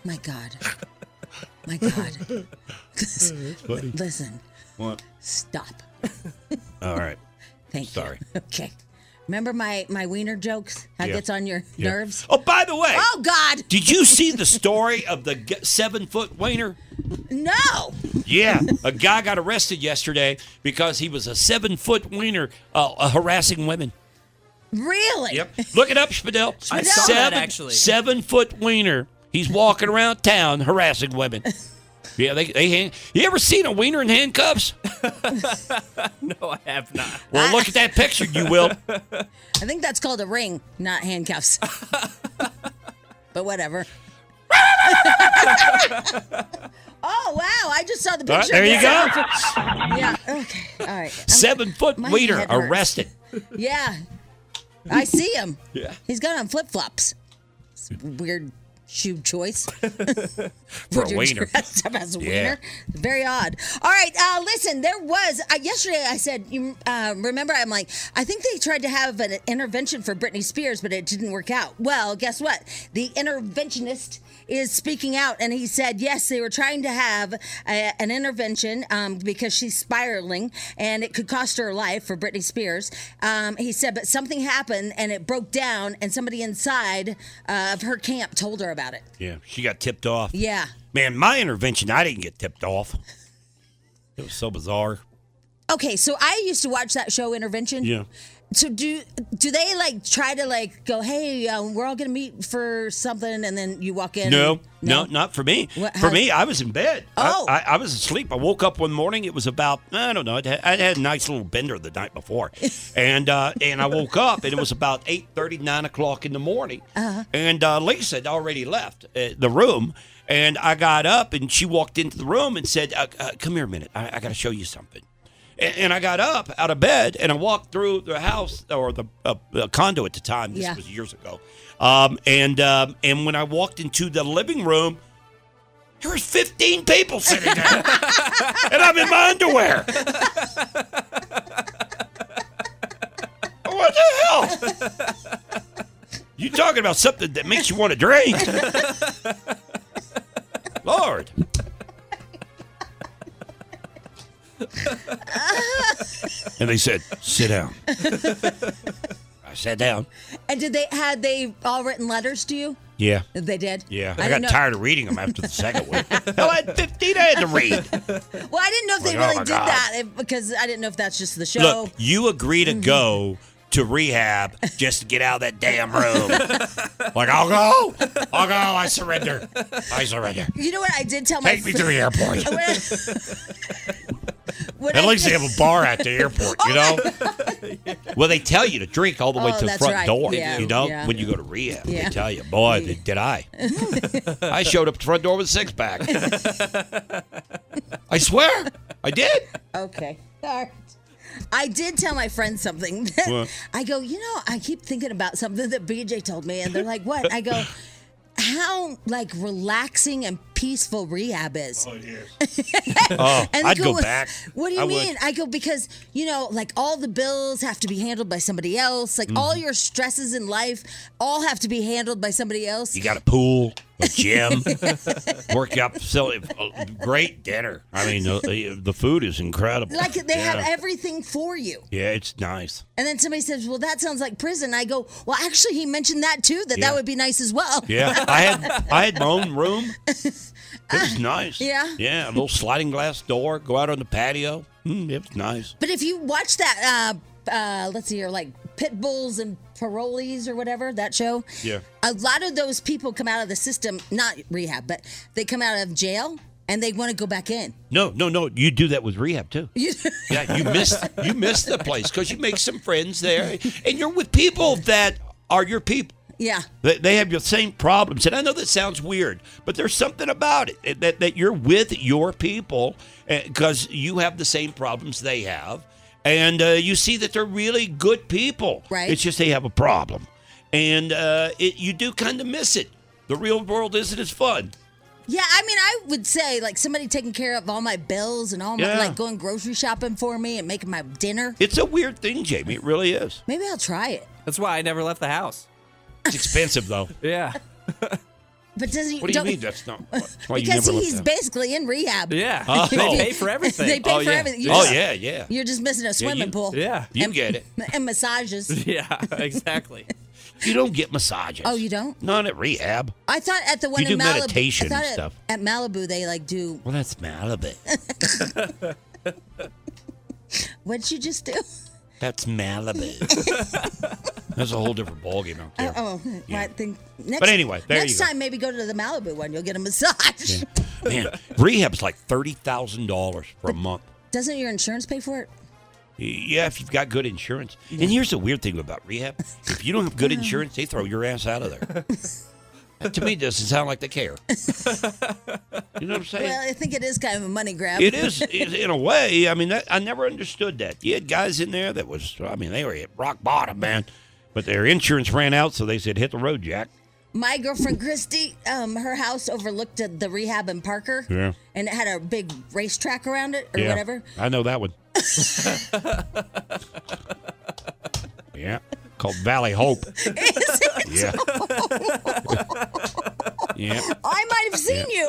Speaker 2: My God. My God.
Speaker 3: [laughs] funny.
Speaker 2: Listen.
Speaker 3: What?
Speaker 2: Stop.
Speaker 3: All right.
Speaker 2: Thank
Speaker 3: Sorry.
Speaker 2: [laughs] Okay. Remember my my wiener jokes? How it
Speaker 3: Yeah.
Speaker 2: gets on your
Speaker 3: Yeah.
Speaker 2: nerves?
Speaker 3: Oh, by the way.
Speaker 2: Oh God.
Speaker 3: Did you see the story of the g- seven foot wiener?
Speaker 2: No.
Speaker 3: Yeah, a guy got arrested yesterday because he was a seven foot wiener uh, uh, harassing women.
Speaker 2: Really?
Speaker 3: Yep. Look it up, Spadell.
Speaker 2: I saw that,
Speaker 3: seven,
Speaker 2: actually.
Speaker 3: Seven foot wiener. He's walking around town
Speaker 2: [laughs]
Speaker 3: harassing women. Yeah, they, they hand, you ever seen a wiener in handcuffs?
Speaker 5: no, I have not.
Speaker 3: Well, look at that picture, you will.
Speaker 2: I think that's called a ring, not
Speaker 3: [laughs]
Speaker 2: handcuffs. but whatever. oh wow! I just saw the
Speaker 3: All right,
Speaker 2: picture.
Speaker 3: there you go.
Speaker 2: [laughs] Yeah. Okay. All right.
Speaker 3: Seven foot
Speaker 2: my
Speaker 3: wiener
Speaker 2: head hurts.
Speaker 3: arrested.
Speaker 2: Yeah. I see him.
Speaker 3: Yeah.
Speaker 2: He's got on flip
Speaker 3: [laughs]
Speaker 2: flops. Weird shoe choice.
Speaker 3: For a
Speaker 2: You're
Speaker 3: wiener.
Speaker 2: dressed up as a
Speaker 3: Yeah.
Speaker 2: wiener. Very odd. All right, uh, listen. There was uh, yesterday. I said, you uh, remember? I'm like, I think they tried to have an intervention for Britney Spears, but it didn't work out. Well, guess what? The interventionist is speaking out, and he said, yes, they were trying to have a, an intervention um, because she's spiraling, and it could cost her life for Britney Spears. Um, he said, but something happened, and it broke down, and somebody inside uh, of her camp told her about it.
Speaker 3: Yeah, she got tipped off.
Speaker 2: Yeah.
Speaker 3: Man, my intervention, I didn't get tipped off. It was so bizarre.
Speaker 2: Okay, so I used to watch that show Intervention.
Speaker 3: Yeah.
Speaker 2: So do do they like try to like go, hey, uh, we're all gonna meet for something, and then you walk in?
Speaker 3: No, no, not for me.
Speaker 2: What-
Speaker 3: for
Speaker 2: how-
Speaker 3: me, I was in bed. I-
Speaker 2: Oh.
Speaker 3: I, I, was asleep. I woke up one morning. It was about I don't know. I'd had, I'd had a nice little bender the
Speaker 2: [laughs]
Speaker 3: night before, and uh, and I woke up and it was about eight thirty, nine o'clock in the morning.
Speaker 12: Uh-huh.
Speaker 3: And uh, Lisa had already left uh, the room, and I got up and she walked into the room and said, uh, uh, "Come here a minute. I, I got to show you something." And, and I got up out of bed and I walked through the house or the uh, uh, condo at the time. This
Speaker 12: Yeah.
Speaker 3: was years ago. Um, and um, and when I walked into the living room, there was 15 people sitting there, and I'm in my underwear. what the hell? You talking about something that makes you want to drink? Lord. And they said, sit down. I sat down.
Speaker 2: And did they had they all written letters to you?
Speaker 3: Yeah.
Speaker 2: They did.
Speaker 3: Yeah.
Speaker 2: I
Speaker 3: I,
Speaker 2: didn't
Speaker 3: got
Speaker 2: know-
Speaker 3: tired of reading them after the
Speaker 2: [laughs]
Speaker 3: second one. Hell, I had 15 I had to read.
Speaker 2: Well, I didn't know if they
Speaker 3: Like, oh
Speaker 2: really
Speaker 3: my
Speaker 2: did
Speaker 3: God.
Speaker 2: that if- because I didn't know if that's just the show.
Speaker 3: Look, you agree
Speaker 2: Mm-hmm.
Speaker 3: to go to rehab just to get out of that damn room. [laughs] like, I'll go. I'll go. I surrender. I surrender.
Speaker 2: You know what I did tell
Speaker 3: Take
Speaker 2: my
Speaker 3: me to the airport.
Speaker 2: When I- when
Speaker 3: At
Speaker 2: I
Speaker 3: least they
Speaker 2: did-
Speaker 3: have a bar at the airport, you know?
Speaker 2: [laughs]
Speaker 3: Well, they tell you to drink all the way
Speaker 2: Oh,
Speaker 3: to the
Speaker 2: that's
Speaker 3: front
Speaker 2: right.
Speaker 3: door,
Speaker 2: Yeah.
Speaker 3: you know,
Speaker 2: Yeah.
Speaker 3: when you go to rehab.
Speaker 2: Yeah.
Speaker 3: They tell you, boy, did,
Speaker 2: [laughs]
Speaker 3: did I. I showed up at the front door with a six pack. I swear, I did.
Speaker 2: Okay. [laughs] All right. I did tell my friends something. [laughs]
Speaker 3: What?
Speaker 2: I go, you know, I keep thinking about something that BJ told me, and they're like, what? I go, how like relaxing and peaceful rehab is. Oh yeah. [laughs]
Speaker 3: Oh,
Speaker 2: And
Speaker 3: I'd go
Speaker 2: go-
Speaker 3: back.
Speaker 2: What do you
Speaker 3: I would.
Speaker 2: mean? [laughs] I go because you know, like all the bills have to be handled by somebody else. Like
Speaker 3: Mm-hmm.
Speaker 2: all your stresses in life, all have to be handled by somebody else. [laughs]
Speaker 3: You got a pool, a gym, [laughs] workout facility, a great dinner. I mean, the, the food is incredible.
Speaker 2: Like they
Speaker 3: yeah.
Speaker 2: have everything for you.
Speaker 3: Yeah, it's nice.
Speaker 2: And then somebody says, "Well, that sounds like prison." I go, "Well, actually, he mentioned that too. That
Speaker 3: Yeah.
Speaker 2: that would be nice as well."
Speaker 3: Yeah, I had I had my own room. It
Speaker 2: [laughs]
Speaker 3: was nice.
Speaker 2: yeah.
Speaker 3: yeah, a little sliding glass door. Go out on the patio. Mm, it was nice.
Speaker 2: [laughs] But if you watch that, uh, uh, let's see here, like pit bulls and parolees or whatever that show,
Speaker 3: Yeah.
Speaker 2: a lot of those people come out of the system, not rehab, but they come out of jail and they want to go back in.
Speaker 3: No, no, no. You do that with rehab too. [laughs] yeah, you miss you miss the place because you make some friends there, and you're with people that are your people.
Speaker 2: Yeah.
Speaker 3: They, they have the same problems. And I know that sounds weird, but there's something about it eh, that, that you're with your people because you have the same problems they have. And uh, you see that they're really good people.
Speaker 2: Right.
Speaker 3: It's just they have a problem. And uh, it, you do kind of miss it. The real world isn't as fun.
Speaker 2: Yeah, I mean, I would say like somebody taking care of all my bills and all my
Speaker 3: Yeah.
Speaker 2: like going grocery shopping for me and making my dinner.
Speaker 3: It's a weird thing, Jamie. It really is.
Speaker 2: Maybe I'll try it.
Speaker 5: That's why I never left the house.
Speaker 3: It's expensive, though.
Speaker 5: [laughs] Yeah.
Speaker 2: But doesn't
Speaker 3: What do you
Speaker 2: don't-
Speaker 3: mean that's not? That's why
Speaker 2: because
Speaker 3: you never
Speaker 2: he's
Speaker 3: left the-
Speaker 2: basically in rehab.
Speaker 3: [laughs]
Speaker 5: Yeah.
Speaker 3: Oh.
Speaker 5: [laughs] They pay for
Speaker 2: [laughs]
Speaker 5: everything.
Speaker 2: they pay
Speaker 3: Oh,
Speaker 2: for
Speaker 3: yeah.
Speaker 2: everything.
Speaker 3: Oh,
Speaker 2: just-
Speaker 3: yeah, yeah.
Speaker 2: You're just missing a swimming
Speaker 3: you-
Speaker 2: pool.
Speaker 3: yeah. You
Speaker 2: and, [laughs]
Speaker 3: get it.
Speaker 2: And
Speaker 3: [laughs]
Speaker 2: massages.
Speaker 5: [laughs] Yeah, exactly.
Speaker 3: You don't get massages.
Speaker 2: Oh, you don't?
Speaker 3: Not at rehab.
Speaker 2: I thought at the one
Speaker 3: You
Speaker 2: in
Speaker 3: do
Speaker 2: Malibu,
Speaker 3: meditation
Speaker 2: I thought
Speaker 3: and
Speaker 2: at-
Speaker 3: stuff.
Speaker 2: At, Malibu, they like
Speaker 3: [laughs]
Speaker 2: do.
Speaker 3: Well, that's Malibu.
Speaker 2: What'd you
Speaker 3: [laughs]
Speaker 2: just do?
Speaker 3: That's Malibu. that's a whole different ballgame out there.
Speaker 2: [laughs] Oh, well, I think next.
Speaker 3: But anyway, there
Speaker 2: next
Speaker 3: you go.
Speaker 2: time maybe go to the Malibu one. You'll get a massage. [laughs]
Speaker 3: Man, rehab's like thirty thousand dollars for a month.
Speaker 2: Doesn't your insurance pay for it?
Speaker 3: Yeah, if you've got good insurance. And here's the weird thing about rehab: if you
Speaker 2: [laughs]
Speaker 3: don't have good insurance, they throw your ass out of there. That to me, doesn't sound like
Speaker 2: [laughs]
Speaker 3: they care. You know what I'm saying?
Speaker 2: Well, I think it is kind of a money grab.
Speaker 3: It is it- in a way. I mean, that, I never understood that. You had guys in there that was, I mean, they were at rock bottom, man. But their insurance ran out, so they said, "Hit the road, Jack."
Speaker 2: [laughs] My girlfriend Christy, um, her house overlooked the- the rehab in Parker,
Speaker 3: Yeah.
Speaker 2: and it had a big racetrack around it or
Speaker 3: yeah, [laughs]
Speaker 2: whatever.
Speaker 3: I
Speaker 2: [laughs]
Speaker 3: know that one. yeah, called Valley Hope. [laughs] yeah, yeah.
Speaker 2: [laughs] I might have seen you.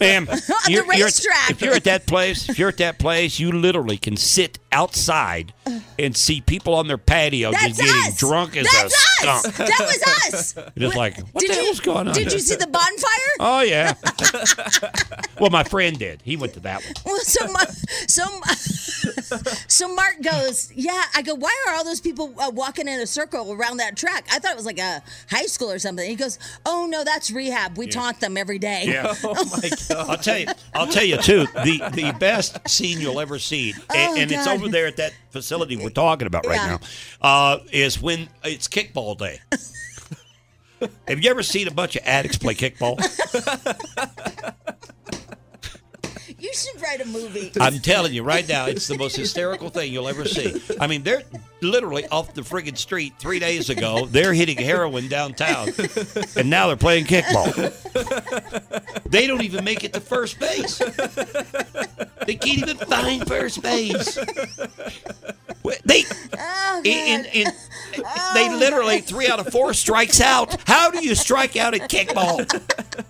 Speaker 3: Ma'am,
Speaker 2: [laughs] On the
Speaker 3: you're- you're at-
Speaker 2: racetrack.
Speaker 3: if you're at that place, if you're at that place, you literally can sit outside and see people on their patio
Speaker 2: That's
Speaker 3: just getting
Speaker 2: us.
Speaker 3: drunk as
Speaker 2: That's
Speaker 3: a
Speaker 2: us.
Speaker 3: skunk.
Speaker 2: That was us.
Speaker 3: It is like, what
Speaker 2: did
Speaker 3: the
Speaker 2: you,
Speaker 3: hell's going on?
Speaker 2: Did you see the bonfire?
Speaker 3: [laughs] Oh yeah. well, my friend did. He went to that one.
Speaker 2: [laughs] Well, so, Ma- so, Ma- [laughs] so Mark goes, yeah. I go, why are all those people uh, walking in a circle around that track? I thought it was like a high school or something. He goes, oh no, that's rehab. We taunt them every day. [laughs]
Speaker 3: Yeah. Oh,
Speaker 2: Oh,
Speaker 3: I'll tell you. I'll tell you too. The the best scene you'll ever see, a- and,
Speaker 2: Oh,
Speaker 3: it's
Speaker 2: God.
Speaker 3: over there at that facility we're talking about right
Speaker 2: Yeah.
Speaker 3: now, uh, is when it's kickball day. Have you ever seen a bunch of addicts play kickball?
Speaker 2: You should write a movie.
Speaker 3: I'm telling you right now, it's the most hysterical thing you'll ever see. I mean, they're literally off the friggin' street three days ago. They're hitting heroin downtown, and now they're playing kickball. They don't even make it to first base. They can't even find first base. Wh- They
Speaker 2: Oh,
Speaker 3: in,
Speaker 2: God. Oh,
Speaker 3: in, they literally three out of four strikes out. How do you strike out at kickball? [laughs]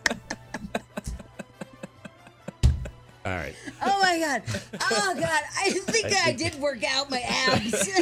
Speaker 3: All right.
Speaker 2: oh my god. Oh god. I think I did work out my abs. [laughs]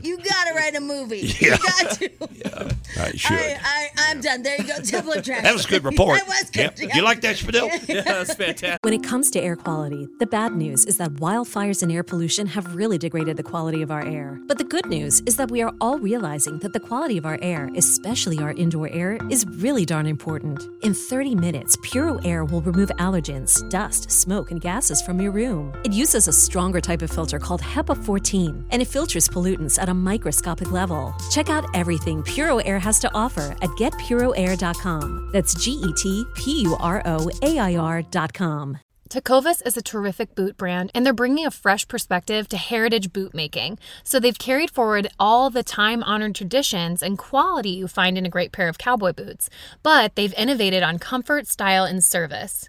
Speaker 2: you gotta write a movie.
Speaker 3: Yeah.
Speaker 2: You got to.
Speaker 3: Uh, I should.
Speaker 2: I, I, I'm done. There you go. Double attraction.
Speaker 3: That was a good report.
Speaker 2: [laughs] That was good.
Speaker 3: Yeah. You like that, Spadil?
Speaker 2: [laughs] Yeah,
Speaker 5: that's fantastic.
Speaker 13: When it comes to air quality, the bad news is that wildfires and air pollution have really degraded the quality of our air. But the good news is that we are all realizing that the quality of our air, especially our indoor air, is really darn important. In 30 minutes, Puro Air will remove allergens, dust, smoke, and gases from your room. It uses a stronger type of filter called HEPA 14, and it filters pollutants at a microscopic level. Check out everything Puro Air has to offer at getpuroair.com. That's G E T P U R O A I R.com.
Speaker 14: Tecovas is a terrific boot brand, and they're bringing a fresh perspective to heritage boot making. So they've carried forward all the time honored traditions and quality you find in a great pair of cowboy boots, but they've innovated on comfort, style, and service.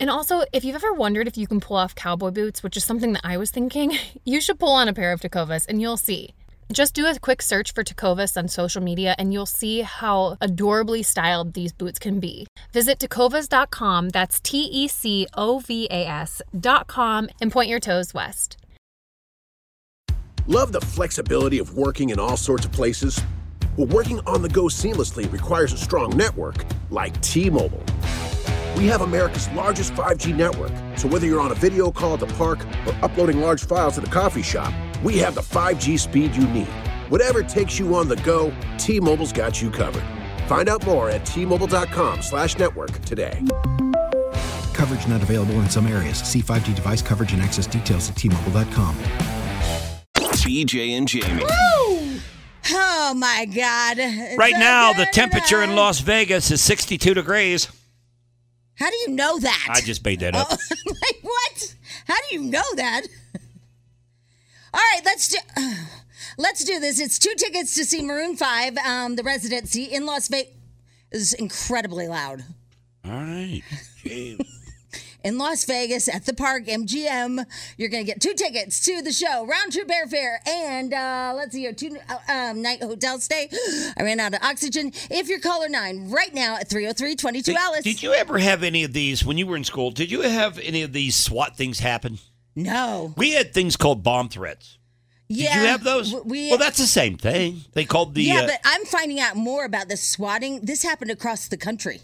Speaker 14: And also, if you've ever wondered if you can pull off cowboy boots, which is something that I was thinking, [laughs] you should pull on a pair of Tecovas and you'll see. Just do a quick search for Tecovas on social media and you'll see how adorably styled these boots can be. Visit tecovas.com, that's T E C O V A S.com, and point your toes west.
Speaker 15: Love the flexibility of working in all sorts of places? Well, working on the go seamlessly requires a strong network like T Mobile. We have America's largest 5G network, so whether you're on a video call at the park or uploading large files at a coffee shop, we have the 5G speed you need. Whatever takes you on the go, T Mobile's got you covered. Find out more at T Mobile.com slash network today.
Speaker 16: Coverage not available in some areas. See 5G device coverage and access details at tmobile.com.
Speaker 1: BJ and Jamie.
Speaker 2: Oh my God! It's
Speaker 3: Right
Speaker 2: so
Speaker 3: now, the
Speaker 2: good.
Speaker 3: temperature in Las Vegas is 62 degrees.
Speaker 2: How do you know that? [laughs]
Speaker 3: I just made that up.
Speaker 2: Oh, like what? How do you know that? [laughs] All right, let's do. [sighs] Let's do this. It's two tickets to see Maroon Five, um, the residency in Las Vegas. Is incredibly loud
Speaker 3: All right.
Speaker 2: in Las Vegas at the Park MGM. You're gonna get two tickets to the show, round trip airfare, and uh, let's see, your two uh, um, night hotel stay. I ran out of oxygen. If you're caller nine right now at 303-22 Alice.
Speaker 3: Did you ever have any of these when you were in school? Did you have any of these SWAT things happen?
Speaker 2: No.
Speaker 3: We had things called bomb threats.
Speaker 2: Yeah,
Speaker 3: Did you have those?
Speaker 2: w- we-
Speaker 3: well, that's the same thing. They called the.
Speaker 2: yeah,
Speaker 3: uh,
Speaker 2: but I'm finding out more about this swatting. This happened across the country.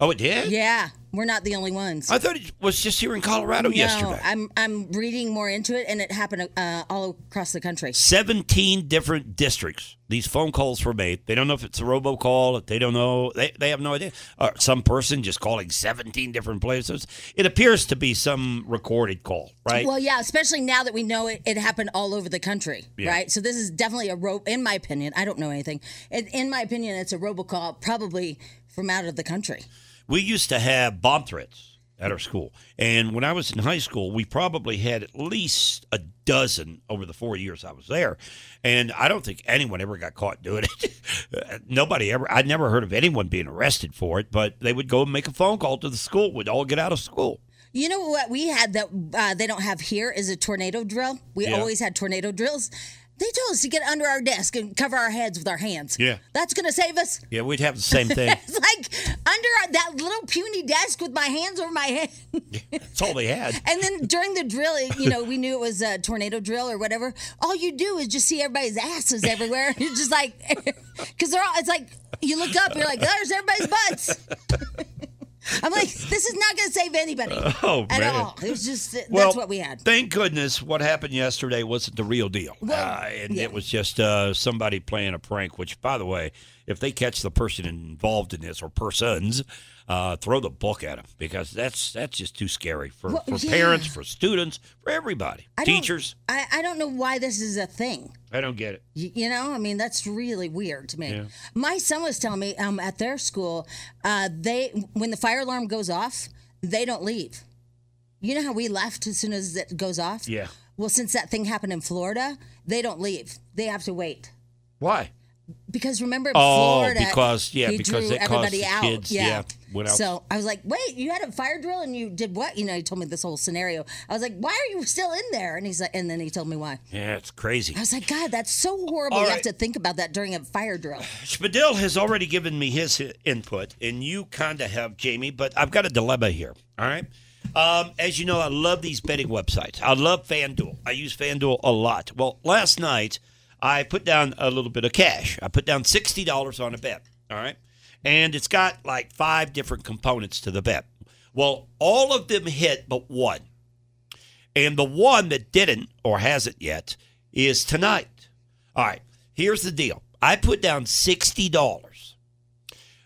Speaker 3: oh, it did.
Speaker 2: Yeah, we're not the only ones.
Speaker 3: I thought it was just here in Colorado
Speaker 2: no,
Speaker 3: yesterday.
Speaker 2: I'm I'm reading more into it, and it happened uh, all across the country.
Speaker 3: 17 different districts. These phone calls were made. They don't know if it's a robocall. If they don't know. They, they have no idea. Or some person just calling 17 different places. It appears to be some recorded call, right?
Speaker 2: Well, yeah, especially now that we know it, it happened all over the country,
Speaker 3: Yeah.
Speaker 2: right? So this is definitely a rope. In my opinion, I don't know anything. In, in my opinion, it's a robocall, probably from out of the country.
Speaker 3: we used to have bomb threats at our school. And when I was in high school, we probably had at least a dozen over the four years I was there. And I don't think anyone ever got caught doing it. [laughs] Nobody ever, I'd never heard of anyone being arrested for it, but they would go and make a phone call to the school. We'd all get out of school.
Speaker 2: You know what we had that uh, they don't have here is a tornado drill. We
Speaker 3: Yeah.
Speaker 2: always had tornado drills. They told us to get under our desk and cover our heads with our hands.
Speaker 3: Yeah.
Speaker 2: That's gonna save us.
Speaker 3: Yeah, we'd have the same thing.
Speaker 2: [laughs] it's like under our, that little puny desk with my hands over my head.
Speaker 3: That's all they had.
Speaker 2: [laughs] And then during the drill, you know, we knew it was a tornado drill or whatever. All you do is just see everybody's asses everywhere. [laughs] You're just like, because they're all, it's like, you look up, you're like, oh, there's everybody's butts. [laughs] I'm like, this is not going to save anybody
Speaker 3: Oh,
Speaker 2: at
Speaker 3: man.
Speaker 2: all. It was just, that's what we had.
Speaker 3: Thank goodness what happened yesterday wasn't the real deal. uh, and it was just uh, somebody playing a prank, which, by the way, if they catch the person involved in this or persons, uh, throw the book at them because that's that's just too scary for,
Speaker 2: Well,
Speaker 3: for
Speaker 2: yeah.
Speaker 3: parents, for students, for everybody.
Speaker 2: I don't-
Speaker 3: Teachers.
Speaker 2: I, I don't know why this is a thing.
Speaker 3: I don't get it.
Speaker 2: Y- You know, I mean, that's really weird to me.
Speaker 3: Yeah.
Speaker 2: My son was telling me um, at their school, uh, they when the fire alarm goes off, they don't leave. You know how we left as soon as it goes off.
Speaker 3: Yeah.
Speaker 2: Well, since that thing happened in Florida, they don't leave. They have to wait
Speaker 3: Why?
Speaker 2: because remember, in
Speaker 3: Oh,
Speaker 2: Florida,
Speaker 3: because- yeah,
Speaker 2: he
Speaker 3: because
Speaker 2: drew
Speaker 3: it caused
Speaker 2: everybody
Speaker 3: the
Speaker 2: out.
Speaker 3: kids,
Speaker 2: yeah.
Speaker 3: yeah, went out.
Speaker 2: So I was like, wait, you had a fire drill and you did what? You know, he told me this whole scenario. I was like, why are you still in there? And he's like, and then he told me why.
Speaker 3: Yeah, it's crazy.
Speaker 2: I was like, God, that's so horrible.
Speaker 3: All
Speaker 2: You
Speaker 3: right.
Speaker 2: have to think about that during a fire drill.
Speaker 3: Spadil has already given me his i- input, and you kind of have, Jamie, but I've got a dilemma here. All right. Um, as you know, I love these betting websites. I love FanDuel. I use FanDuel a lot. Well, last night, I put down a little bit of cash. I put down $60 on a bet. All right. And it's got like five different components to the bet. Well, all of them hit but one. And the one that didn't or hasn't yet is tonight. All right, here's the deal. I put down sixty dollars.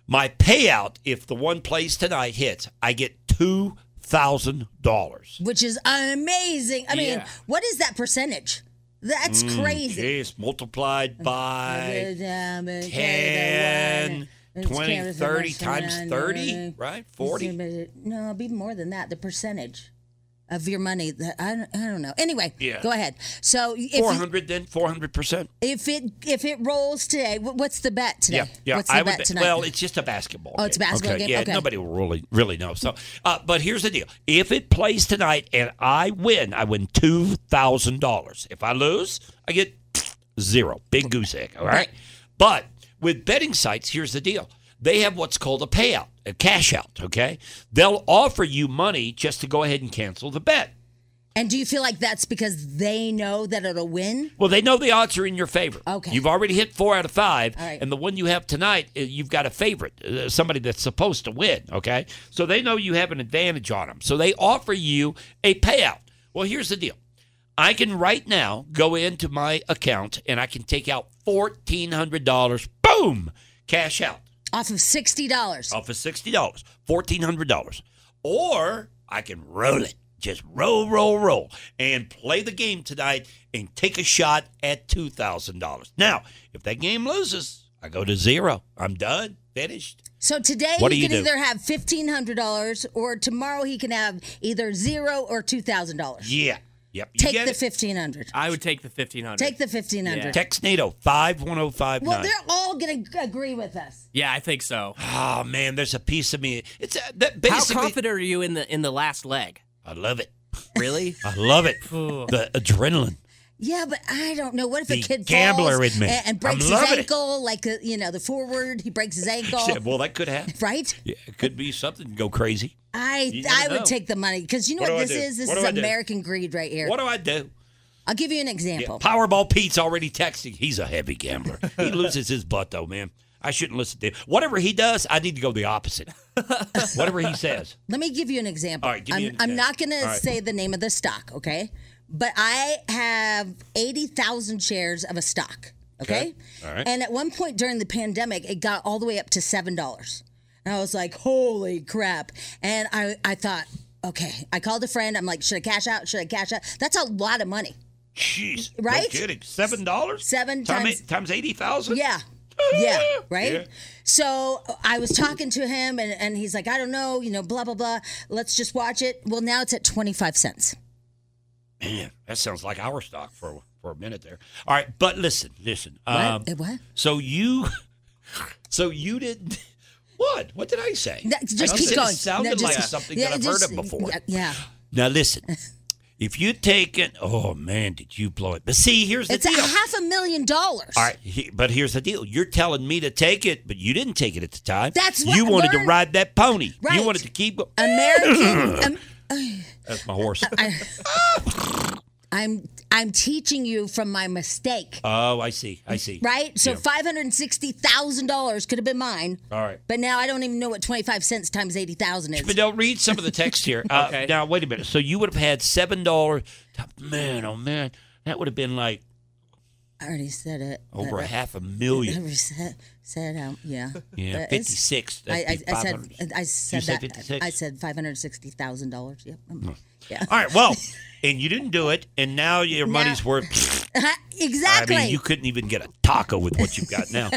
Speaker 3: My payout, if the one plays tonight hits, I get two thousand dollars.
Speaker 2: Which is amazing. I mean,
Speaker 3: Yeah. Mm,
Speaker 2: what is that percentage? That's crazy.
Speaker 3: Yes, multiplied by
Speaker 2: Ten,
Speaker 3: 10, 20, 30 times
Speaker 2: uh,
Speaker 3: 30, right? 40.
Speaker 2: No, it'd be more than that. The percentage of your money. That I don't, I don't know. Anyway,
Speaker 3: Yeah.
Speaker 2: go ahead. So if you-
Speaker 3: 400 then, 400%.
Speaker 2: if it if it rolls today, wh- what's the bet today?
Speaker 3: Yeah, yeah.
Speaker 2: What's the
Speaker 3: I
Speaker 2: bet
Speaker 3: would.
Speaker 2: tonight?
Speaker 3: Well, it's just a basketball.
Speaker 2: Oh, it's a
Speaker 3: game.
Speaker 2: basketball
Speaker 3: okay.
Speaker 2: game?
Speaker 3: Yeah,
Speaker 2: Okay.
Speaker 3: nobody will really really know. So, uh, but here's the deal: if it plays tonight and I win, I win two thousand dollars. If I lose, I get zero. Big goose egg. All right. But with betting sites, here's the deal: they have what's called a payout, a cash out. Okay, they'll offer you money just to go ahead and cancel the bet.
Speaker 2: and do you feel like that's because they know that it'll win?
Speaker 3: Well, they know the odds are in your favor.
Speaker 2: Okay.
Speaker 3: You've already hit four out of five,
Speaker 2: All right.
Speaker 3: and the one you have tonight, uh, you've got a favorite, uh, somebody that's supposed to win. Okay. So they know you have an advantage on them. So they offer you a payout. Well, here's the deal. I can right now go into my account and I can take out fourteen hundred dollars. Boom, cash out
Speaker 2: Off of sixty dollars.
Speaker 3: off of sixty dollars, fourteen hundred dollars, or I can roll it. Just roll, roll, roll, and play the game tonight, and take a shot at two thousand dollars. Now, if that game loses, I go to zero. I'm done, finished.
Speaker 2: So today
Speaker 3: What do
Speaker 2: he
Speaker 3: you
Speaker 2: can
Speaker 3: do?
Speaker 2: either have fifteen hundred dollars, or tomorrow he can have either zero or two thousand dollars.
Speaker 3: [laughs] Yeah. Yep. You
Speaker 2: Take
Speaker 3: get
Speaker 2: the
Speaker 3: it.
Speaker 2: fifteen hundred.
Speaker 5: I would take the fifteen hundred.
Speaker 2: Take the fifteen hundred.
Speaker 3: Text NATO five one zero five
Speaker 2: Well,
Speaker 3: nine.
Speaker 2: they're all gonna g- agree with us.
Speaker 5: Yeah, I think so.
Speaker 3: Oh man, there's a piece of me. It's a, that
Speaker 5: How
Speaker 3: basically.
Speaker 5: confident are you in the in the last leg?
Speaker 3: I love it.
Speaker 5: Really?
Speaker 3: [laughs] I love it.
Speaker 5: Ooh.
Speaker 3: the adrenaline.
Speaker 2: Yeah, but I don't know. What if
Speaker 3: The
Speaker 2: a kid
Speaker 3: gambler
Speaker 2: falls
Speaker 3: in me.
Speaker 2: a- and breaks
Speaker 3: I'm
Speaker 2: his
Speaker 3: loving it.
Speaker 2: ankle, like uh, you know, the forward he breaks
Speaker 3: [laughs]
Speaker 2: his ankle,
Speaker 3: Yeah, well, that could happen.
Speaker 2: right?
Speaker 3: Yeah, it could be something go crazy.
Speaker 2: I
Speaker 3: You never
Speaker 2: I would
Speaker 3: know.
Speaker 2: take the money because you know
Speaker 3: What
Speaker 2: what,
Speaker 3: do
Speaker 2: this
Speaker 3: I do?
Speaker 2: is. This
Speaker 3: What
Speaker 2: is
Speaker 3: do I do?
Speaker 2: American greed right here.
Speaker 3: What do I do?
Speaker 2: I'll give you an
Speaker 3: Yeah,
Speaker 2: example.
Speaker 3: Powerball Pete's already texting. He's a heavy gambler. He loses his butt though, man. I shouldn't listen to him. Whatever he does, I need to go the opposite. Whatever he says.
Speaker 2: Let me give you an example.
Speaker 3: All right, give
Speaker 2: I'm,
Speaker 3: me an
Speaker 2: I'm not going
Speaker 3: example.
Speaker 2: to
Speaker 3: All right.
Speaker 2: say the name of the stock, okay? But I have 80,000 shares of a stock, okay?
Speaker 12: Okay, all right.
Speaker 2: And uh, at one point during the pandemic, it got all the way up to $7. And I was like, holy crap. And I, I thought, okay, I called a friend. I'm like, should I cash out? Should I cash out? That's a lot of money.
Speaker 3: Jeez.
Speaker 2: Right?
Speaker 3: No kidding. Seven dollars?
Speaker 2: Seven
Speaker 3: times
Speaker 2: times-
Speaker 3: times eighty thousand?
Speaker 2: Yeah. Yeah, right?
Speaker 3: Yeah.
Speaker 2: So I was talking to him and, and he's like, I don't know, you know, blah, blah, blah. Let's just watch it. Well, now it's at 25 cents.
Speaker 3: Man, that sounds like our stock for for a minute there. All right, but listen, listen. Um,
Speaker 2: What? Eh, what?
Speaker 3: So you [laughs] so you didn't [laughs] what? What did I say?
Speaker 2: No, just
Speaker 3: I
Speaker 2: keep
Speaker 3: said
Speaker 2: going.
Speaker 3: It
Speaker 2: No,
Speaker 3: sounded
Speaker 2: just-
Speaker 3: like something
Speaker 2: yeah,
Speaker 3: that I've
Speaker 2: just-
Speaker 3: heard of before.
Speaker 2: yeah,
Speaker 3: [laughs]
Speaker 2: Yeah.
Speaker 3: Now listen, if you take it, oh man, did you blow it? But see, here's the
Speaker 2: It's a
Speaker 3: deal.
Speaker 2: half a million
Speaker 3: [clears throat]
Speaker 2: dollars.
Speaker 3: All right, he, but here's the deal. You're telling me to take it, but you didn't take it at the time.
Speaker 2: That's what-
Speaker 3: you wanted to
Speaker 2: learn-
Speaker 3: ride that pony. You
Speaker 2: Right.
Speaker 3: wanted to keep going. [clears throat]
Speaker 2: American. um,
Speaker 3: That's my horse.
Speaker 2: I, I'm I'm teaching you from my mistake,
Speaker 3: oh, I see. I see.
Speaker 2: right? So
Speaker 3: Yeah.
Speaker 2: five hundred sixty thousand dollars could have been mine,
Speaker 3: All right.
Speaker 2: but now I don't even know what twenty five cents times eighty thousand is.
Speaker 3: But now read some of the text here. Uh, Now wait a minute. So you would have had seven dollars. Man, oh man, that would have been like
Speaker 2: I already said it.
Speaker 3: over
Speaker 2: Uh,
Speaker 3: a half
Speaker 2: [laughs]
Speaker 3: a
Speaker 2: I
Speaker 3: million.
Speaker 2: already said, said um, yeah.
Speaker 3: Yeah,
Speaker 2: Uh, it's-
Speaker 3: 56,
Speaker 2: I,
Speaker 3: that'd be
Speaker 2: I, I said
Speaker 3: 500.
Speaker 2: I said
Speaker 3: said Hmm.
Speaker 2: that
Speaker 3: 56?
Speaker 2: I said five hundred sixty thousand dollars. Yep. Yeah.
Speaker 3: All right. Well, and you didn't do it, and now your
Speaker 2: Now-
Speaker 3: money's worth.
Speaker 2: [laughs] exactly.
Speaker 3: I mean, you couldn't even get a taco with what you've
Speaker 2: [laughs]
Speaker 3: got now.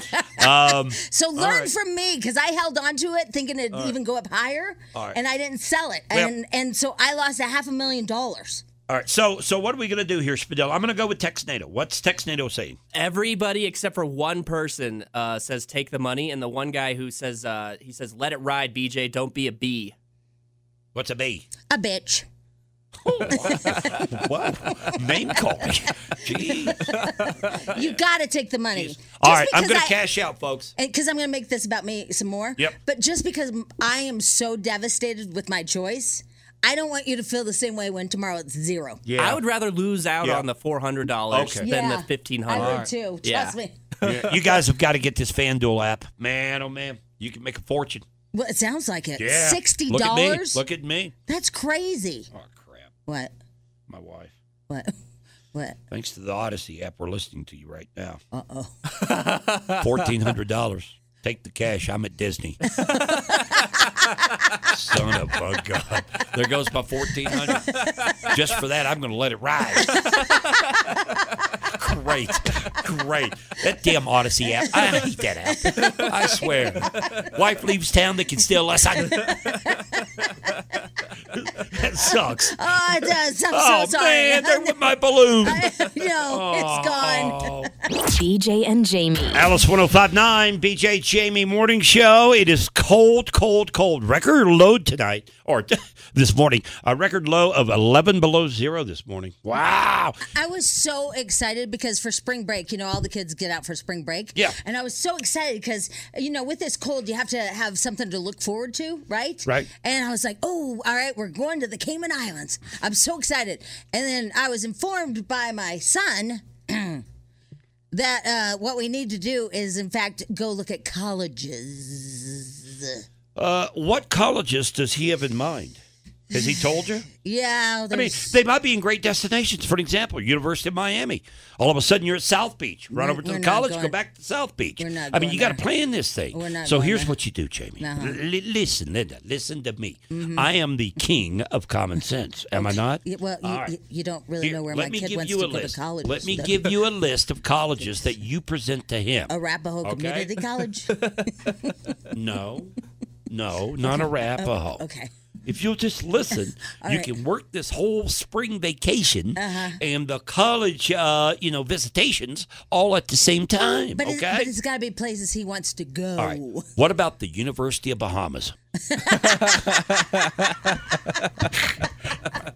Speaker 3: Um,
Speaker 2: So
Speaker 3: all
Speaker 2: learn
Speaker 3: right.
Speaker 2: from me because I held on to it thinking it'd
Speaker 3: All right.
Speaker 2: even go up higher,
Speaker 3: All right.
Speaker 2: and I didn't sell it,
Speaker 3: Well-
Speaker 2: and and so I lost a half a million dollars.
Speaker 3: All right. So, so what are we going to do here, Spadell? I'm going to go with Texnado. What's Texnado saying? [laughs]
Speaker 5: Everybody except for one person uh, says take the money, and the one guy who says uh, he says let it ride, BJ. Don't be a bee.
Speaker 3: What's a [laughs] bee?
Speaker 2: A bitch.
Speaker 3: what? Name calling. [laughs] Jeez.
Speaker 2: You got to take the money.
Speaker 3: All right. I'm going to cash out, folks.
Speaker 2: Because I'm going to make this about me some more.
Speaker 3: Yep.
Speaker 2: But just because I am so devastated with my choice, I don't want you to feel the same way when tomorrow it's zero.
Speaker 5: I would rather lose out
Speaker 3: Yeah.
Speaker 5: on the four hundred dollars
Speaker 3: Okay.
Speaker 5: than
Speaker 2: Yeah.
Speaker 5: the fifteen
Speaker 2: I
Speaker 5: hundred.
Speaker 2: would too. Trust me.
Speaker 3: Yeah, You guys have got to get this FanDuel app. Man, oh, man. You can make a fortune.
Speaker 2: Well, it sounds like it.
Speaker 3: Yeah.
Speaker 2: Sixty
Speaker 3: Look at me.
Speaker 2: dollars.
Speaker 3: Look at me.
Speaker 2: That's crazy.
Speaker 3: Oh, crap.
Speaker 2: What?
Speaker 3: My wife.
Speaker 2: What? What?
Speaker 3: Thanks to the Odyssey app, we're listening to you right now.
Speaker 2: Uh oh.
Speaker 3: Fourteen hundred dollars. Take the cash. I'm at Disney. Son of a god! There goes my fourteen hundred. Just for that, I'm going to let it ride. great, great. That damn Odyssey app. I hate that app. I swear. Wife leaves town. They can steal less. I... [laughs] that sucks.
Speaker 2: Oh, it does. I'm
Speaker 3: oh
Speaker 2: so sorry. [laughs]
Speaker 3: man, there went my balloon. Oh.
Speaker 2: no, it's gone.
Speaker 6: BJ and Jamie.
Speaker 3: Alice 1059, BJ Jamie Morning Show. It is cold, cold, cold. Record low tonight, or [laughs] this morning, a record low of 11 below zero this morning. Wow.
Speaker 2: I was so excited because for spring break, you know, all the kids get out for spring break.
Speaker 3: Yeah.
Speaker 2: And I was so excited because, you know, with this cold, you have to have something to look forward to, right? [laughs]
Speaker 3: Right.
Speaker 2: And I was like, oh, all right, we're going to the Cayman Islands. I'm so excited. And then I was informed by my son [clears throat] that uh, what we need to do is, in fact, go look at colleges.
Speaker 3: Uh, what colleges does he have in mind? Has he told you?
Speaker 2: [sighs] Yeah.
Speaker 3: I mean,
Speaker 2: there's-
Speaker 3: they might be in great destinations. For example, University of Miami. All of a sudden, you're at South Beach. Run
Speaker 2: We're-
Speaker 3: over to
Speaker 2: we're
Speaker 3: the
Speaker 2: not
Speaker 3: college, go
Speaker 2: going-
Speaker 3: back to South Beach.
Speaker 2: we're not
Speaker 3: I mean,
Speaker 2: going
Speaker 3: you got to
Speaker 2: there.
Speaker 3: plan this thing.
Speaker 2: We're not
Speaker 3: so
Speaker 2: going
Speaker 3: here's
Speaker 2: there.
Speaker 3: what you do, Jamie.
Speaker 2: Uh-huh.
Speaker 3: L- li- listen, Linda. Listen to me.
Speaker 2: Mhm.
Speaker 3: I am the king
Speaker 2: [laughs]
Speaker 3: of common sense. Am I not?
Speaker 2: Yeah, well, you,
Speaker 3: All right.
Speaker 2: you, you don't really
Speaker 3: Here,
Speaker 2: know where
Speaker 3: let
Speaker 2: my
Speaker 3: me
Speaker 2: kid
Speaker 3: give
Speaker 2: wants
Speaker 3: you
Speaker 2: to
Speaker 3: a
Speaker 2: go
Speaker 3: list.
Speaker 2: to college.
Speaker 3: Let me
Speaker 2: [laughs]
Speaker 3: give you a list of colleges that you present to him.
Speaker 2: Arapaho
Speaker 3: Okay?
Speaker 2: Community
Speaker 3: [laughs]
Speaker 2: College.
Speaker 3: No,
Speaker 2: [laughs]
Speaker 3: no, not Arapaho.
Speaker 2: Uh, okay.
Speaker 3: If you'll just listen,
Speaker 2: [laughs] All
Speaker 3: you
Speaker 2: right.
Speaker 3: can work this whole spring vacation
Speaker 2: Uh-huh.
Speaker 3: and the college, uh, you know, visitations all at the same time.
Speaker 2: But, it's,
Speaker 3: okay.
Speaker 2: but it's got to be places he wants to go.
Speaker 3: all right. What about the University
Speaker 2: [laughs]
Speaker 3: of Bahamas? Let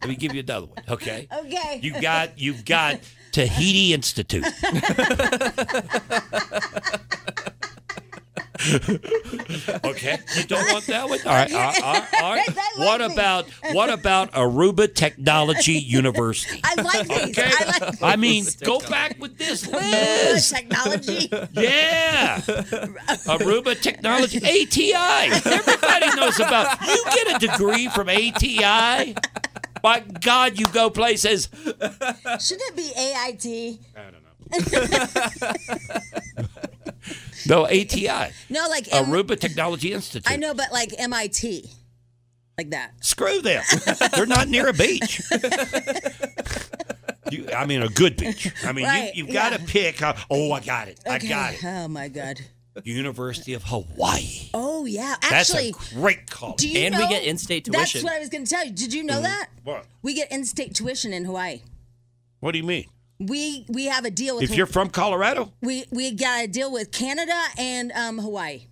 Speaker 3: me give you another one. Okay.
Speaker 2: Okay. [laughs]
Speaker 3: You've got you've [laughs] got Tahiti Institute. okay, you don't want that one.
Speaker 2: [laughs]
Speaker 3: All right, all right, all right, all right. What about what about Aruba Technology University?
Speaker 2: I like these.
Speaker 3: Okay,
Speaker 2: I
Speaker 3: [laughs]
Speaker 2: like
Speaker 3: I mean, go back with this list.
Speaker 2: Technology.
Speaker 3: [laughs] Yeah, Aruba Technology ATI. Everybody knows about. You get a degree from ATI. By God, you go places.
Speaker 2: Shouldn't it be AIT?
Speaker 3: No ATI.
Speaker 2: No, like M-
Speaker 3: Aruba Technology Institute.
Speaker 2: I know, but like MIT, like that.
Speaker 3: Screw them. They're not near a beach. you, I mean, a good beach. I mean,
Speaker 2: Right,
Speaker 3: you, you've got to
Speaker 2: yeah.
Speaker 3: pick. uh, oh, I got it. I
Speaker 2: Okay.
Speaker 3: got it.
Speaker 2: Oh my god.
Speaker 3: University of Hawaii.
Speaker 2: Oh yeah.
Speaker 3: That's
Speaker 2: Actually,
Speaker 3: a great college.
Speaker 2: do you know- That's
Speaker 3: That's
Speaker 2: what I was going to tell you. Did you know
Speaker 3: Mhm.
Speaker 2: that?
Speaker 3: What?
Speaker 2: We get in-state tuition in Hawaii.
Speaker 3: What do you mean?
Speaker 2: We we have a deal with.
Speaker 3: If you're from Colorado,
Speaker 2: we we got a deal with Canada and um, Hawaii.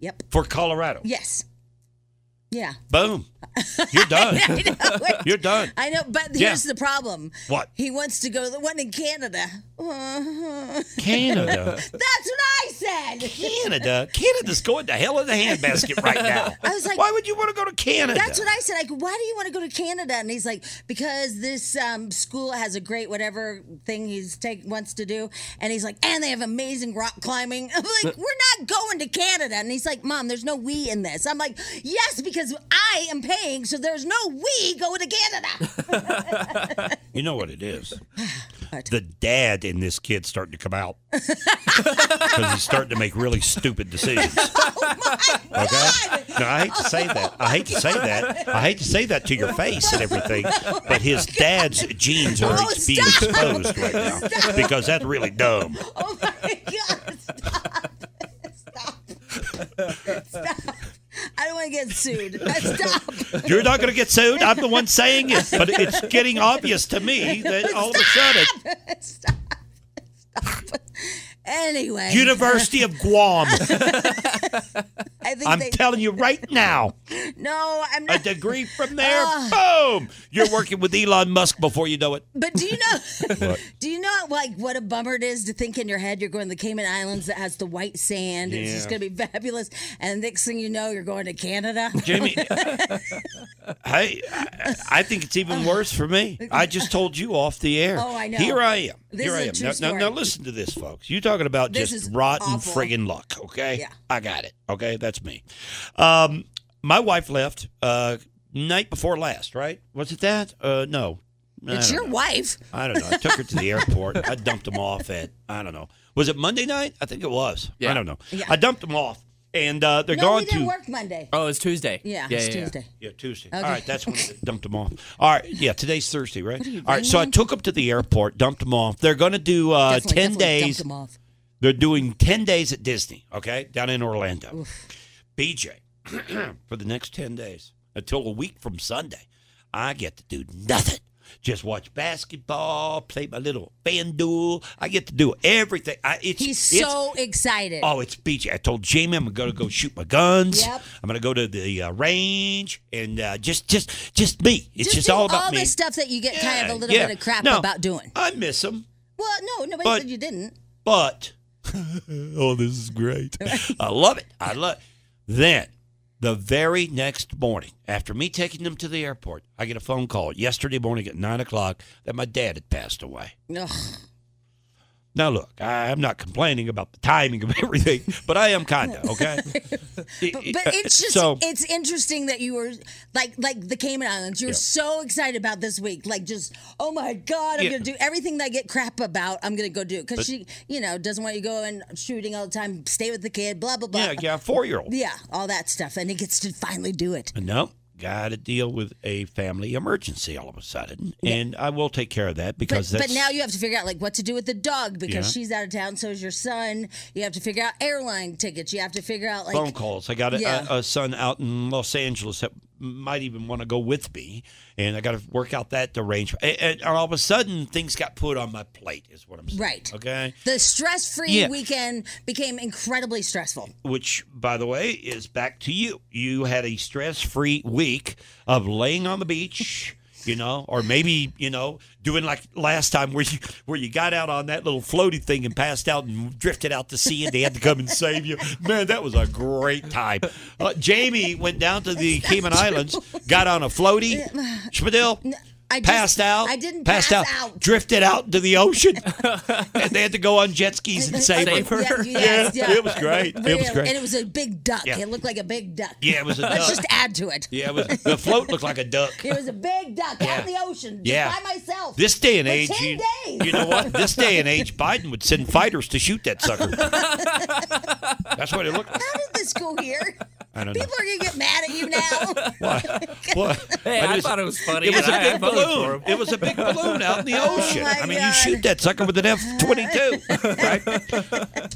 Speaker 2: Yep.
Speaker 3: for Colorado,
Speaker 2: Yes. Yeah.
Speaker 3: boom,
Speaker 2: [laughs]
Speaker 3: you're done.
Speaker 2: I know it.
Speaker 3: you're done.
Speaker 2: I know, but
Speaker 3: Yeah.
Speaker 2: here's the problem. [laughs]
Speaker 3: What?
Speaker 2: He wants to go to the one in Canada. [laughs]
Speaker 3: Canada.
Speaker 2: That's what I said.
Speaker 3: Canada, Canada's going to hell in the handbasket right now.
Speaker 2: I was like,
Speaker 3: why would you want to go to Canada?
Speaker 2: That's what I said. Like, why do you want to go to Canada? And he's like, because this um, school has a great whatever thing he's take wants to do. And he's like, and they have amazing rock climbing. [laughs] I'm like, we're not going to Canada. And he's like, Mom, there's no we in this. I'm like, yes, because I am paying, so there's no we going to Canada. [laughs]
Speaker 3: You know what it
Speaker 12: [laughs]
Speaker 3: is? the dad in this kid's starting to come out [laughs] because he's starting to make really
Speaker 2: [laughs]
Speaker 3: stupid decisions. okay? No, I hate to say that. I hate to say that. I hate to say that to your face and everything, but his dad's genes are
Speaker 12: Oh,
Speaker 3: being
Speaker 12: stop.
Speaker 3: exposed right now
Speaker 12: Stop.
Speaker 3: because that's really dumb.
Speaker 2: Oh my God. Stop. Stop. Stop. I don't want to get sued. [laughs] Stop.
Speaker 3: You're not going to get sued. I'm the one saying it, but it's getting obvious to me that all of a sudden,
Speaker 2: Stop. Stop. Anyway.
Speaker 3: University of Guam.
Speaker 2: I think
Speaker 3: I'm
Speaker 2: they,
Speaker 3: telling you right now.
Speaker 2: No, I'm
Speaker 3: a
Speaker 2: not.
Speaker 3: degree from there.
Speaker 2: Ah.
Speaker 3: boom! You're working with Elon Musk before you know it.
Speaker 2: But do you know? do you know like what a bummer it is to think in your head you're going to the Cayman Islands that has the white sand. It's just
Speaker 3: Yeah.
Speaker 2: going to be fabulous, and next thing you know, you're going to Canada. [laughs]
Speaker 3: Jamie, Hey, I, I think
Speaker 2: [laughs]
Speaker 3: it's even worse for me. I just told you off the air.
Speaker 2: Oh, I know.
Speaker 3: Here I am.
Speaker 2: This
Speaker 3: Here
Speaker 2: is
Speaker 3: I
Speaker 2: a
Speaker 3: am.
Speaker 2: true
Speaker 3: now, now,
Speaker 2: story.
Speaker 3: now listen to this, folks. You're talking about
Speaker 2: This
Speaker 3: just
Speaker 2: is
Speaker 3: rotten
Speaker 2: awful.
Speaker 3: friggin' luck. Okay.
Speaker 2: Yeah.
Speaker 3: I got it. Okay, that's me. Um, my wife left uh, night before last. Right? Was it that? Uh, no. I
Speaker 2: It's
Speaker 3: don't
Speaker 2: your
Speaker 3: know.
Speaker 2: wife.
Speaker 3: I don't know. I took her to the airport. I dumped them off at I don't know. Was it Monday night? I think it was. I don't know.
Speaker 2: Yeah.
Speaker 3: I dumped them off, and uh, they're
Speaker 2: no, we
Speaker 3: going
Speaker 2: didn't
Speaker 3: to.
Speaker 2: work Monday.
Speaker 5: Oh, it's Tuesday.
Speaker 2: Yeah, Yeah, it's yeah, yeah. Tuesday.
Speaker 3: Yeah, Tuesday.
Speaker 2: Okay.
Speaker 3: All right, that's when I dumped them off. All right, yeah, today's Thursday, right?
Speaker 2: you,
Speaker 3: All right, so I
Speaker 2: raining?
Speaker 3: took them to the airport, dumped them off. They're going to do uh,
Speaker 2: Definitely-
Speaker 3: ten
Speaker 2: definitely dumped
Speaker 3: days.
Speaker 2: them off.
Speaker 3: They're doing ten days at Disney. Okay, down in Orlando. BJ [clears throat] for the next ten days until a week from Sunday, I get to do nothing. Just watch basketball, play my little fan duel. I get to do everything. I, it's,
Speaker 2: He's
Speaker 3: it's-
Speaker 2: so excited.
Speaker 3: Oh, it's beachy. I told Jamie I'm gonna go shoot my guns.
Speaker 2: Yep.
Speaker 3: I'm gonna go to the uh, range and uh, just, just, just me. It's just,
Speaker 2: do
Speaker 3: all about
Speaker 2: all
Speaker 3: me.
Speaker 2: the stuff that you get kind of a little
Speaker 3: yeah.
Speaker 2: bit of crap
Speaker 3: No.
Speaker 2: about doing.
Speaker 3: I miss them,
Speaker 2: Well, no, nobody
Speaker 3: But-
Speaker 2: said you didn't.
Speaker 3: but [laughs] oh, this is great. I love it. I love. Then the very next morning, after me taking them to the airport, I get a phone call yesterday morning at nine o'clock that my dad had passed away.
Speaker 2: Ugh.
Speaker 3: Now look, I- I'm not complaining about the timing of [laughs] everything, but I am kinda okay.
Speaker 2: [laughs] But, but it's just
Speaker 3: [laughs] so.
Speaker 2: it's interesting that you were like like the Cayman Islands. You're
Speaker 3: Yeah.
Speaker 2: so excited about this week. Like just oh my god, I'm
Speaker 3: Yeah.
Speaker 2: gonna do everything that I get crap about. I'm gonna go do because
Speaker 3: But-
Speaker 2: she you know doesn't want you going shooting all the time. Stay with the kid. Blah blah blah.
Speaker 3: Yeah, yeah, four-year-old.
Speaker 2: Yeah, all that stuff, and he gets to finally do it.
Speaker 3: No, got to deal with a family emergency all of a sudden, and I will take care of that
Speaker 2: But,
Speaker 3: because
Speaker 2: but
Speaker 3: that's
Speaker 2: now you have to figure out like what to do with the dog because
Speaker 3: Yeah.
Speaker 2: she's out of town. So is your son. You have to figure out airline tickets. You have to figure out like
Speaker 3: phone calls. I got a,
Speaker 2: Yeah.
Speaker 3: a, a son out in Los Angeles that might even want to go with me, and I got to work out that arrangement. And, and all of a sudden, things got put on my plate. Is what I'm saying.
Speaker 2: Right.
Speaker 3: Okay.
Speaker 2: The stress free
Speaker 3: Yeah.
Speaker 2: weekend became incredibly stressful.
Speaker 3: Which, by the way, is back to you. You had a stress-free week of laying on the beach. You know, or maybe you know, doing like last time where you where you got out on that little floaty thing and passed out and drifted out to sea, and they had to come and save you. Man, that was a great time. Uh, Jamie went down to the Cayman Islands, got on a floaty, Spadil,
Speaker 2: I just-
Speaker 3: passed out.
Speaker 2: I didn't
Speaker 3: passed
Speaker 2: pass
Speaker 3: out,
Speaker 2: out.
Speaker 3: drifted out into the ocean, and they had to go on jet skis
Speaker 2: [laughs]
Speaker 3: and save
Speaker 2: Yeah,
Speaker 3: her.
Speaker 2: yes,
Speaker 3: Yeah, it was great. It was great.
Speaker 2: And it was a big duck.
Speaker 3: Yeah.
Speaker 2: It looked like a big duck.
Speaker 3: Yeah, it was
Speaker 2: [laughs]
Speaker 3: a
Speaker 2: Let's
Speaker 3: duck.
Speaker 2: just add to it.
Speaker 3: Yeah, it
Speaker 2: [laughs]
Speaker 3: was, the float looked like a duck.
Speaker 2: It was a big duck out in the ocean just
Speaker 3: Yeah.
Speaker 2: by myself.
Speaker 3: This day and
Speaker 2: For
Speaker 3: age,
Speaker 2: 10
Speaker 3: you,
Speaker 2: days.
Speaker 3: you know
Speaker 2: [laughs]
Speaker 3: what? This day and age, Biden would send fighters to shoot that sucker. That's what it looked like.
Speaker 2: How did this go here? [laughs]
Speaker 3: I don't know.
Speaker 2: People are going to get mad at you now. [laughs]
Speaker 3: What?
Speaker 5: Hey, I thought it was funny,
Speaker 3: It was
Speaker 5: and
Speaker 3: a
Speaker 5: I- I
Speaker 3: big
Speaker 5: voted for
Speaker 3: balloon.
Speaker 5: him.
Speaker 3: It was
Speaker 5: [laughs]
Speaker 3: a big balloon out in
Speaker 2: [laughs]
Speaker 3: the
Speaker 5: Oh,
Speaker 3: ocean.
Speaker 5: my
Speaker 3: I mean, you
Speaker 5: God.
Speaker 3: shoot that sucker with an F twenty two, right?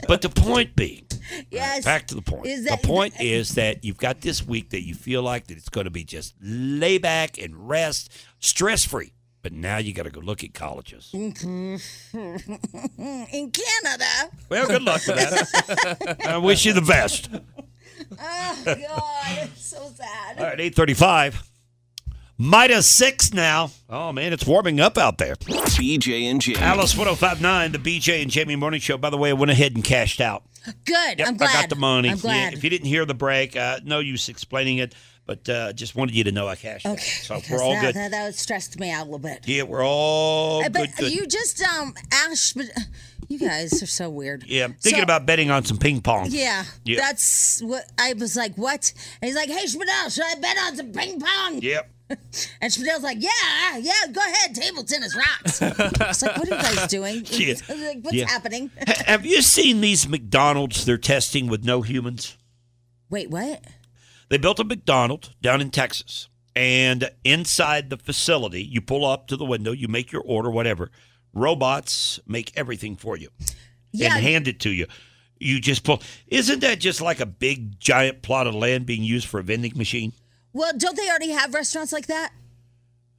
Speaker 3: But the point being,
Speaker 2: Yes.
Speaker 3: back to the point.
Speaker 2: Is that-
Speaker 3: the point is that you've got this week that you feel like that it's going to be just lay back and rest, stress free. But now you got to go look at colleges.
Speaker 2: In Canada.
Speaker 3: Well, good luck
Speaker 2: [laughs]
Speaker 3: with that. I wish you the best.
Speaker 2: Oh, God. It's so sad.
Speaker 3: All right, eight thirty-five. Minus six now. Oh man, it's warming up out there.
Speaker 1: BJ and Jamie.
Speaker 3: Alice 1059, the BJ and Jamie Morning Show. By the way, I went ahead and cashed out.
Speaker 2: Good.
Speaker 3: Yep,
Speaker 2: I'm glad.
Speaker 3: I got the money.
Speaker 2: I'm glad.
Speaker 3: Yeah, if you didn't hear the break, uh, no use explaining it, but uh, just wanted you to know I cashed out. So we're all
Speaker 2: that,
Speaker 3: good.
Speaker 2: That, that stressed me out a little bit.
Speaker 3: Yeah, we're all
Speaker 2: Uh,
Speaker 3: good.
Speaker 2: but
Speaker 3: good.
Speaker 2: you just um Ash, but you guys are so weird.
Speaker 3: yeah, I'm thinking
Speaker 2: So-
Speaker 3: about betting on some ping pong.
Speaker 2: Yeah,
Speaker 3: Yeah.
Speaker 2: that's what I was like. What? And he's like, "Hey, Spadell, should I bet on some ping pong?"
Speaker 3: Yep.
Speaker 2: [laughs] And Spadell's like, "Yeah, yeah, go ahead. Table tennis rocks." it's like, what are you guys doing?
Speaker 3: [laughs] Yeah.
Speaker 2: [laughs] I was like, what's
Speaker 3: Yeah. [laughs]
Speaker 2: happening?
Speaker 3: Ha- Have you seen these McDonald's they're testing with no humans?
Speaker 2: Wait, what?
Speaker 3: They built a McDonald's down in Texas. And inside the facility, you pull up to the window, you make your order, whatever. Robots make everything for you
Speaker 2: Yeah.
Speaker 3: and hand it to you. You just pull. Isn't that just like a big, giant plot of land being used for a vending machine?
Speaker 2: Well, don't they already have restaurants like that?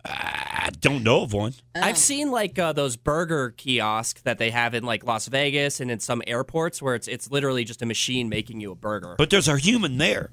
Speaker 3: I don't know of one.
Speaker 5: I've seen like uh, those burger kiosks that they have in like Las Vegas and in some airports where it's it's literally just a machine making you a burger.
Speaker 3: But there's a human there.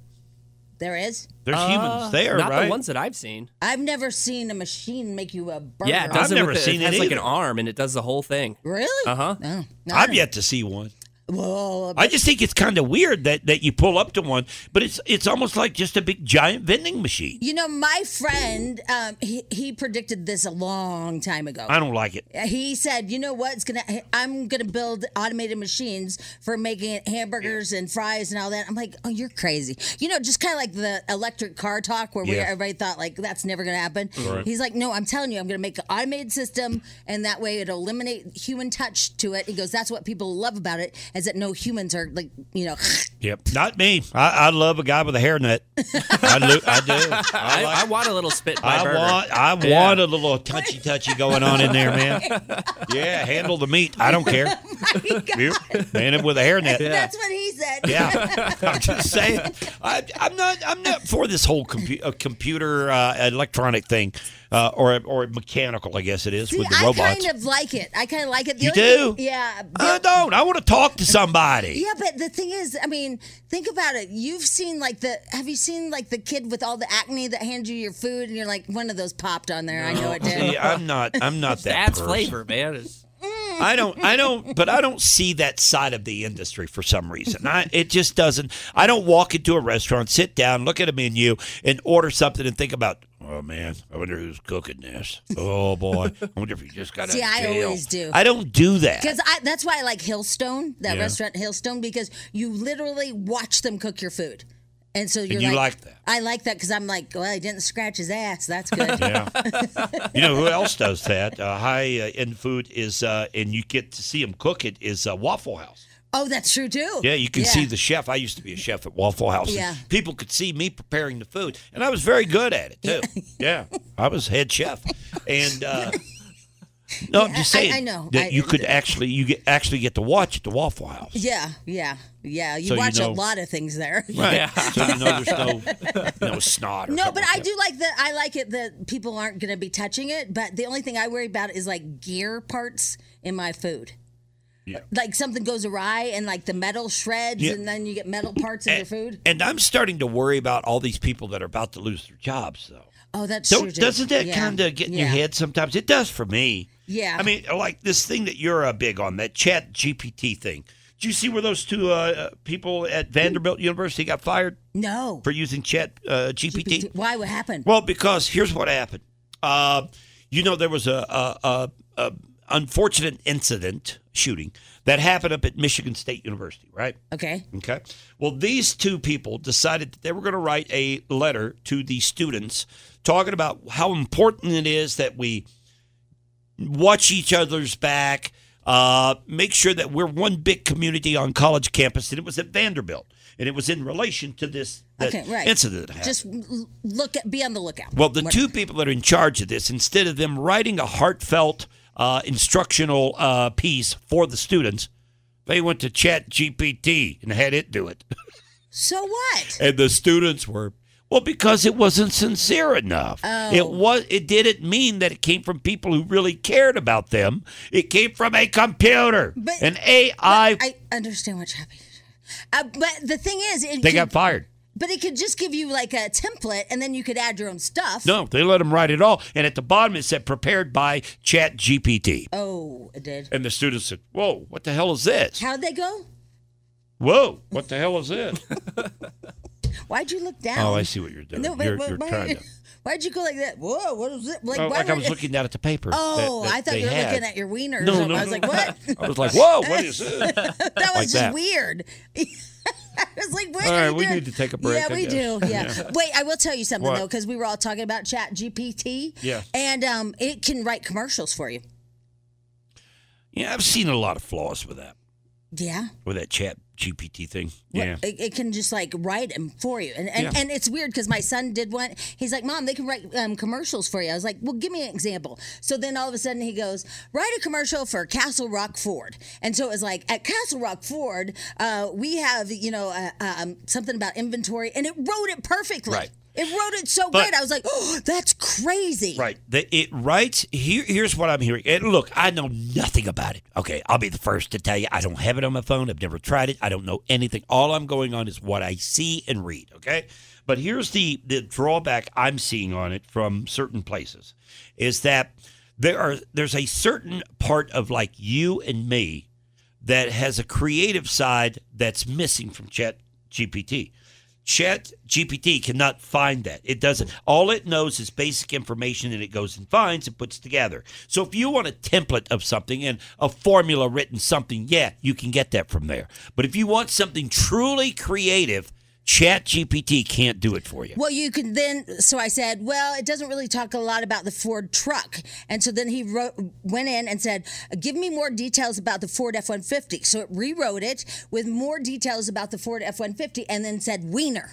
Speaker 2: There is.
Speaker 3: There's
Speaker 5: Uh,
Speaker 3: humans there,
Speaker 5: not
Speaker 3: right?
Speaker 5: the ones that I've seen.
Speaker 2: I've never seen a machine make you a burger.
Speaker 5: Yeah, it does it with the- it has like an arm and it does the whole thing.
Speaker 2: Really? Oh.
Speaker 5: Uh huh.
Speaker 2: No, no, I
Speaker 3: I've
Speaker 2: don't-
Speaker 3: yet to see one.
Speaker 2: Well,
Speaker 3: I just think it's kind of weird that, that you pull up to one, but it's it's almost like just a big giant vending machine.
Speaker 2: You know, my friend, um, he, he predicted this a long time ago.
Speaker 3: I don't like it.
Speaker 2: He said, "You know what? It's gonna. I'm gonna build automated machines for making hamburgers and fries and all that." I'm like, "Oh, you're crazy." You know, just kind of like the electric car talk where we,
Speaker 12: Yeah.
Speaker 2: everybody thought like that's never gonna happen.
Speaker 12: Right.
Speaker 2: He's like, "No, I'm telling you, I'm gonna make an automated system, and that way it'll eliminate human touch to it." He goes, "That's what people love about it is that no humans are like, you know."
Speaker 3: Yep, not me. I, I love a guy with a [laughs] hairnet. I, lo- I
Speaker 5: [laughs]
Speaker 3: do.
Speaker 5: I, I want a little spit by
Speaker 3: I
Speaker 5: burger.
Speaker 3: want I
Speaker 5: Yeah.
Speaker 3: want a little touchy touchy going on in
Speaker 2: [laughs]
Speaker 3: there, man. Yeah, handle the meat. I don't care. Yep. Man it with a hairnet.
Speaker 2: That's what he said. [laughs]
Speaker 3: Yeah, I'm just saying. I, I'm not. I'm not for this whole compu- uh, computer uh, electronic thing, uh, or or mechanical, I guess it is, with the
Speaker 2: I
Speaker 3: robots.
Speaker 2: kind of like it. I kind of like it.
Speaker 3: You
Speaker 2: only-
Speaker 3: do?
Speaker 2: yeah.
Speaker 3: I don't. I want to talk to somebody.
Speaker 2: Yeah, but the thing is, I mean, think about it. You've seen like the have you seen like the kid with all the acne that hands you your food and you're like one of those popped on there. I know it did.
Speaker 3: See, I'm not. I'm not that.
Speaker 5: That's
Speaker 3: person.
Speaker 5: flavor, man. It's-
Speaker 2: [laughs]
Speaker 3: I don't, I don't, but I don't see that side of the industry for some reason. I, it just doesn't. I don't walk into a restaurant, sit down, look at a menu, and order something and think about, oh man, I wonder who's cooking this. Oh boy, I wonder if he just got
Speaker 2: See,
Speaker 3: out
Speaker 2: I
Speaker 3: of jail.
Speaker 2: always do.
Speaker 3: I don't do that.
Speaker 2: Because that's why I like Hillstone, that
Speaker 3: Yeah.
Speaker 2: restaurant Hillstone, because you literally watch them cook your food. And so you're
Speaker 3: you
Speaker 2: like,
Speaker 3: like that.
Speaker 2: I like that because I'm like, well, I didn't scratch his ass. That's good.
Speaker 3: [laughs] Yeah. you know who else does that? Uh, high uh, end food is, uh, and you get to see them cook it is uh, Waffle House.
Speaker 2: Oh, that's true too.
Speaker 3: Yeah, you can see the chef. I used to be a chef at Waffle House. and
Speaker 2: Yeah.
Speaker 3: People could see me preparing the food, and I was very good at it too. [laughs] yeah. I was head chef. And
Speaker 2: [laughs]
Speaker 3: uh No, I'm just
Speaker 2: I- I
Speaker 3: saying
Speaker 2: know.
Speaker 3: that
Speaker 2: I-
Speaker 3: you could actually you get actually get to watch at the
Speaker 2: [laughs]
Speaker 3: Waffle House.
Speaker 2: Yeah, yeah, yeah. You
Speaker 3: So you
Speaker 2: watch
Speaker 3: know-
Speaker 2: a lot of things there. [laughs]
Speaker 3: [laughs] So you know there's no [laughs] no snot or
Speaker 2: No, but
Speaker 3: something like
Speaker 2: I
Speaker 3: that.
Speaker 2: do like that. I like it that people aren't going to be touching it. But the only thing I worry about is like gear parts in my food.
Speaker 3: Yeah.
Speaker 2: Like something goes awry and like the metal shreds,
Speaker 3: Yeah. Eh,
Speaker 2: and then you get metal parts in your food.
Speaker 3: And I'm starting to worry about all these people that are about to lose their jobs though.
Speaker 2: Oh, that's
Speaker 3: Don't-
Speaker 2: true. too.
Speaker 3: doesn't that
Speaker 2: Yeah.
Speaker 3: kind of get in your
Speaker 2: Yeah.
Speaker 3: head sometimes? It does for me.
Speaker 2: Yeah.
Speaker 3: I mean, like this thing that you're uh, big on, that chat GPT thing. Did you see where those two uh, uh, people at Vanderbilt University got fired
Speaker 2: No.
Speaker 3: for using chat uh, GPT?
Speaker 2: Why? What happened?
Speaker 3: Well, because here's what happened. Uh, you know, there was a, a, a, a unfortunate incident shooting that happened up at Michigan State University, right?
Speaker 2: Okay.
Speaker 3: Okay. Well, these two people decided that they were going to write a letter to the students talking about how important it is that we watch each other's back, uh, make sure that we're one big community on college campus. And it was at Vanderbilt, and it was in relation to this that
Speaker 2: Okay, right.
Speaker 3: incident. that happened.
Speaker 2: Just l- look at, be on the lookout.
Speaker 3: Well, the
Speaker 2: What-
Speaker 3: two people that are in charge of this, instead of them writing a heartfelt uh, instructional uh, piece for the students, they went to Chat GPT and had it do it. [laughs]
Speaker 2: So what?
Speaker 3: and the students were well because it wasn't sincere enough.
Speaker 2: Oh.
Speaker 3: It was. It didn't mean that it came from people who really cared about them. It came from a computer,
Speaker 2: But-
Speaker 3: an AI.
Speaker 2: I understand what's happening. Uh, but the thing is, it
Speaker 3: they
Speaker 2: could-
Speaker 3: got fired.
Speaker 2: But it could just give you like a template, and then you could add your own stuff.
Speaker 3: No, they let them write it all, and at the bottom it said prepared by Chat GPT.
Speaker 2: Oh, it did.
Speaker 3: And the students said, "Whoa, what the hell is this?"
Speaker 2: How'd they go?
Speaker 3: Whoa, what the hell is
Speaker 2: [laughs]
Speaker 3: this?
Speaker 2: Why'd you look down?
Speaker 3: Oh, I see what you're doing.
Speaker 2: No, but
Speaker 3: you're
Speaker 2: why-
Speaker 3: you're
Speaker 2: why-
Speaker 3: trying to.
Speaker 2: Why'd you go like that? Whoa, what was it? [laughs] Like,
Speaker 3: Oh,
Speaker 2: why
Speaker 3: like I
Speaker 2: were-
Speaker 3: was looking down at the paper. that-
Speaker 2: Oh,
Speaker 3: that
Speaker 2: I thought
Speaker 3: they
Speaker 2: you were
Speaker 3: had.
Speaker 2: looking at your wiener. or
Speaker 3: No,
Speaker 2: something.
Speaker 3: no,
Speaker 2: I was
Speaker 3: no,
Speaker 2: like,
Speaker 3: no. [laughs]
Speaker 2: what? [laughs]
Speaker 3: I was like, whoa, what is this?
Speaker 2: that was
Speaker 3: Like
Speaker 2: just
Speaker 3: that.
Speaker 2: weird. [laughs] I was like, what
Speaker 3: All
Speaker 2: are
Speaker 3: right,
Speaker 2: you
Speaker 3: we
Speaker 2: doing?
Speaker 3: need to take a break,
Speaker 2: Yeah,
Speaker 3: I
Speaker 2: we
Speaker 3: guess.
Speaker 2: do. Yeah.
Speaker 3: [laughs] Yeah.
Speaker 2: Wait, I will tell you something
Speaker 3: What?
Speaker 2: though, because we were all talking about Chat GPT.
Speaker 3: Yeah.
Speaker 2: And um, it can write commercials for you.
Speaker 3: Yeah, I've seen a lot of flaws with that,
Speaker 2: Yeah.
Speaker 3: with that Chat GPT thing.
Speaker 2: What-
Speaker 3: Yeah.
Speaker 2: It, it can just like write them for you. And and,
Speaker 3: Yeah.
Speaker 2: and it's weird because my son did one. He's like, Mom, they can write um, commercials for you. I was like, Well, give me an example. So then all of a sudden he goes, Write a commercial for Castle Rock Ford. And so it was like, At Castle Rock Ford, uh, we have, you know, uh, um, something about inventory. And it wrote it perfectly.
Speaker 3: Right.
Speaker 2: It wrote it so
Speaker 3: But-
Speaker 2: good. I was like, Oh, that's crazy.
Speaker 3: Right. That it writes here. Here's what I'm hearing. And look, I know nothing about it. Okay, I'll be the first to tell you. I don't have it on my phone. I've never tried it. I don't know anything. All I'm going on is what I see and read. Okay. But here's the the drawback I'm seeing on it from certain places, is that there are there's a certain part of like you and me that has a creative side that's missing from Chat GPT. Chat GPT cannot find that. It doesn't. All it knows is basic information that it goes and finds and puts together. So if you want a template of something and a formula written something, yeah, you can get that from there. But if you want something truly creative, Chat GPT can't do it for you.
Speaker 2: Well, you could then. So I said, well, it doesn't really talk a lot about the Ford truck. And so then he wrote, went in and said, give me more details about the Ford F 150. So it rewrote it with more details about the Ford F 150 and then said, Wiener.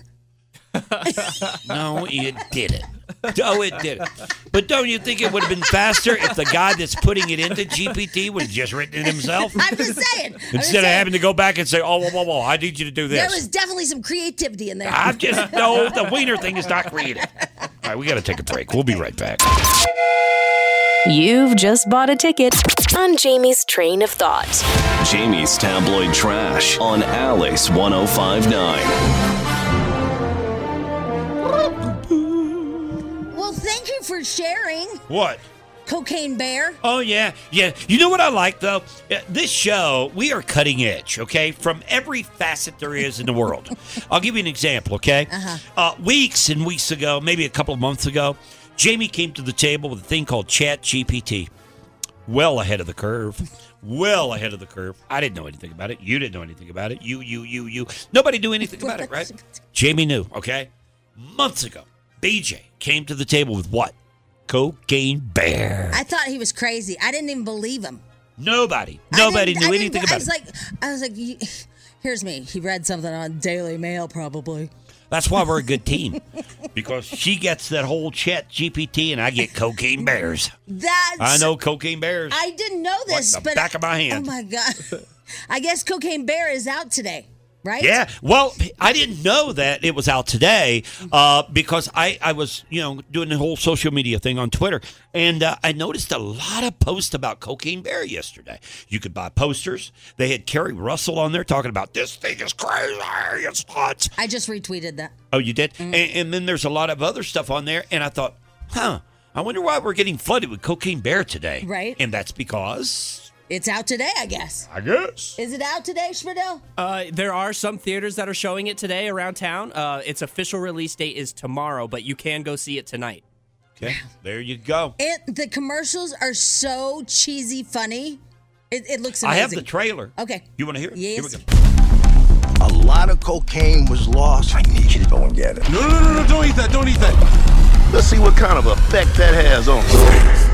Speaker 3: No, it didn't. [laughs] No, it didn't. But don't you think it would have been faster if the guy that's putting it into GPT would have just written it [laughs] himself?
Speaker 2: I'm just saying. I'm just
Speaker 3: Instead of
Speaker 2: saying,
Speaker 3: having to go back and say, oh, whoa, whoa, whoa, I need you to do this.
Speaker 2: There was definitely some creativity in there.
Speaker 3: I
Speaker 2: [laughs]
Speaker 3: just know the wiener thing is not creative. All right, we got to take a break. We'll be right back.
Speaker 6: You've just bought a ticket on Jamie's train of thought.
Speaker 1: Jamie's tabloid trash on Alice 1059.
Speaker 2: Well, thank you for sharing,
Speaker 3: What?
Speaker 2: Cocaine Bear.
Speaker 3: Oh yeah, yeah. You know what I like though? Yeah, This show we are cutting edge. Okay, from every facet there is in the world. I'll give you an example. Okay, uh weeks and weeks ago, maybe a couple of months ago, Jamie came to the table with a thing called Chat GPT. Well ahead of the curve. Well ahead of the curve. I didn't know anything about it. You didn't know anything about it. You, you, you, you. Nobody knew anything about it, right? Jamie knew. Okay, months ago, BJ came to the table with what? Cocaine Bear.
Speaker 2: I thought he was crazy. I didn't even believe him.
Speaker 3: Nobody, nobody
Speaker 2: I
Speaker 3: knew
Speaker 2: didn't-
Speaker 3: anything
Speaker 2: I
Speaker 3: about
Speaker 2: was
Speaker 3: it.
Speaker 2: like, I was like, you- here's me. He read something on Daily Mail, probably.
Speaker 3: That's why we're a
Speaker 2: [laughs]
Speaker 3: good team, because she gets that whole chat GPT, and I get cocaine bears.
Speaker 2: That's
Speaker 3: I know cocaine bears.
Speaker 2: I didn't know
Speaker 3: Like
Speaker 2: this,
Speaker 3: the
Speaker 2: but
Speaker 3: back of my hand.
Speaker 2: Oh my god! I guess Cocaine Bear is out today, right?
Speaker 3: Yeah. Well, I didn't know that it was out today uh, because I, I was, you know, doing the whole social media thing on Twitter. And uh, I noticed a lot of posts about Cocaine Bear yesterday. You could buy posters. They had Kerry Russell on there talking about this thing is crazy. It's nuts.
Speaker 2: I just retweeted that.
Speaker 3: Oh, you did?
Speaker 2: Mm-hmm.
Speaker 3: And, and then there's a lot of other stuff on there. And I thought, huh, I wonder why we're getting flooded with Cocaine Bear today.
Speaker 2: Right.
Speaker 3: And that's because,
Speaker 2: It's out today, I guess.
Speaker 3: I guess.
Speaker 2: Is it out today, Schmidl?
Speaker 5: Uh, there are some theaters that are showing it today around town. Uh, its official release date is tomorrow, but you can go see it tonight.
Speaker 3: Okay, there you go.
Speaker 2: It the commercials are so cheesy, funny. It, it looks
Speaker 3: I
Speaker 2: amazing.
Speaker 3: have the trailer.
Speaker 2: Okay.
Speaker 3: You want to hear it? Here we
Speaker 2: Yes.
Speaker 3: go.
Speaker 17: A lot of cocaine was lost. I need you to go and get it. No, no, no, no, don't eat that, don't eat that. Let's see what kind of effect that has on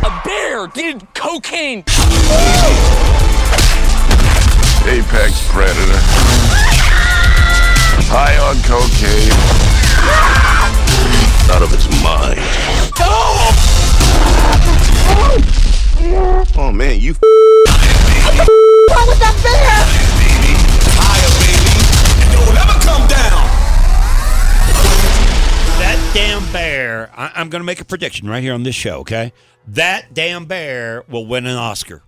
Speaker 12: A bear did cocaine.
Speaker 17: Apex predator. High on cocaine. Out of its mind. Oh man, you.
Speaker 12: Wrong with that bear?
Speaker 3: That damn bear, I, I'm going to make a prediction right here on this show, okay? That damn bear will win an Oscar.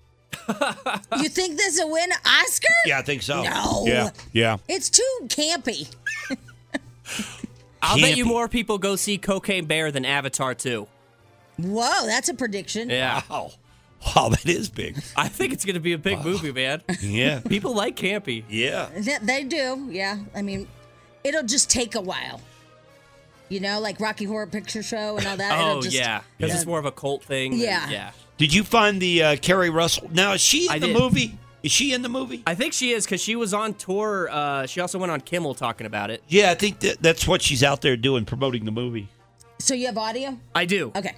Speaker 2: You think this will win Oscar?
Speaker 3: Yeah, I think so.
Speaker 2: No.
Speaker 3: Yeah, yeah.
Speaker 2: It's too campy.
Speaker 5: I'll bet you
Speaker 3: Campy.
Speaker 5: more people go see Cocaine Bear than Avatar 2.
Speaker 2: Whoa, that's a prediction.
Speaker 5: Yeah.
Speaker 3: Wow. Wow, that is big.
Speaker 5: I think it's going to be a big movie, man.
Speaker 3: Yeah.
Speaker 5: People like campy.
Speaker 3: Yeah.
Speaker 2: Th- They do, yeah. I mean, it'll just take a while. You know, like Rocky Horror Picture Show and all that.
Speaker 5: oh,
Speaker 2: it'll just,
Speaker 5: yeah. Because
Speaker 2: Yeah.
Speaker 5: it's more of a cult thing. than-
Speaker 2: Yeah.
Speaker 5: Yeah.
Speaker 3: Did you find the uh, Carrie Russell? Now, is she in
Speaker 5: I
Speaker 3: the
Speaker 5: did.
Speaker 3: movie? Is she in the movie?
Speaker 5: I think she is because she was on tour. Uh, she also went on Kimmel talking about it.
Speaker 3: Yeah, I think that, that's what she's out there doing, promoting the movie.
Speaker 2: So you have audio?
Speaker 5: I do.
Speaker 2: Okay.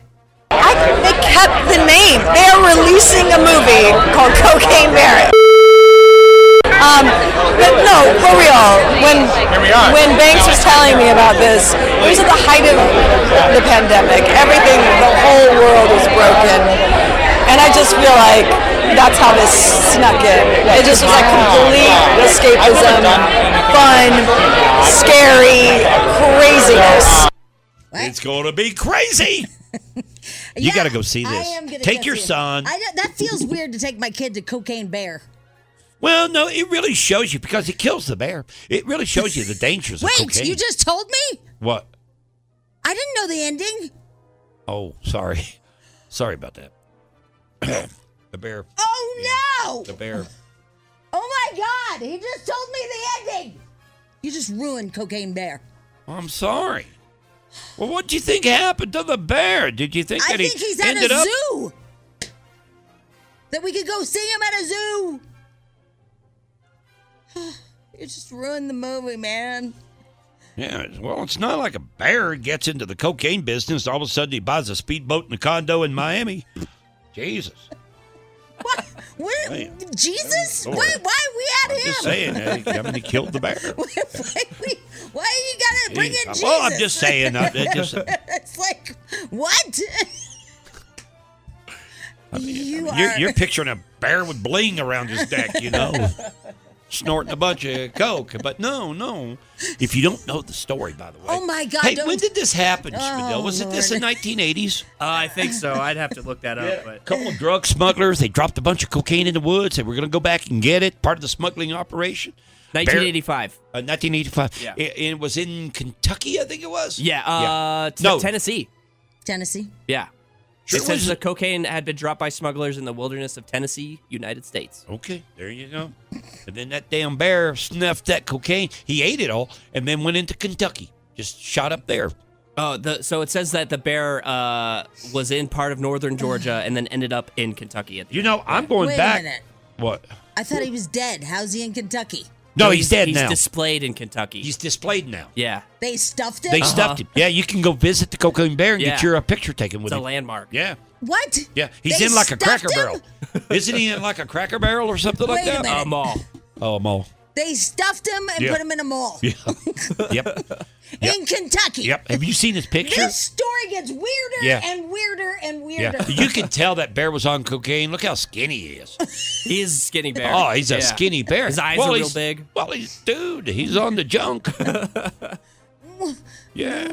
Speaker 8: They kept the name. They are releasing a movie called Cocaine Bear. Um, but no, for real. When when Banks was telling me about this, it was at the height of the pandemic. Everything, the whole world was broken, and I just feel like that's how this snuck in. It just was like complete escapism, fun, scary, craziness.
Speaker 3: It's going to
Speaker 2: [laughs]
Speaker 3: be crazy. you got to go see
Speaker 2: I
Speaker 3: this.
Speaker 2: am gonna
Speaker 3: Take
Speaker 2: go
Speaker 3: your
Speaker 2: see it.
Speaker 3: son.
Speaker 2: I know- that feels weird to take my kid to Cocaine Bear.
Speaker 3: Well, no, it really shows you because it kills the bear. It really shows you the dangers
Speaker 2: [laughs] Wait,
Speaker 3: of cocaine.
Speaker 2: you just told me?
Speaker 3: what?
Speaker 2: I didn't know the ending.
Speaker 3: Oh, sorry. [laughs] Sorry about that. [coughs] the bear.
Speaker 2: Oh no!
Speaker 3: The bear.
Speaker 2: Oh my God! He just told me the ending. You just ruined Cocaine Bear.
Speaker 3: I'm sorry. Well, what do you think happened to the bear? Did you think
Speaker 2: I
Speaker 3: that he
Speaker 2: think he's at
Speaker 3: ended
Speaker 2: a
Speaker 3: up?
Speaker 2: zoo. That we could go see him at a zoo. [sighs] You just ruined the movie, man.
Speaker 3: Yeah, well, it's not like a bear gets into the cocaine business. All of a sudden, he buys a speedboat and a condo in Miami. Jesus.
Speaker 2: What?
Speaker 3: Man.
Speaker 2: Jesus?
Speaker 3: Lord.
Speaker 2: Why? Why are we at him?
Speaker 3: Just saying, I I mean, he killed
Speaker 2: [laughs]
Speaker 3: the bear.
Speaker 2: Why you gotta bring in Jesus?
Speaker 3: Well, I'm just saying, uh, it just-
Speaker 2: [laughs]
Speaker 3: [laughs]
Speaker 2: it's like what? you
Speaker 3: You're,
Speaker 2: are.
Speaker 3: you're picturing a bear with bling around his neck, you know, [laughs] snorting a bunch of coke. But no, no. If you don't know the story, by the way.
Speaker 2: oh my God!
Speaker 3: hey,
Speaker 2: don't-
Speaker 3: when did this happen, Spadil?
Speaker 2: Oh,
Speaker 3: Was it this in 1980s?
Speaker 5: [laughs] Uh, I think so. I'd have to look that up.
Speaker 3: A
Speaker 5: But
Speaker 3: couple of drug smugglers, they dropped a bunch of cocaine in the woods. They were going to go back and get it, part of the smuggling operation.
Speaker 5: 1985.
Speaker 3: Uh, 1985.
Speaker 5: Yeah.
Speaker 3: It, it was
Speaker 2: [laughs]
Speaker 3: in Kentucky, I think it was.
Speaker 5: yeah, uh, t-
Speaker 3: No.
Speaker 5: Tennessee.
Speaker 2: Tennessee.
Speaker 5: Yeah.
Speaker 3: Sure
Speaker 5: it says
Speaker 3: was-
Speaker 5: the cocaine had been dropped by smugglers in the wilderness of Tennessee, United States.
Speaker 3: Okay, there you go. And then that damn bear snuffed that cocaine. He ate it all and then went into Kentucky. Just shot up there.
Speaker 5: Oh, the, so it says that the bear uh, was in part of northern Georgia and then ended up in Kentucky. At the
Speaker 3: You know, I'm going
Speaker 2: Wait
Speaker 3: back.
Speaker 2: a minute.
Speaker 3: What?
Speaker 2: I thought he was dead. How's he in Kentucky?
Speaker 3: No, he's, dead
Speaker 5: he's
Speaker 3: now.
Speaker 5: displayed in Kentucky. He's
Speaker 3: displayed now.
Speaker 5: Yeah.
Speaker 2: They stuffed him.
Speaker 3: they stuffed him. Yeah, you can go visit the cocaine bear and get
Speaker 5: uh-huh. Yeah.
Speaker 3: your uh, picture taken with
Speaker 5: It's a
Speaker 3: him.
Speaker 5: landmark.
Speaker 3: Yeah.
Speaker 2: What?
Speaker 3: Yeah, he's
Speaker 2: They
Speaker 3: in like a
Speaker 2: stuffed
Speaker 3: cracker
Speaker 2: him?
Speaker 3: barrel. Isn't he in like a cracker barrel or something like
Speaker 2: Wait a
Speaker 3: that?
Speaker 2: minute. A
Speaker 5: mall.
Speaker 3: Oh, a mall.
Speaker 2: They stuffed him and
Speaker 3: Yeah.
Speaker 2: put him in a mall
Speaker 3: Yeah. yep. [laughs] Yep.
Speaker 2: in Kentucky.
Speaker 3: Yep. Have you seen his picture?
Speaker 2: This story gets weirder
Speaker 3: Yeah.
Speaker 2: and weirder and weirder.
Speaker 3: Yeah. You can tell that bear was on cocaine. Look how skinny he is.
Speaker 5: He is a skinny bear.
Speaker 3: Oh, he's a
Speaker 5: Yeah.
Speaker 3: skinny bear.
Speaker 5: His eyes
Speaker 3: Well,
Speaker 5: are real
Speaker 3: he's-
Speaker 5: big.
Speaker 3: Well, he's dude. He's on the junk. yeah,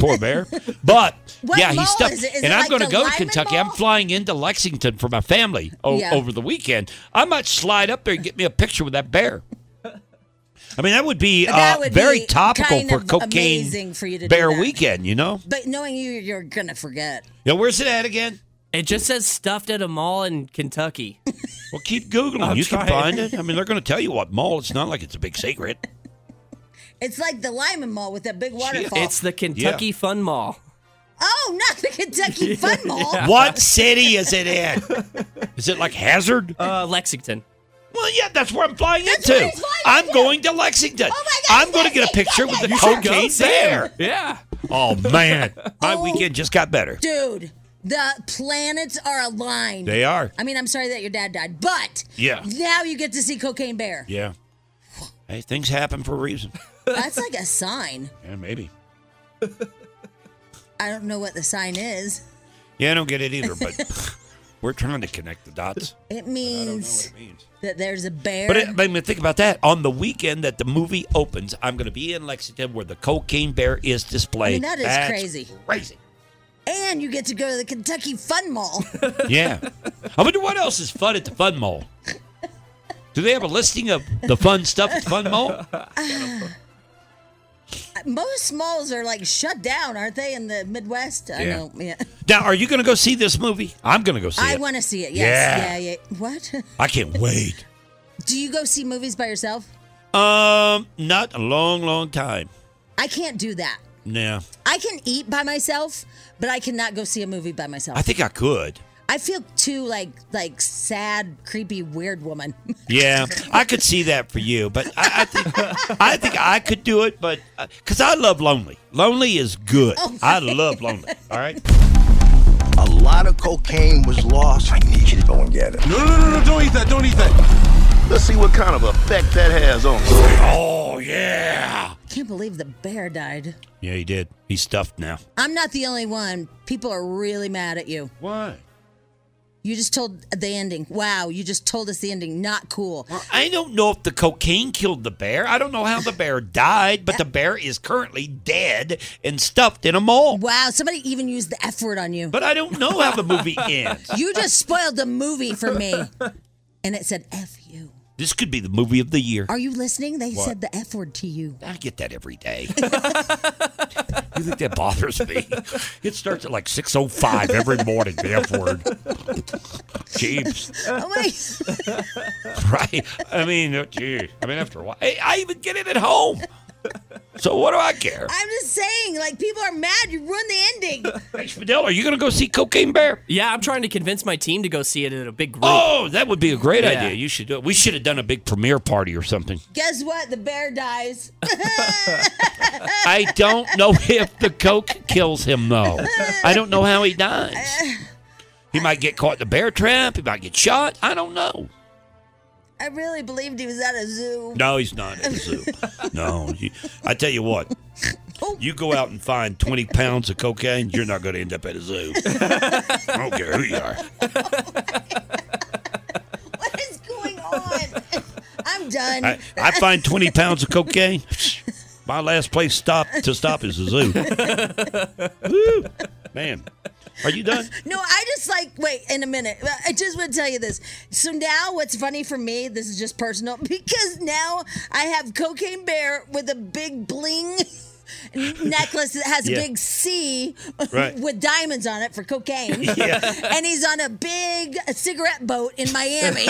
Speaker 3: poor bear. But
Speaker 2: What
Speaker 3: yeah,
Speaker 2: mall
Speaker 3: he's stuck.
Speaker 2: is it? Is it
Speaker 3: and I'm
Speaker 2: like
Speaker 3: going to
Speaker 2: the
Speaker 3: go to
Speaker 2: Lyman
Speaker 3: Kentucky. I'm
Speaker 2: Mall?
Speaker 3: flying into Lexington for my family o-
Speaker 2: Yeah.
Speaker 3: over the weekend. I might slide up there and get me a picture with that bear. I mean, that
Speaker 2: [laughs]
Speaker 3: would be
Speaker 2: that
Speaker 3: uh,
Speaker 2: would
Speaker 3: very
Speaker 2: be
Speaker 3: topical
Speaker 2: kind
Speaker 3: for
Speaker 2: of
Speaker 3: cocaine
Speaker 2: amazing for you to do
Speaker 3: bear
Speaker 2: that.
Speaker 3: weekend. You know.
Speaker 2: But knowing you, you're gonna forget.
Speaker 3: Now, where's it at again?
Speaker 5: It just says stuffed at a mall in Kentucky.
Speaker 3: [laughs] Well, keep googling.
Speaker 5: I'm
Speaker 3: you
Speaker 5: trying.
Speaker 3: can find it. I mean, they're going to tell you what mall. It's not like it's a big secret.
Speaker 2: It's like the Lyman Mall with that big waterfall.
Speaker 5: It's the Kentucky
Speaker 2: [laughs]
Speaker 5: Fun Mall.
Speaker 2: oh, not the
Speaker 3: [laughs]
Speaker 2: Kentucky Fun Mall.
Speaker 3: What city is it in? Is it like Hazard?
Speaker 5: Uh, Lexington.
Speaker 3: Well, yeah, that's where I'm flying
Speaker 2: That's
Speaker 3: into.
Speaker 2: where he's flying Oh
Speaker 3: I'm going to Lexington. I'm going to get a picture with the cocaine bear.
Speaker 5: Yeah.
Speaker 3: Oh man, my
Speaker 2: Oh.
Speaker 3: weekend just got better.
Speaker 2: Dude, the planets are aligned.
Speaker 3: They are.
Speaker 2: I mean, I'm sorry that your dad died, but
Speaker 3: Yeah.
Speaker 2: now you get to see Cocaine Bear.
Speaker 3: Yeah. Hey, things happen for
Speaker 5: [laughs]
Speaker 3: a reason.
Speaker 2: That's like a sign.
Speaker 3: Yeah, maybe.
Speaker 2: I don't know what the sign is.
Speaker 3: Yeah, I don't get it either,
Speaker 5: [laughs]
Speaker 3: but we're trying to connect the dots.
Speaker 2: It means, that there's a bear.
Speaker 3: But it, I mean, think about that. On the weekend that the movie opens, I'm going to be in Lexington where the cocaine bear is
Speaker 2: I
Speaker 3: displayed.
Speaker 2: mean, that is
Speaker 3: That's-
Speaker 2: crazy.
Speaker 3: Crazy.
Speaker 2: And you get to go to the Kentucky Fun
Speaker 3: [laughs]
Speaker 2: Mall.
Speaker 3: [laughs]
Speaker 2: [sighs]
Speaker 3: Yeah. I wonder what else is fun at the Fun Mall. Do they have a listing of the fun stuff at the Fun Mall?
Speaker 2: Most malls are like shut down, aren't they, in the Midwest? I
Speaker 3: Yeah.
Speaker 2: know. Yeah.
Speaker 3: Now, are you going to go see this movie? I'm going to go see
Speaker 2: I
Speaker 3: it.
Speaker 2: want to see it. Yes.
Speaker 3: Yeah.
Speaker 2: Yeah. yeah. What? [laughs]
Speaker 3: I can't wait.
Speaker 2: Do you go see movies by yourself?
Speaker 3: Um, not a long, long time.
Speaker 2: I can't do that.
Speaker 3: No,
Speaker 2: I can eat by myself, but I cannot go see a movie by myself.
Speaker 3: I think I could.
Speaker 2: I feel too like like sad, creepy, weird woman. [laughs]
Speaker 3: Yeah, I could see that for you, but I, I think I think I could do it, but because I love Lonely. Lonely is good. I love Lonely. All right.
Speaker 17: A lot of cocaine was lost. I need you to go and get it. No, no, no, no, don't eat that, don't eat that. Let's see what kind of effect that has on
Speaker 3: Oh yeah.
Speaker 2: Can't believe the bear died.
Speaker 3: Yeah, he did. He's stuffed now.
Speaker 2: I'm not the only one. People are really mad at you.
Speaker 3: Why?
Speaker 2: You just told the ending. Wow, you just told us the ending. Not cool.
Speaker 3: I don't know if the cocaine killed the bear. I don't know how the bear died, but the bear is currently dead and stuffed in a mall.
Speaker 2: Wow, somebody even used the F word on you.
Speaker 3: But I don't know how
Speaker 2: [laughs]
Speaker 3: the movie ends.
Speaker 2: You just spoiled the movie for
Speaker 3: [laughs]
Speaker 2: me. And it said F.
Speaker 3: This could be the movie of the year.
Speaker 2: Are you listening? They
Speaker 3: What?
Speaker 2: said the F word to you.
Speaker 3: I get that every day. You think that bothers me? It starts at like 6.05 every morning, the F word. Jeeps.
Speaker 2: [laughs] Oh my!
Speaker 3: [laughs] Right. I mean, uh, gee. I mean, after a while. I, I even get it at home. So what do I care?
Speaker 2: I'm just saying, like people are mad. You ruined the ending.
Speaker 3: [laughs] Fidel, are you going to go see Cocaine Bear?
Speaker 5: Yeah, I'm trying to convince my team to go see it at a big group.
Speaker 3: Oh, that would be a great
Speaker 5: Yeah.
Speaker 3: idea. You should do it. We should have done a big premiere party or something.
Speaker 2: Guess what? The bear dies. [laughs]
Speaker 3: I don't know if the coke kills him though. I don't know how he dies. He might get caught in the bear trap. He might get shot. I don't know.
Speaker 2: I really believed he was at a zoo. [laughs]
Speaker 3: No, he's not in the zoo. No, you- I tell you what. You go out and find twenty pounds of cocaine, you're not going to end up at a zoo. I don't care who you are.
Speaker 2: [laughs] I'm done.
Speaker 3: I, I find twenty
Speaker 2: [laughs]
Speaker 3: pounds of cocaine. My last place stop to stop is the zoo.
Speaker 2: [laughs]
Speaker 3: Woo. Man, are you done?
Speaker 2: No, I just like wait in a minute. I just want to tell you this. So now, what's funny for me? This is just personal [laughs] because now I have cocaine bear with a big bling [laughs] necklace that has
Speaker 12: Yeah.
Speaker 2: a big C [laughs]
Speaker 12: Right.
Speaker 2: with diamonds on it for cocaine,
Speaker 12: [laughs] Yeah.
Speaker 2: and he's on a big cigarette boat
Speaker 12: [laughs]
Speaker 2: in Miami.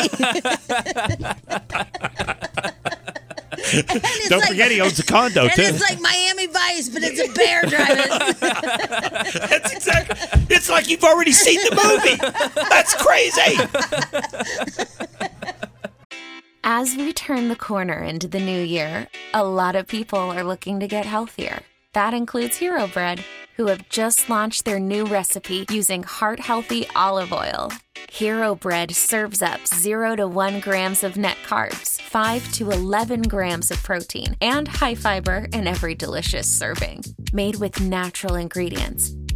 Speaker 2: it's
Speaker 3: Don't
Speaker 2: like-
Speaker 3: forget he owns a condo
Speaker 2: and
Speaker 3: too.
Speaker 2: it's like Miami Vice, but it's a bear driving.
Speaker 3: That's exactly. It's like you've already seen the movie. That's crazy.
Speaker 18: As we turn the corner into the new year, a lot of people are looking to get healthier. That includes Hero Bread, who have just launched their new recipe using heart healthy olive oil. Hero Bread serves up 0 to 1 grams of net carbs, 5 to 11 grams of protein, and high fiber in every delicious serving. Made with natural ingredients,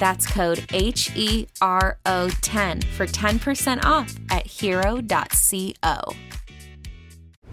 Speaker 18: That's code H E R O 10 for 10% off at hero.co.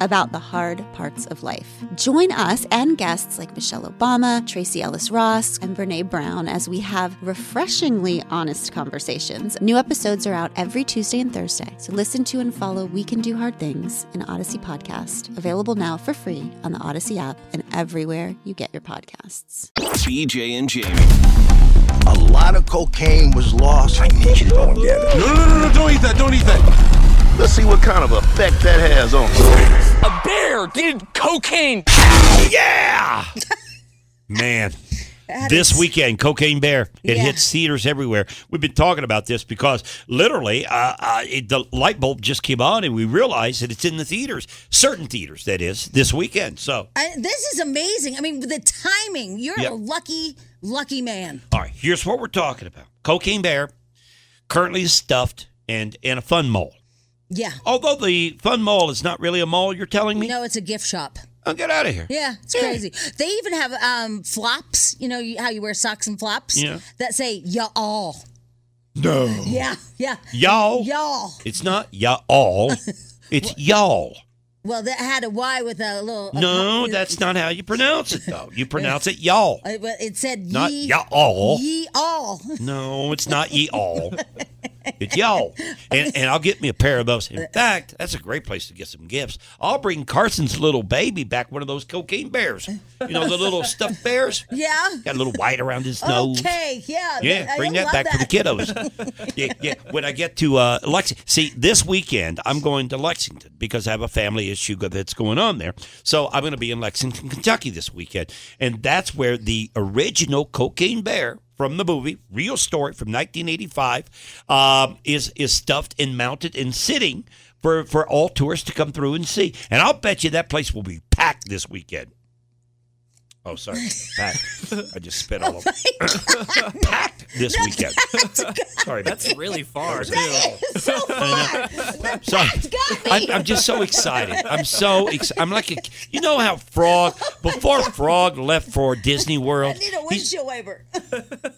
Speaker 19: about the hard parts of life. Join us and guests like Michelle Obama, Tracy Ellis Ross, and Brene Brown as we have refreshingly honest conversations. New episodes are out every Tuesday and Thursday. So listen to and follow We Can Do Hard Things, an Odyssey podcast, available now for free on the Odyssey app and everywhere you get your podcasts.
Speaker 1: BJ and Jamie.
Speaker 17: A lot of cocaine was lost. I need you to go and get it. No, no, no, no, don't eat that, don't eat that. Let's see what kind of effect that has on
Speaker 3: A bear did cocaine. Yeah.
Speaker 2: [laughs]
Speaker 3: Man.
Speaker 12: That
Speaker 3: This
Speaker 12: is-
Speaker 3: weekend, Cocaine Bear. It
Speaker 12: Yeah.
Speaker 3: hits theaters everywhere. We've been talking about this because literally, uh, uh, it, the light bulb just came on, and we realized that it's in the theaters, certain theaters, that is, this weekend. So,
Speaker 2: [laughs] I, this is amazing. I mean, the timing. You're
Speaker 3: Yep.
Speaker 2: a lucky, lucky man.
Speaker 3: all right, here's what we're talking about: Cocaine Bear, currently is stuffed and in a fun mall.
Speaker 2: Yeah.
Speaker 3: Although the fun mall is not really a mall, you're telling me?
Speaker 2: No, it's a gift shop.
Speaker 3: Oh, get out of here.
Speaker 2: Yeah, it's crazy. They even have um flops. You know you- how you wear socks and flops
Speaker 3: Yeah. Oh.
Speaker 2: that say "y'all."
Speaker 3: No.
Speaker 2: Yeah, yeah.
Speaker 3: Y'all.
Speaker 2: Y'all.
Speaker 3: It's not
Speaker 2: [laughs]
Speaker 3: y'all. It's y'all.
Speaker 2: Well, that had a Y with a little. a-
Speaker 3: No, that's not how you pronounce it, though. You pronounce
Speaker 2: [laughs]
Speaker 3: it y'all.
Speaker 2: Uh, but it said ye,
Speaker 3: Not y'all.
Speaker 2: Ye all. [laughs]
Speaker 3: No, it's not ye all. It's y'all. And, and I'll get me a pair of those. In fact, that's a great place to get some gifts. I'll bring Carson's little baby back one of those cocaine bears. You know, the little stuffed bears?
Speaker 2: Yeah.
Speaker 3: Got a little white around his
Speaker 2: [laughs]
Speaker 3: nose.
Speaker 2: Okay. Yeah.
Speaker 3: Yeah,
Speaker 2: I- I
Speaker 3: bring that
Speaker 2: love
Speaker 3: back for the
Speaker 2: [laughs]
Speaker 3: kiddos. yeah, yeah. When I get to uh, Lexington, see, this weekend I'm going to Lexington because I have a family issue go- that's going on there. So I'm going to be in Lexington, Kentucky this weekend, and that's where the original Cocaine Bear from the movie, real story from 1985, um, is is stuffed and mounted and sitting for for all tourists to come through and see. And I'll bet you that place will be packed this weekend. Oh, sorry, packed. I just spit
Speaker 8: [laughs]
Speaker 2: Oh
Speaker 3: all over [laughs] this weekend. Sorry,
Speaker 5: That's really
Speaker 3: [laughs]
Speaker 5: far, too.
Speaker 2: so
Speaker 3: I know. Sorry. I'm, I'm just so excited. I'm so excited. I'm like a, you know how Frog before Frog left for Disney World.
Speaker 2: Need a windshield wiper.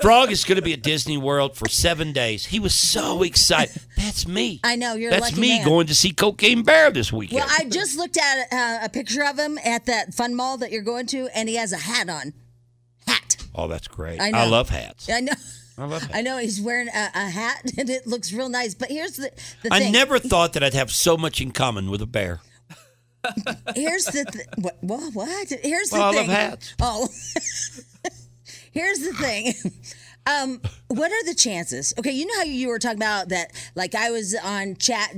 Speaker 3: Frog is going to be at Disney World for seven days. He was so excited. That's me.
Speaker 2: I know you're. a
Speaker 3: That's
Speaker 2: lucky
Speaker 3: me
Speaker 2: man.
Speaker 3: going to see Cocaine Bear this weekend.
Speaker 2: Well, I just looked at uh, a picture of him at that fun mall that you're going to, and he has a hat on.
Speaker 3: oh, that's great.
Speaker 2: I
Speaker 3: I,
Speaker 2: know.
Speaker 3: love hats.
Speaker 2: I know. [laughs]
Speaker 3: I love hats.
Speaker 2: I know he's wearing a, a hat, [laughs] and it looks real nice. But here's the, the
Speaker 3: I
Speaker 2: thing.
Speaker 3: never thought that I'd have so much in common with a bear.
Speaker 2: Here's the th- what, what? What? Here's the
Speaker 3: Well, I love
Speaker 2: thing.
Speaker 3: hats.
Speaker 2: Oh, [laughs] here's the thing. Um, what are the chances? Okay, you know how you were talking about that. Like I was on chat.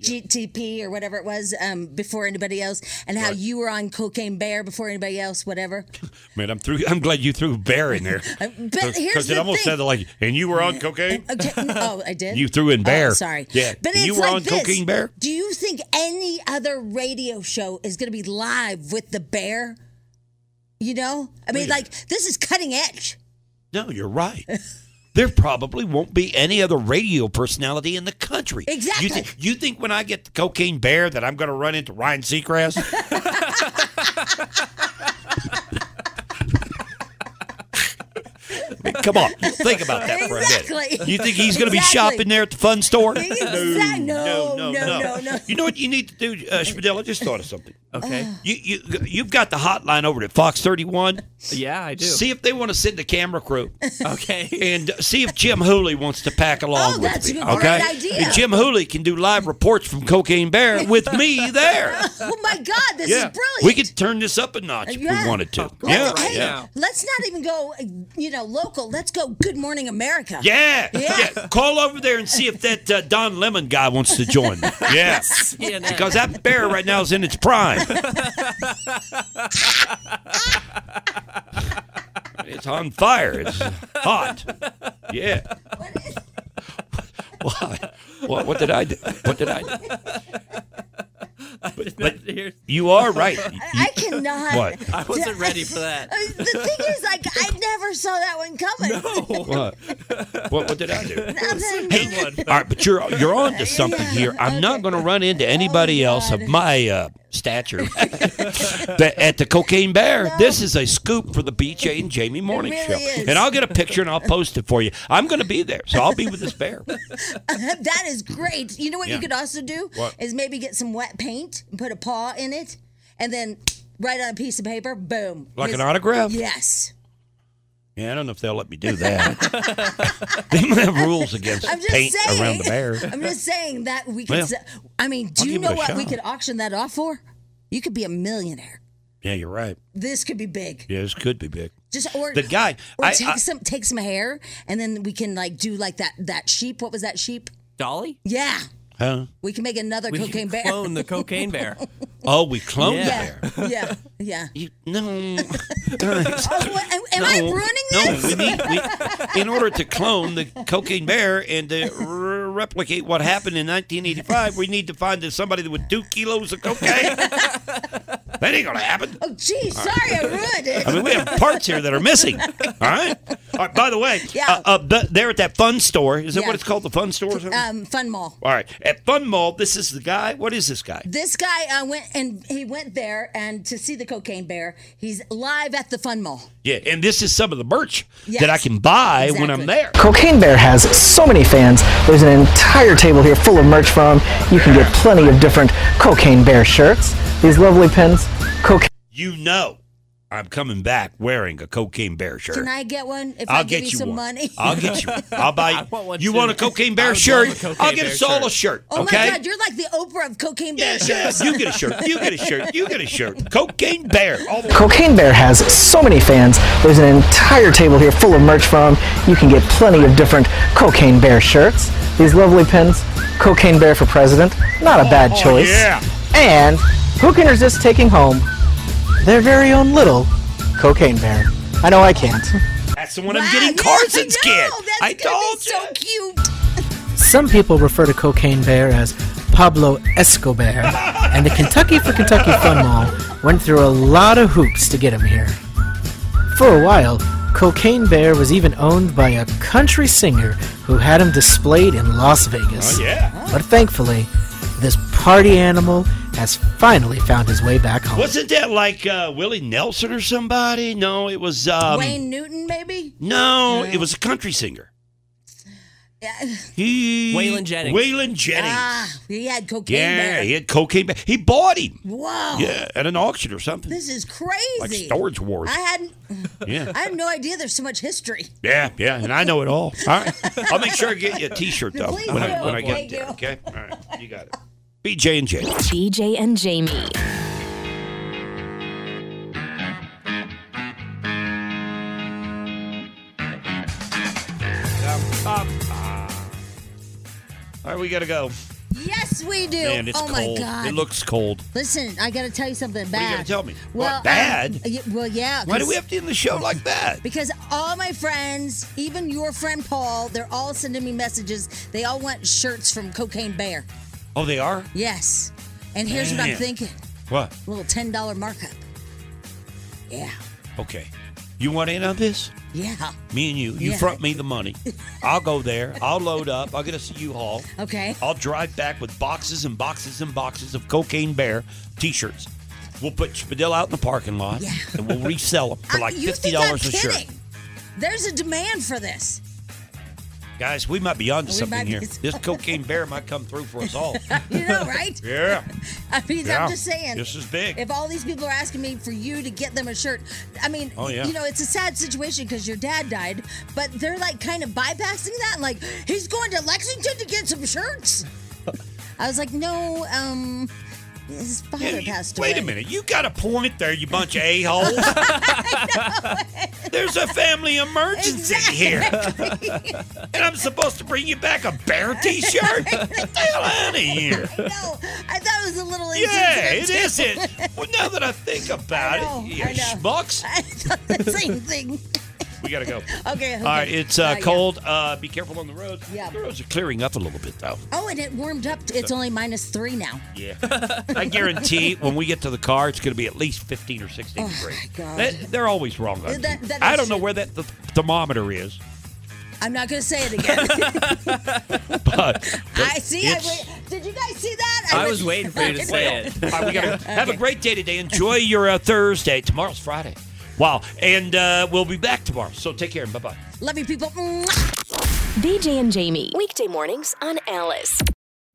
Speaker 2: GTP or whatever it was um, before anybody else, and how you were on Cocaine Bear before anybody else, whatever. Uh,
Speaker 3: Man, I'm through. I'm glad you threw bear in there
Speaker 2: [laughs] But
Speaker 3: [laughs]
Speaker 2: here's
Speaker 3: because
Speaker 2: the
Speaker 3: it almost
Speaker 2: thing.
Speaker 3: sounded like, and you were on cocaine. [laughs]
Speaker 2: Okay, oh, I did.
Speaker 3: You threw in bear.
Speaker 2: Oh, sorry.
Speaker 3: Yeah.
Speaker 2: But it's
Speaker 3: You were
Speaker 2: like
Speaker 3: on
Speaker 2: this.
Speaker 3: Cocaine Bear?
Speaker 2: Do you think any other radio show is going to be live with the bear? You know, I mean, like this is cutting
Speaker 3: [laughs]
Speaker 2: edge.
Speaker 3: No, you're right. There probably won't be any other radio personality in the country.
Speaker 2: Exactly.
Speaker 3: You, thi- you think when I get the cocaine bear that I'm going to run into
Speaker 2: [laughs]
Speaker 3: Ryan Seacrest? I mean, Come on, think about that for a minute.
Speaker 2: Exactly.
Speaker 3: You think he's going to be
Speaker 2: Exactly.
Speaker 3: shopping there at the fun store?
Speaker 2: Exact- no, no, no, Oh, no.
Speaker 3: You know what you need to do, uh, Spadella? I just thought
Speaker 5: [laughs]
Speaker 3: of something. Okay. You you you've got the hotline over at Fox 31.
Speaker 5: Yeah, I do.
Speaker 3: See if they want to send a camera crew.
Speaker 5: [laughs] Okay.
Speaker 3: And uh, see if Jim Hooley wants to pack along
Speaker 2: Oh,
Speaker 3: with
Speaker 5: that's
Speaker 3: me.
Speaker 5: a
Speaker 3: okay.
Speaker 5: great idea.
Speaker 3: And Jim Hooley can do live reports from
Speaker 2: [laughs]
Speaker 3: Cocaine Bear with me there.
Speaker 2: oh my God, this
Speaker 3: yeah.
Speaker 2: is brilliant.
Speaker 3: We could turn this up a notch if
Speaker 2: Yeah.
Speaker 3: we wanted
Speaker 5: Oh,
Speaker 3: to.
Speaker 2: Let's-
Speaker 3: yeah.
Speaker 2: hey,
Speaker 3: yeah.
Speaker 2: Let's not even go, you know, local. Let's go. Good Morning America.
Speaker 3: Yeah.
Speaker 2: Yeah.
Speaker 3: Yeah. Call over there and see if that uh, Don Lemon guy wants to
Speaker 5: [laughs]
Speaker 3: join me. Yeah.
Speaker 2: CNN.
Speaker 3: because that bear right now is in
Speaker 5: [laughs]
Speaker 3: its prime. it's on fire. It's hot.
Speaker 2: [laughs]
Speaker 3: Yeah. What? What, what did I do? What did I do?
Speaker 5: [laughs]
Speaker 3: But, but you are right.
Speaker 2: I cannot.
Speaker 3: What?
Speaker 5: I wasn't ready
Speaker 2: [laughs]
Speaker 5: for that.
Speaker 2: Uh, The thing is, like, I never saw that one coming. [laughs]
Speaker 3: What? What, what did I do?
Speaker 2: Nothing.
Speaker 3: Hey, all right, but you're you're on to something here. I'm not going to run into anybody
Speaker 2: Oh,
Speaker 3: else of my uh, stature that, at the Cocaine Bear. This is a scoop for the BJ and Jamie Morning
Speaker 2: really
Speaker 3: Show,
Speaker 2: is.
Speaker 3: and I'll get a picture and I'll post it for you. I'm going to be there, so I'll be with this bear.
Speaker 2: [laughs] that is great. You know what you
Speaker 3: Yeah.
Speaker 2: could also do
Speaker 3: What?
Speaker 2: is maybe get some wet paint and put a paw in it, and then write on a piece of paper. Boom.
Speaker 3: Like
Speaker 2: His-
Speaker 3: an autograph?
Speaker 2: Yes.
Speaker 3: Yeah, I don't know if they'll let me do that.
Speaker 2: [laughs]
Speaker 3: they might have rules against
Speaker 2: I'm just
Speaker 3: paint
Speaker 2: saying.
Speaker 3: around the bear.
Speaker 2: [laughs] I'm just saying that we could.
Speaker 3: Well,
Speaker 2: se- I mean, do
Speaker 3: I'll
Speaker 2: you
Speaker 3: give it
Speaker 2: know
Speaker 3: a
Speaker 2: what we
Speaker 3: shot.
Speaker 2: could auction that off for? You could be a millionaire.
Speaker 3: Yeah, you're right.
Speaker 2: This could be big.
Speaker 3: Yeah, this could be big.
Speaker 2: Just or
Speaker 3: The guy-
Speaker 2: or
Speaker 3: I-
Speaker 2: take
Speaker 3: I-
Speaker 2: some take some hair, and then we can like do like that that sheep. What was that sheep?
Speaker 5: Dolly?
Speaker 2: Yeah,
Speaker 3: Huh?
Speaker 2: we can make another
Speaker 5: We
Speaker 2: cocaine
Speaker 5: can
Speaker 2: bear.
Speaker 5: clone the cocaine bear.
Speaker 3: Oh, we cloned the
Speaker 2: Yeah.
Speaker 3: bear.
Speaker 2: [laughs] yeah, yeah.
Speaker 3: No.
Speaker 2: Oh, what- am- am I
Speaker 3: No,
Speaker 2: ruining
Speaker 3: no,
Speaker 2: this?
Speaker 3: we need
Speaker 2: [laughs]
Speaker 3: we, in order to clone the cocaine bear and to re- replicate
Speaker 2: [laughs]
Speaker 3: what happened in 1985. We need to find somebody with two kilos of cocaine. That ain't gonna happen.
Speaker 2: [laughs] Oh, geez, sorry, I ruined it.
Speaker 3: I mean, we have
Speaker 2: [laughs]
Speaker 3: parts here that are missing. All right. All right. By the way, uh, uh, th- there at that fun store. Is that
Speaker 2: Yeah.
Speaker 3: what it's called? The fun store. Or something?
Speaker 2: Um, Fun Mall.
Speaker 3: All right. At Fun Mall, this is the guy. What is this guy?
Speaker 2: This guy uh, went and he went there and to see the cocaine bear. He's live at the Fun Mall.
Speaker 3: Yeah, and this is some of the merch that I can buy when I'm there.
Speaker 9: Cocaine Bear has so many fans. There's an entire table here full of merch from. You can get plenty of different Cocaine Bear shirts. These lovely pins. Cocaine.
Speaker 3: You know, I'm coming back wearing a cocaine bear shirt.
Speaker 2: Can I get one if
Speaker 3: I'll
Speaker 2: I give
Speaker 3: get
Speaker 2: you,
Speaker 3: you
Speaker 2: some
Speaker 3: one.
Speaker 2: money?
Speaker 3: I'll get
Speaker 2: [laughs]
Speaker 3: you.
Speaker 5: [laughs]
Speaker 3: I'll buy. you
Speaker 5: too.
Speaker 3: want a cocaine
Speaker 5: I
Speaker 3: bear
Speaker 5: would
Speaker 3: shirt?
Speaker 5: love a Cocaine
Speaker 3: I'll get
Speaker 5: Bear
Speaker 3: us all
Speaker 5: shirt.
Speaker 3: a shirt.
Speaker 2: Oh
Speaker 3: okay.
Speaker 2: my God, you're like the Oprah of cocaine bear
Speaker 3: Yeah,
Speaker 2: shows.
Speaker 3: you get a shirt. You get a shirt. You get
Speaker 2: [laughs]
Speaker 3: a shirt. Cocaine bear. All the
Speaker 9: Cocaine Bear has so many fans. There's an entire table here full of merch from. You can get plenty of different Cocaine Bear shirts. These lovely pins. Cocaine Bear for president. Not a bad oh, choice. yeah. And who can resist taking home their very own little Cocaine Bear? I know I can't.
Speaker 3: That's the one I'm getting Carson's kid. I told you.
Speaker 9: Some people refer to Cocaine Bear as Pablo Escobar, and the Kentucky for Kentucky Fun Mall went through a lot of hoops to get him here. For a while, Cocaine Bear was even owned by a country singer who had him displayed in Las Vegas.
Speaker 4: Oh, yeah.
Speaker 9: But thankfully, this party animal has finally found his way back home.
Speaker 3: Wasn't that like uh, Willie Nelson or somebody? No, it was. Um,
Speaker 2: Wayne Newton, maybe?
Speaker 3: No, it was a country singer. He
Speaker 2: Waylon Jennings.
Speaker 3: Waylon Jennings.
Speaker 2: Ah, he had cocaine
Speaker 3: yeah,
Speaker 2: bear.
Speaker 3: he had cocaine. Bear. He bought him.
Speaker 2: Wow.
Speaker 3: Yeah, at an auction
Speaker 2: [laughs]
Speaker 3: or something.
Speaker 2: This is crazy.
Speaker 3: Like Storage Wars.
Speaker 2: I hadn't.
Speaker 3: Yeah.
Speaker 2: I had no idea there's so much history.
Speaker 3: Yeah, yeah, and I know
Speaker 2: [laughs]
Speaker 3: it all. All right, I'll make sure I get you a T-shirt though
Speaker 2: Please
Speaker 3: when I
Speaker 2: do.
Speaker 3: when I get
Speaker 2: Thank
Speaker 3: there.
Speaker 2: Oh, you.
Speaker 3: Okay, all right, you got it. BJ and J.
Speaker 6: BJ and Jamie.
Speaker 3: All right, we gotta go.
Speaker 2: Yes, we do.
Speaker 3: Man, it's
Speaker 2: oh my
Speaker 3: cold.
Speaker 2: God.
Speaker 3: It looks cold.
Speaker 2: Listen, I got to tell you something
Speaker 3: What
Speaker 2: bad.
Speaker 3: are you gonna tell me?
Speaker 2: Well, um,
Speaker 3: what, bad?
Speaker 2: I- y- well, yeah.
Speaker 3: Why do
Speaker 2: 'cause-
Speaker 3: we have to end the show like that?
Speaker 2: Because all my friends, even your friend Paul, they're all sending me messages. They all want shirts from Cocaine Bear.
Speaker 3: Oh, they are.
Speaker 2: Yes. And here's what I'm
Speaker 3: Man.
Speaker 2: thinking
Speaker 3: What?
Speaker 2: a little $10 markup. Yeah.
Speaker 3: Okay, you want in on this?
Speaker 2: Yeah.
Speaker 3: Me and you. You
Speaker 2: Yeah.
Speaker 3: front me
Speaker 2: [laughs]
Speaker 3: the money. I'll go there. I'll load up. I'll get us a U-Haul.
Speaker 2: Okay.
Speaker 3: I'll drive back with boxes and boxes and boxes of Cocaine Bear T-shirts. We'll put Spadil out in the parking lot, and we'll resell them
Speaker 2: [laughs]
Speaker 3: for like
Speaker 2: You
Speaker 3: fifty
Speaker 2: think I'm
Speaker 3: dollars a shirt.
Speaker 2: kidding? There's a demand for this.
Speaker 3: Guys, we might be onto
Speaker 2: We
Speaker 3: something
Speaker 2: might be-
Speaker 3: here.
Speaker 2: [laughs]
Speaker 3: This cocaine bear might come through for us all.
Speaker 2: You know, right?
Speaker 3: yeah.
Speaker 2: I mean,
Speaker 3: Yeah.
Speaker 2: I'm just saying.
Speaker 3: This is big.
Speaker 2: If all these people are asking me for you to get them a shirt, I mean,
Speaker 3: Oh, yeah.
Speaker 2: you know, it's a sad situation because your dad died, but they're like kind of bypassing that. Like, he's going to Lexington to get some
Speaker 3: [laughs]
Speaker 2: shirts. I was like, no, um, his father
Speaker 3: Yeah, you-
Speaker 2: passed away.
Speaker 3: wait a minute. You got a point there, you bunch
Speaker 2: [laughs]
Speaker 3: of a-holes. There's a family emergency here. and I'm supposed to bring you back a bear t-shirt? Get the hell out of here.
Speaker 2: I thought it was a little
Speaker 3: Yeah, it
Speaker 2: insensitive,
Speaker 3: is
Speaker 2: too. [laughs]
Speaker 3: it. Well, now that I think about it, you schmucks.
Speaker 2: I thought the same thing.
Speaker 3: We got to go.
Speaker 2: [laughs] Okay.
Speaker 3: All right, it's uh,
Speaker 2: yeah.
Speaker 3: cold. Uh, be careful on the roads.
Speaker 2: Yeah.
Speaker 3: The roads are clearing up a little bit, though.
Speaker 2: Oh, and it warmed up. It's only minus three now.
Speaker 3: Yeah. I guarantee when we get to the car, it's going to be at least 15 or 16
Speaker 2: Oh,
Speaker 3: degrees.
Speaker 2: my God.
Speaker 3: That- they're always wrong. on
Speaker 2: That-
Speaker 3: you.
Speaker 2: that
Speaker 3: I
Speaker 2: is
Speaker 3: don't know where that th- thermometer is, [laughs]
Speaker 2: I'm not going to say it again.
Speaker 3: but
Speaker 2: [laughs] I see. I
Speaker 3: It's-
Speaker 2: wait. Did you guys see that?
Speaker 3: I
Speaker 2: went-
Speaker 3: was waiting for you
Speaker 2: [laughs]
Speaker 3: to
Speaker 5: say it.
Speaker 3: All right, we gotta go. Have a great day today. Enjoy your uh, Thursday. Tomorrow's Friday. Wow. And uh, we'll be back tomorrow. So take care and bye bye.
Speaker 2: Love you, people.
Speaker 6: BJ and Jamie. Weekday mornings on Alice.